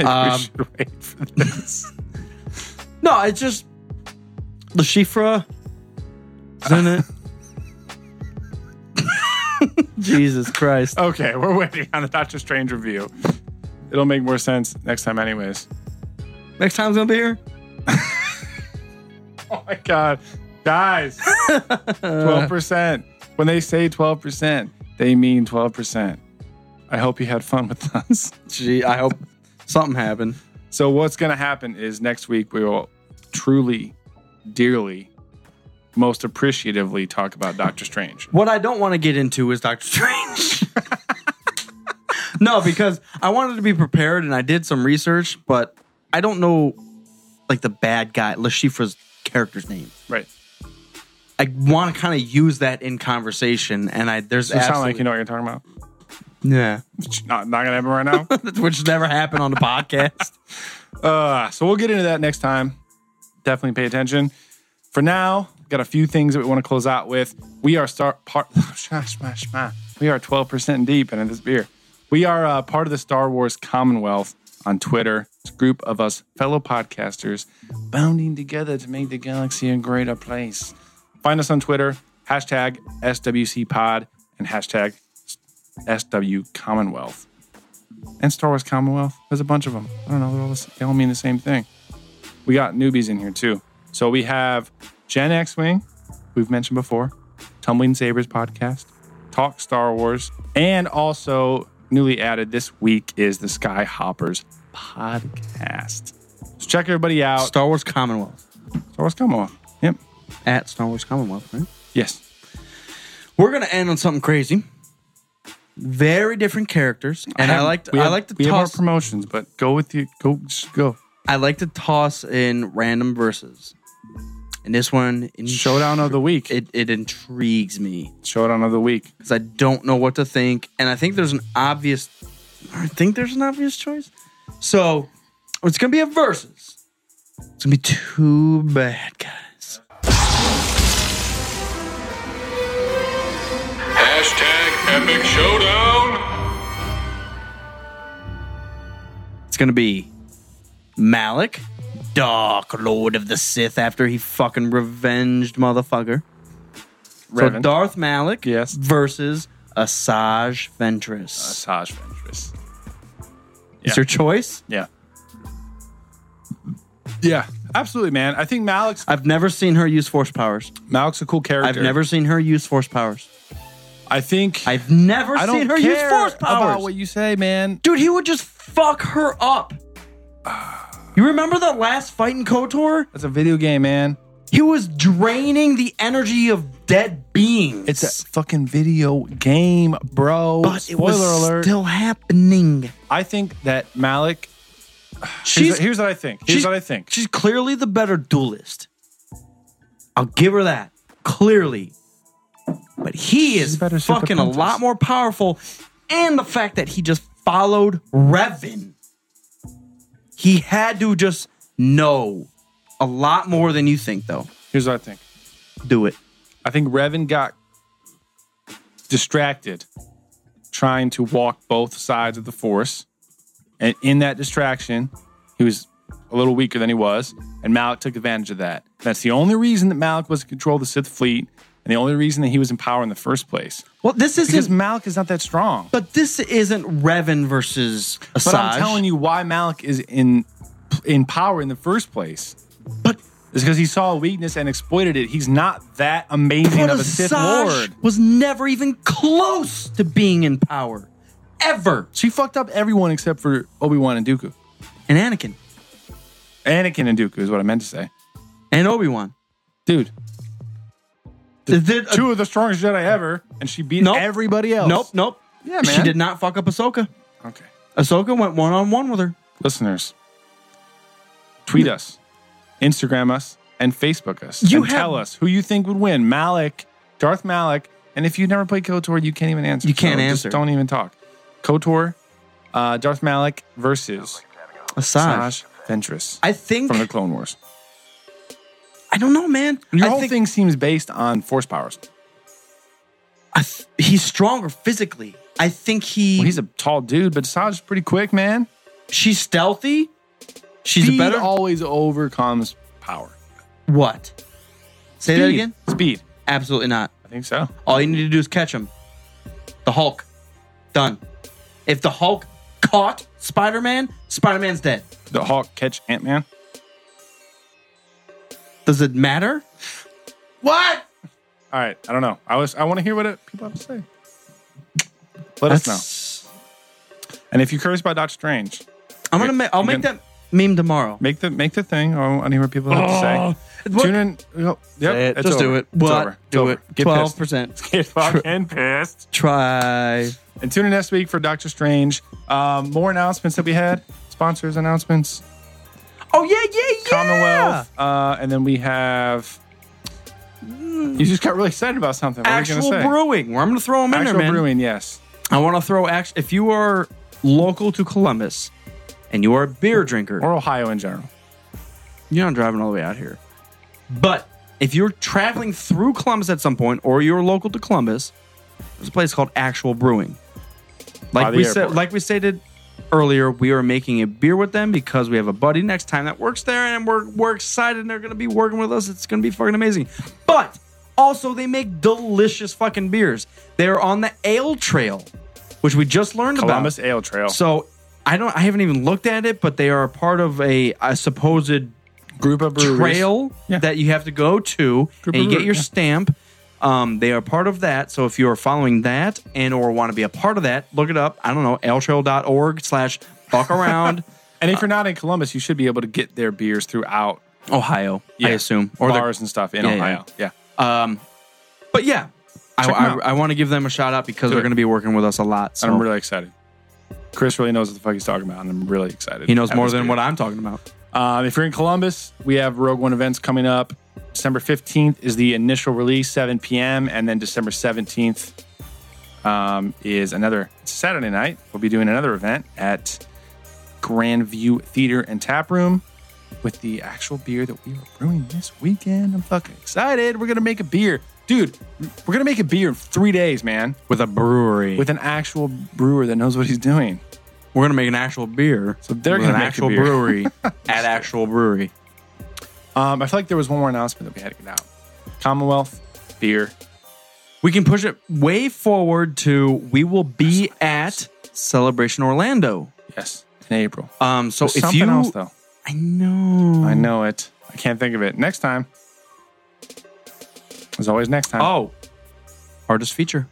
S8: Um,
S9: we should wait for this.
S8: No, it's just the Shifra. Isn't it? Jesus Christ.
S9: okay, we're waiting on the Doctor Strange review. It'll make more sense next time, anyways.
S8: Next time's gonna be here.
S9: Oh my god, guys, twelve percent. When they say twelve percent, they mean twelve percent. I hope you had fun with us.
S8: Gee, I hope something happened.
S9: So what's going to happen is next week we will truly, dearly, most appreciatively talk about Doctor Strange.
S8: What I don't want to get into is Doctor Strange. no, because I wanted to be prepared and I did some research, but I don't know like the bad guy, Lashifra's character's name.
S9: Right.
S8: I want to kind of use that in conversation, and I there's
S9: Does it sound like
S8: absolutely-
S9: you know what you're talking about?
S8: yeah,
S9: Not, not going to happen right now.
S8: which never happened on the podcast.
S9: Uh, so we'll get into that next time. Definitely pay attention. For now, got a few things that we want to close out with. We are start part. Smash, smash, smash. We are twelve percent deep into this beer. We are uh, part of the Star Wars Commonwealth on Twitter. It's a group of us fellow podcasters bounding together to make the galaxy a greater place. Find us on Twitter hashtag SWCPod and hashtag SW Commonwealth and Star Wars Commonwealth. There's a bunch of them. I don't know. They're all the, s- they all mean the same thing. We got newbies in here too. So we have Gen X Wing, we've mentioned before, Tumbling Sabers podcast, Talk Star Wars, and also newly added this week is the Sky Hoppers podcast. So check everybody out. Star
S8: Star Wars Commonwealth
S9: Wars Commonwealth. Yep.
S8: at Star Wars Commonwealth. Right?
S9: Yes.
S8: We're gonna end on something crazy. Very different characters, and I,
S9: have-
S8: like to,
S9: we
S8: I
S9: have-
S8: like to
S9: we have our
S8: toss
S9: promotions, but go with you. Go just go.
S8: I like to toss in random verses. And this one in-
S9: Showdown of the week.
S8: it, it intrigues me
S9: Showdown of the week.
S8: because I don't know what to think. And I think there's an obvious I think there's an obvious choice. So it's gonna be a versus. It's gonna be two bad guys.
S2: Hashtag Epic Showdown.
S8: It's gonna be Malik, Dark Lord of the Sith after he fucking revenged motherfucker. So
S9: Revan.
S8: Darth Malik
S9: Yes.
S8: versus Asajj Ventress.
S9: Massage
S8: It's
S9: Ventress. Yeah.
S8: your choice.
S9: Yeah. Yeah, absolutely, man. I think Malik's
S8: I've never seen her use force powers.
S9: Malik's a cool character.
S8: I've never seen her use force powers.
S9: I think.
S8: I've never
S9: I
S8: seen
S9: don't
S8: her
S9: care
S8: use force
S9: about
S8: powers.
S9: what you say, man.
S8: Dude, he would just fuck her up. You remember the last fight in KOTOR?
S9: That's a video game, man.
S8: He was draining the energy of dead beings.
S9: It's a fucking video game, bro.
S8: but it
S9: Spoiler
S8: was
S9: alert.
S8: still happening.
S9: I think that Malik. Here's,
S8: She's
S9: what, here's what I think. Here's
S8: she's-
S9: what I think.
S8: She's clearly the better duelist. I'll give her that. Clearly. But he is
S9: better suited
S8: fucking a
S9: princess.
S8: lot more powerful. And the fact that he just followed Revan. He had to just know a lot more than you think, though.
S9: Here's what I think.
S8: Do it.
S9: I think Revan got distracted trying to walk both sides of the force. And in that distraction, he was a little weaker than he was. And Malik took advantage of that. That's the only reason that Malik was in control of the Sith fleet and the only reason that he was in power in the first place.
S8: Well, this
S9: Because
S8: isn't.
S9: Malik is not that strong.
S8: But this isn't Revan versus Asajj.
S9: But I'm telling you why Malik is in in power in the first place.
S8: But
S9: It's because he saw a weakness and exploited it. He's not that amazing
S8: But
S9: of a Sith
S8: Asajj
S9: Lord.
S8: was never even close to being in power, ever.
S9: She fucked up everyone except for Obi Wan and Dooku.
S8: And Anakin
S9: Anakin and Dooku is what I meant to say.
S8: and Obi Wan.
S9: Dude,
S8: Is it a-
S9: two of the strongest Jedi ever, and she beat
S8: Nope.
S9: everybody else.
S8: Nope, nope.
S9: Yeah,
S8: She
S9: man.
S8: did not fuck up Ahsoka.
S9: Okay.
S8: Ahsoka went one on one with her.
S9: Listeners, tweet us, Instagram us, and Facebook us.
S8: You
S9: and
S8: have-
S9: tell us who you think would win, Malik, Darth Malik. And if you've never played KOTOR, you can't even answer.
S8: You can't answer.
S9: Just don't even talk. KOTOR, uh, Darth Malik versus
S8: Asajj.
S9: Saj Ventress
S8: I think
S9: from the Clone Wars.
S8: I don't know, man.
S9: Your
S8: I
S9: whole
S8: think
S9: thing seems based on force powers.
S8: I th- he's stronger physically. I think he
S9: Well, he's a tall dude, but Saj's pretty quick, man.
S8: she's stealthy. She's
S9: Speed
S8: a better
S9: always overcomes power.
S8: what? Say that
S9: Speed.
S8: again.
S9: Speed.
S8: Absolutely not.
S9: I think so.
S8: All you need to do is catch him. The Hulk. Done. If the Hulk caught Spider Man, Spider Man's dead.
S9: The Hawk catch Ant Man.
S8: Does it matter? What?
S9: All right, I don't know. I was I want to hear what it, people have to say. Let us
S8: That's-
S9: know. And if you're curious about Doctor Strange,
S8: I'm gonna. Ma- I'll
S9: I'm
S8: make
S9: gonna-
S8: that meme tomorrow.
S9: make the make the thing. I want to hear what people have to say.
S8: Oh, What-
S9: Tune in. Yep,
S8: Say it.
S9: it's
S8: Just do
S9: over.
S8: it.
S9: It's
S8: What?
S9: over.
S8: Do
S9: It's
S8: it.
S9: over. Get
S8: Twelve
S9: pissed.
S8: percent.
S9: Get fucking pissed.
S8: Try.
S9: And tune in next week for Doctor Strange. Um, more announcements that we had. Sponsors announcements.
S8: Oh yeah, yeah, yeah.
S9: Commonwealth. Uh, and then we have. You just got really excited about something. What
S8: Actual
S9: were you going to say?
S8: brewing. Where I'm gonna throw them in there,
S9: Actual
S8: man.
S9: brewing. Yes.
S8: I want to throw action. If you are local to Columbus and you are a beer drinker,
S9: Or Ohio in general.
S8: you're not driving all the way out here. But if you're traveling through Columbus at some point, or you're local to Columbus, there's a place called Actual Brewing.
S9: By
S8: Like
S9: the
S8: we said,
S9: airport.
S8: like we stated earlier, we are making a beer with them because we have a buddy next time that works there, and we're we're excited. And they're going to be working with us. It's going to be fucking amazing. But also, they make delicious fucking beers. They're on the Ale Trail, which we just learned
S9: Columbus
S8: about.
S9: Ale Trail.
S8: So I don't. I haven't even looked at it, but they are a part of a, a supposed
S9: group of breweries.
S8: trail
S9: Yeah.
S8: that you have to go to,
S9: Group
S8: and you
S9: of
S8: get
S9: breweries,
S8: your
S9: yeah.
S8: stamp. Um, they are part of that. So if you are following that and or want to be a part of that, look it up. I don't know, ltrail.org slash fuck around
S9: And
S8: uh,
S9: if you're not in Columbus, you should be able to get their beers throughout.
S8: Ohio, I assume,
S9: or
S8: or the-
S9: bars and stuff in
S8: Yeah, yeah.
S9: Ohio. Yeah.
S8: But yeah, I,
S9: 'em
S8: I,
S9: out.
S8: I want to give them a shout out because
S9: Do
S8: they're
S9: it.
S8: going to be working with us a lot. So
S9: and I'm really excited. Chris really knows what the fuck he's talking about, and I'm really excited.
S8: he knows
S9: Have
S8: more
S9: this
S8: than
S9: beer.
S8: what I'm talking about.
S9: Um, if you're in Columbus, we have Rogue One events coming up. December 15th is the initial release, 7 p.m., and then December 17th um, is another Saturday night. We'll be doing another event at Grandview Theater and Tap Room with the actual beer that we are brewing this weekend. I'm fucking excited. We're gonna make a beer, dude. We're gonna make a beer in three days, man,
S8: With a brewery,
S9: with an actual brewer that knows what he's doing.
S8: we're going to make an actual beer. So
S9: they're
S8: with
S9: gonna
S8: an
S9: make a
S8: actual
S9: beer.
S8: brewery at actual brewery.
S9: Um, I feel like there was one more announcement that we had to get out. Commonwealth beer
S8: we can push it way forward to we will be at Celebration Orlando.
S9: Yes, in April.
S8: Um, so
S9: There's
S8: if
S9: Ah, something
S8: you,
S9: else though,
S8: I know,
S9: I know it. I can't think of it. Next time. As always, next time.
S8: Oh, artist feature.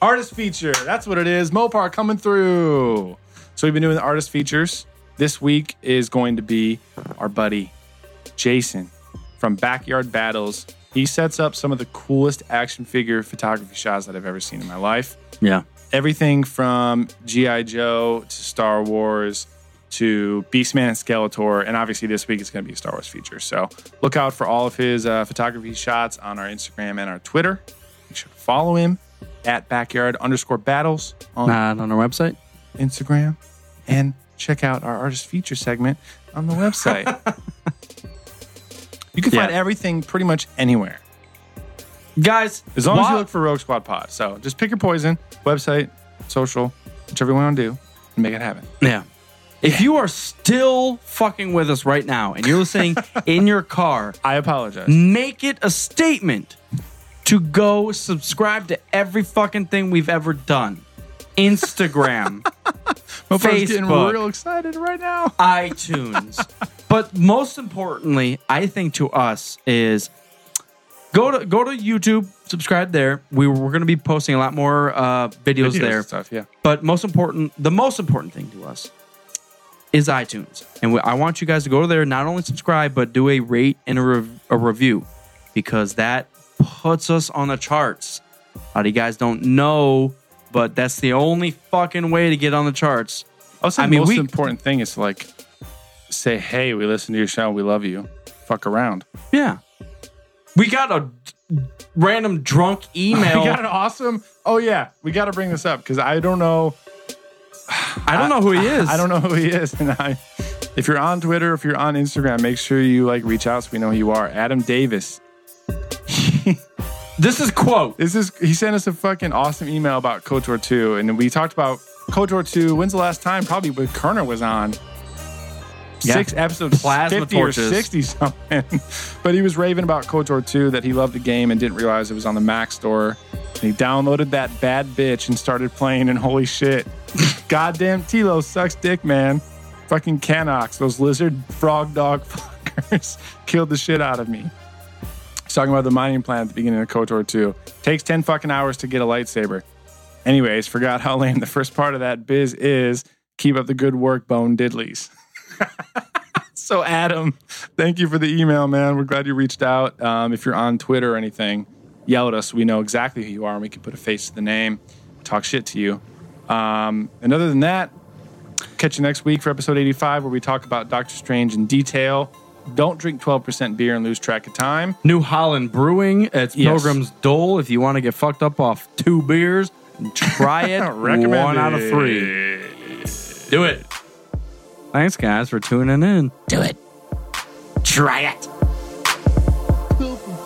S9: artist feature. That's what it is. Mopar coming through. So we've been doing the artist features. This week is going to be our buddy Jason from Backyard Battles. He sets up some of the coolest action figure photography shots that I've ever seen in my life.
S8: Yeah,
S9: everything from GI Joe to Star Wars to Beastman and Skeletor, and obviously this week it's going to be a Star Wars feature. So look out for all of his uh, photography shots on our Instagram and our Twitter. Make sure to follow him at backyard underscore battles on
S8: not on our website.
S9: Instagram, and check out our artist feature segment on the website. you can find
S8: Yeah.
S9: everything pretty much anywhere.
S8: Guys,
S9: As long as you
S8: wha-
S9: look for Rogue Squad Pod. So just pick your poison, website, social, whichever you want to do, and make it happen.
S8: yeah. If you are still fucking with us right now and you're listening in your car,
S9: I apologize.
S8: make it a statement to go subscribe to every fucking thing we've ever done. Instagram,
S9: My phone's getting
S8: Facebook.
S9: real excited right now.
S8: iTunes. but most importantly, I think to us is go to go to YouTube, subscribe there. We we're going to be posting a lot more uh, videos,
S9: Videos
S8: there.
S9: and stuff, yeah.
S8: But most important, the most important thing to us is iTunes, and we, I want you guys to go there. Not only subscribe, but do a rate and a, rev- a review because that puts us on the charts. A lot of you guys don't know, but that's the only fucking way to get on the charts.
S9: Also,
S8: I
S9: the
S8: mean,
S9: most
S8: we-
S9: important thing is to like say, hey, we listen to your show. We love you. Fuck around.
S8: Yeah. We got a d- random drunk email.
S9: We got an awesome. Oh, yeah. We got to bring this up because I don't know.
S8: I don't know who he is.
S9: I don't know who he is. And I, if you're on Twitter, if you're on Instagram, make sure you like reach out so we know who you are. Adam Davis.
S8: This is quote.
S9: This is he sent us a fucking awesome email about Kotor 2, and we talked about Kotor 2. When's the last time? Probably when Kerner was on.
S8: Yeah.
S9: Six episodes,
S8: Plasma
S9: 50
S8: torches.
S9: or 60 something. but he was raving about KOTOR 2 that he loved the game and didn't realize it was on the Mac store. And he downloaded that bad bitch and started playing, and holy shit. Goddamn Tilo sucks dick, man. Fucking Canox, those lizard frog dog fuckers killed the shit out of me. He's talking about the mining plant at the beginning of KOTOR 2. Takes 10 fucking hours to get a lightsaber. Anyways, forgot how lame the first part of that biz is. Keep up the good work, Bone Diddleys. so, Adam, thank you for the email, man. We're glad you reached out. Um, if you're on Twitter or anything, yell at us. We know exactly who you are, and we can put a face to the name, talk shit to you. Um, and other than that, catch you next week for episode 85, where we talk about Doctor Strange in detail. Don't drink 12% beer and lose track of time.
S8: New Holland Brewing. It's
S9: Yes.
S8: Pilgrim's Dole. If you want to get fucked up off two beers, try it.
S9: Recommend
S8: One out of three. Do it. Thanks, guys, for tuning in.
S10: Do it. Try it.
S11: Pilgrim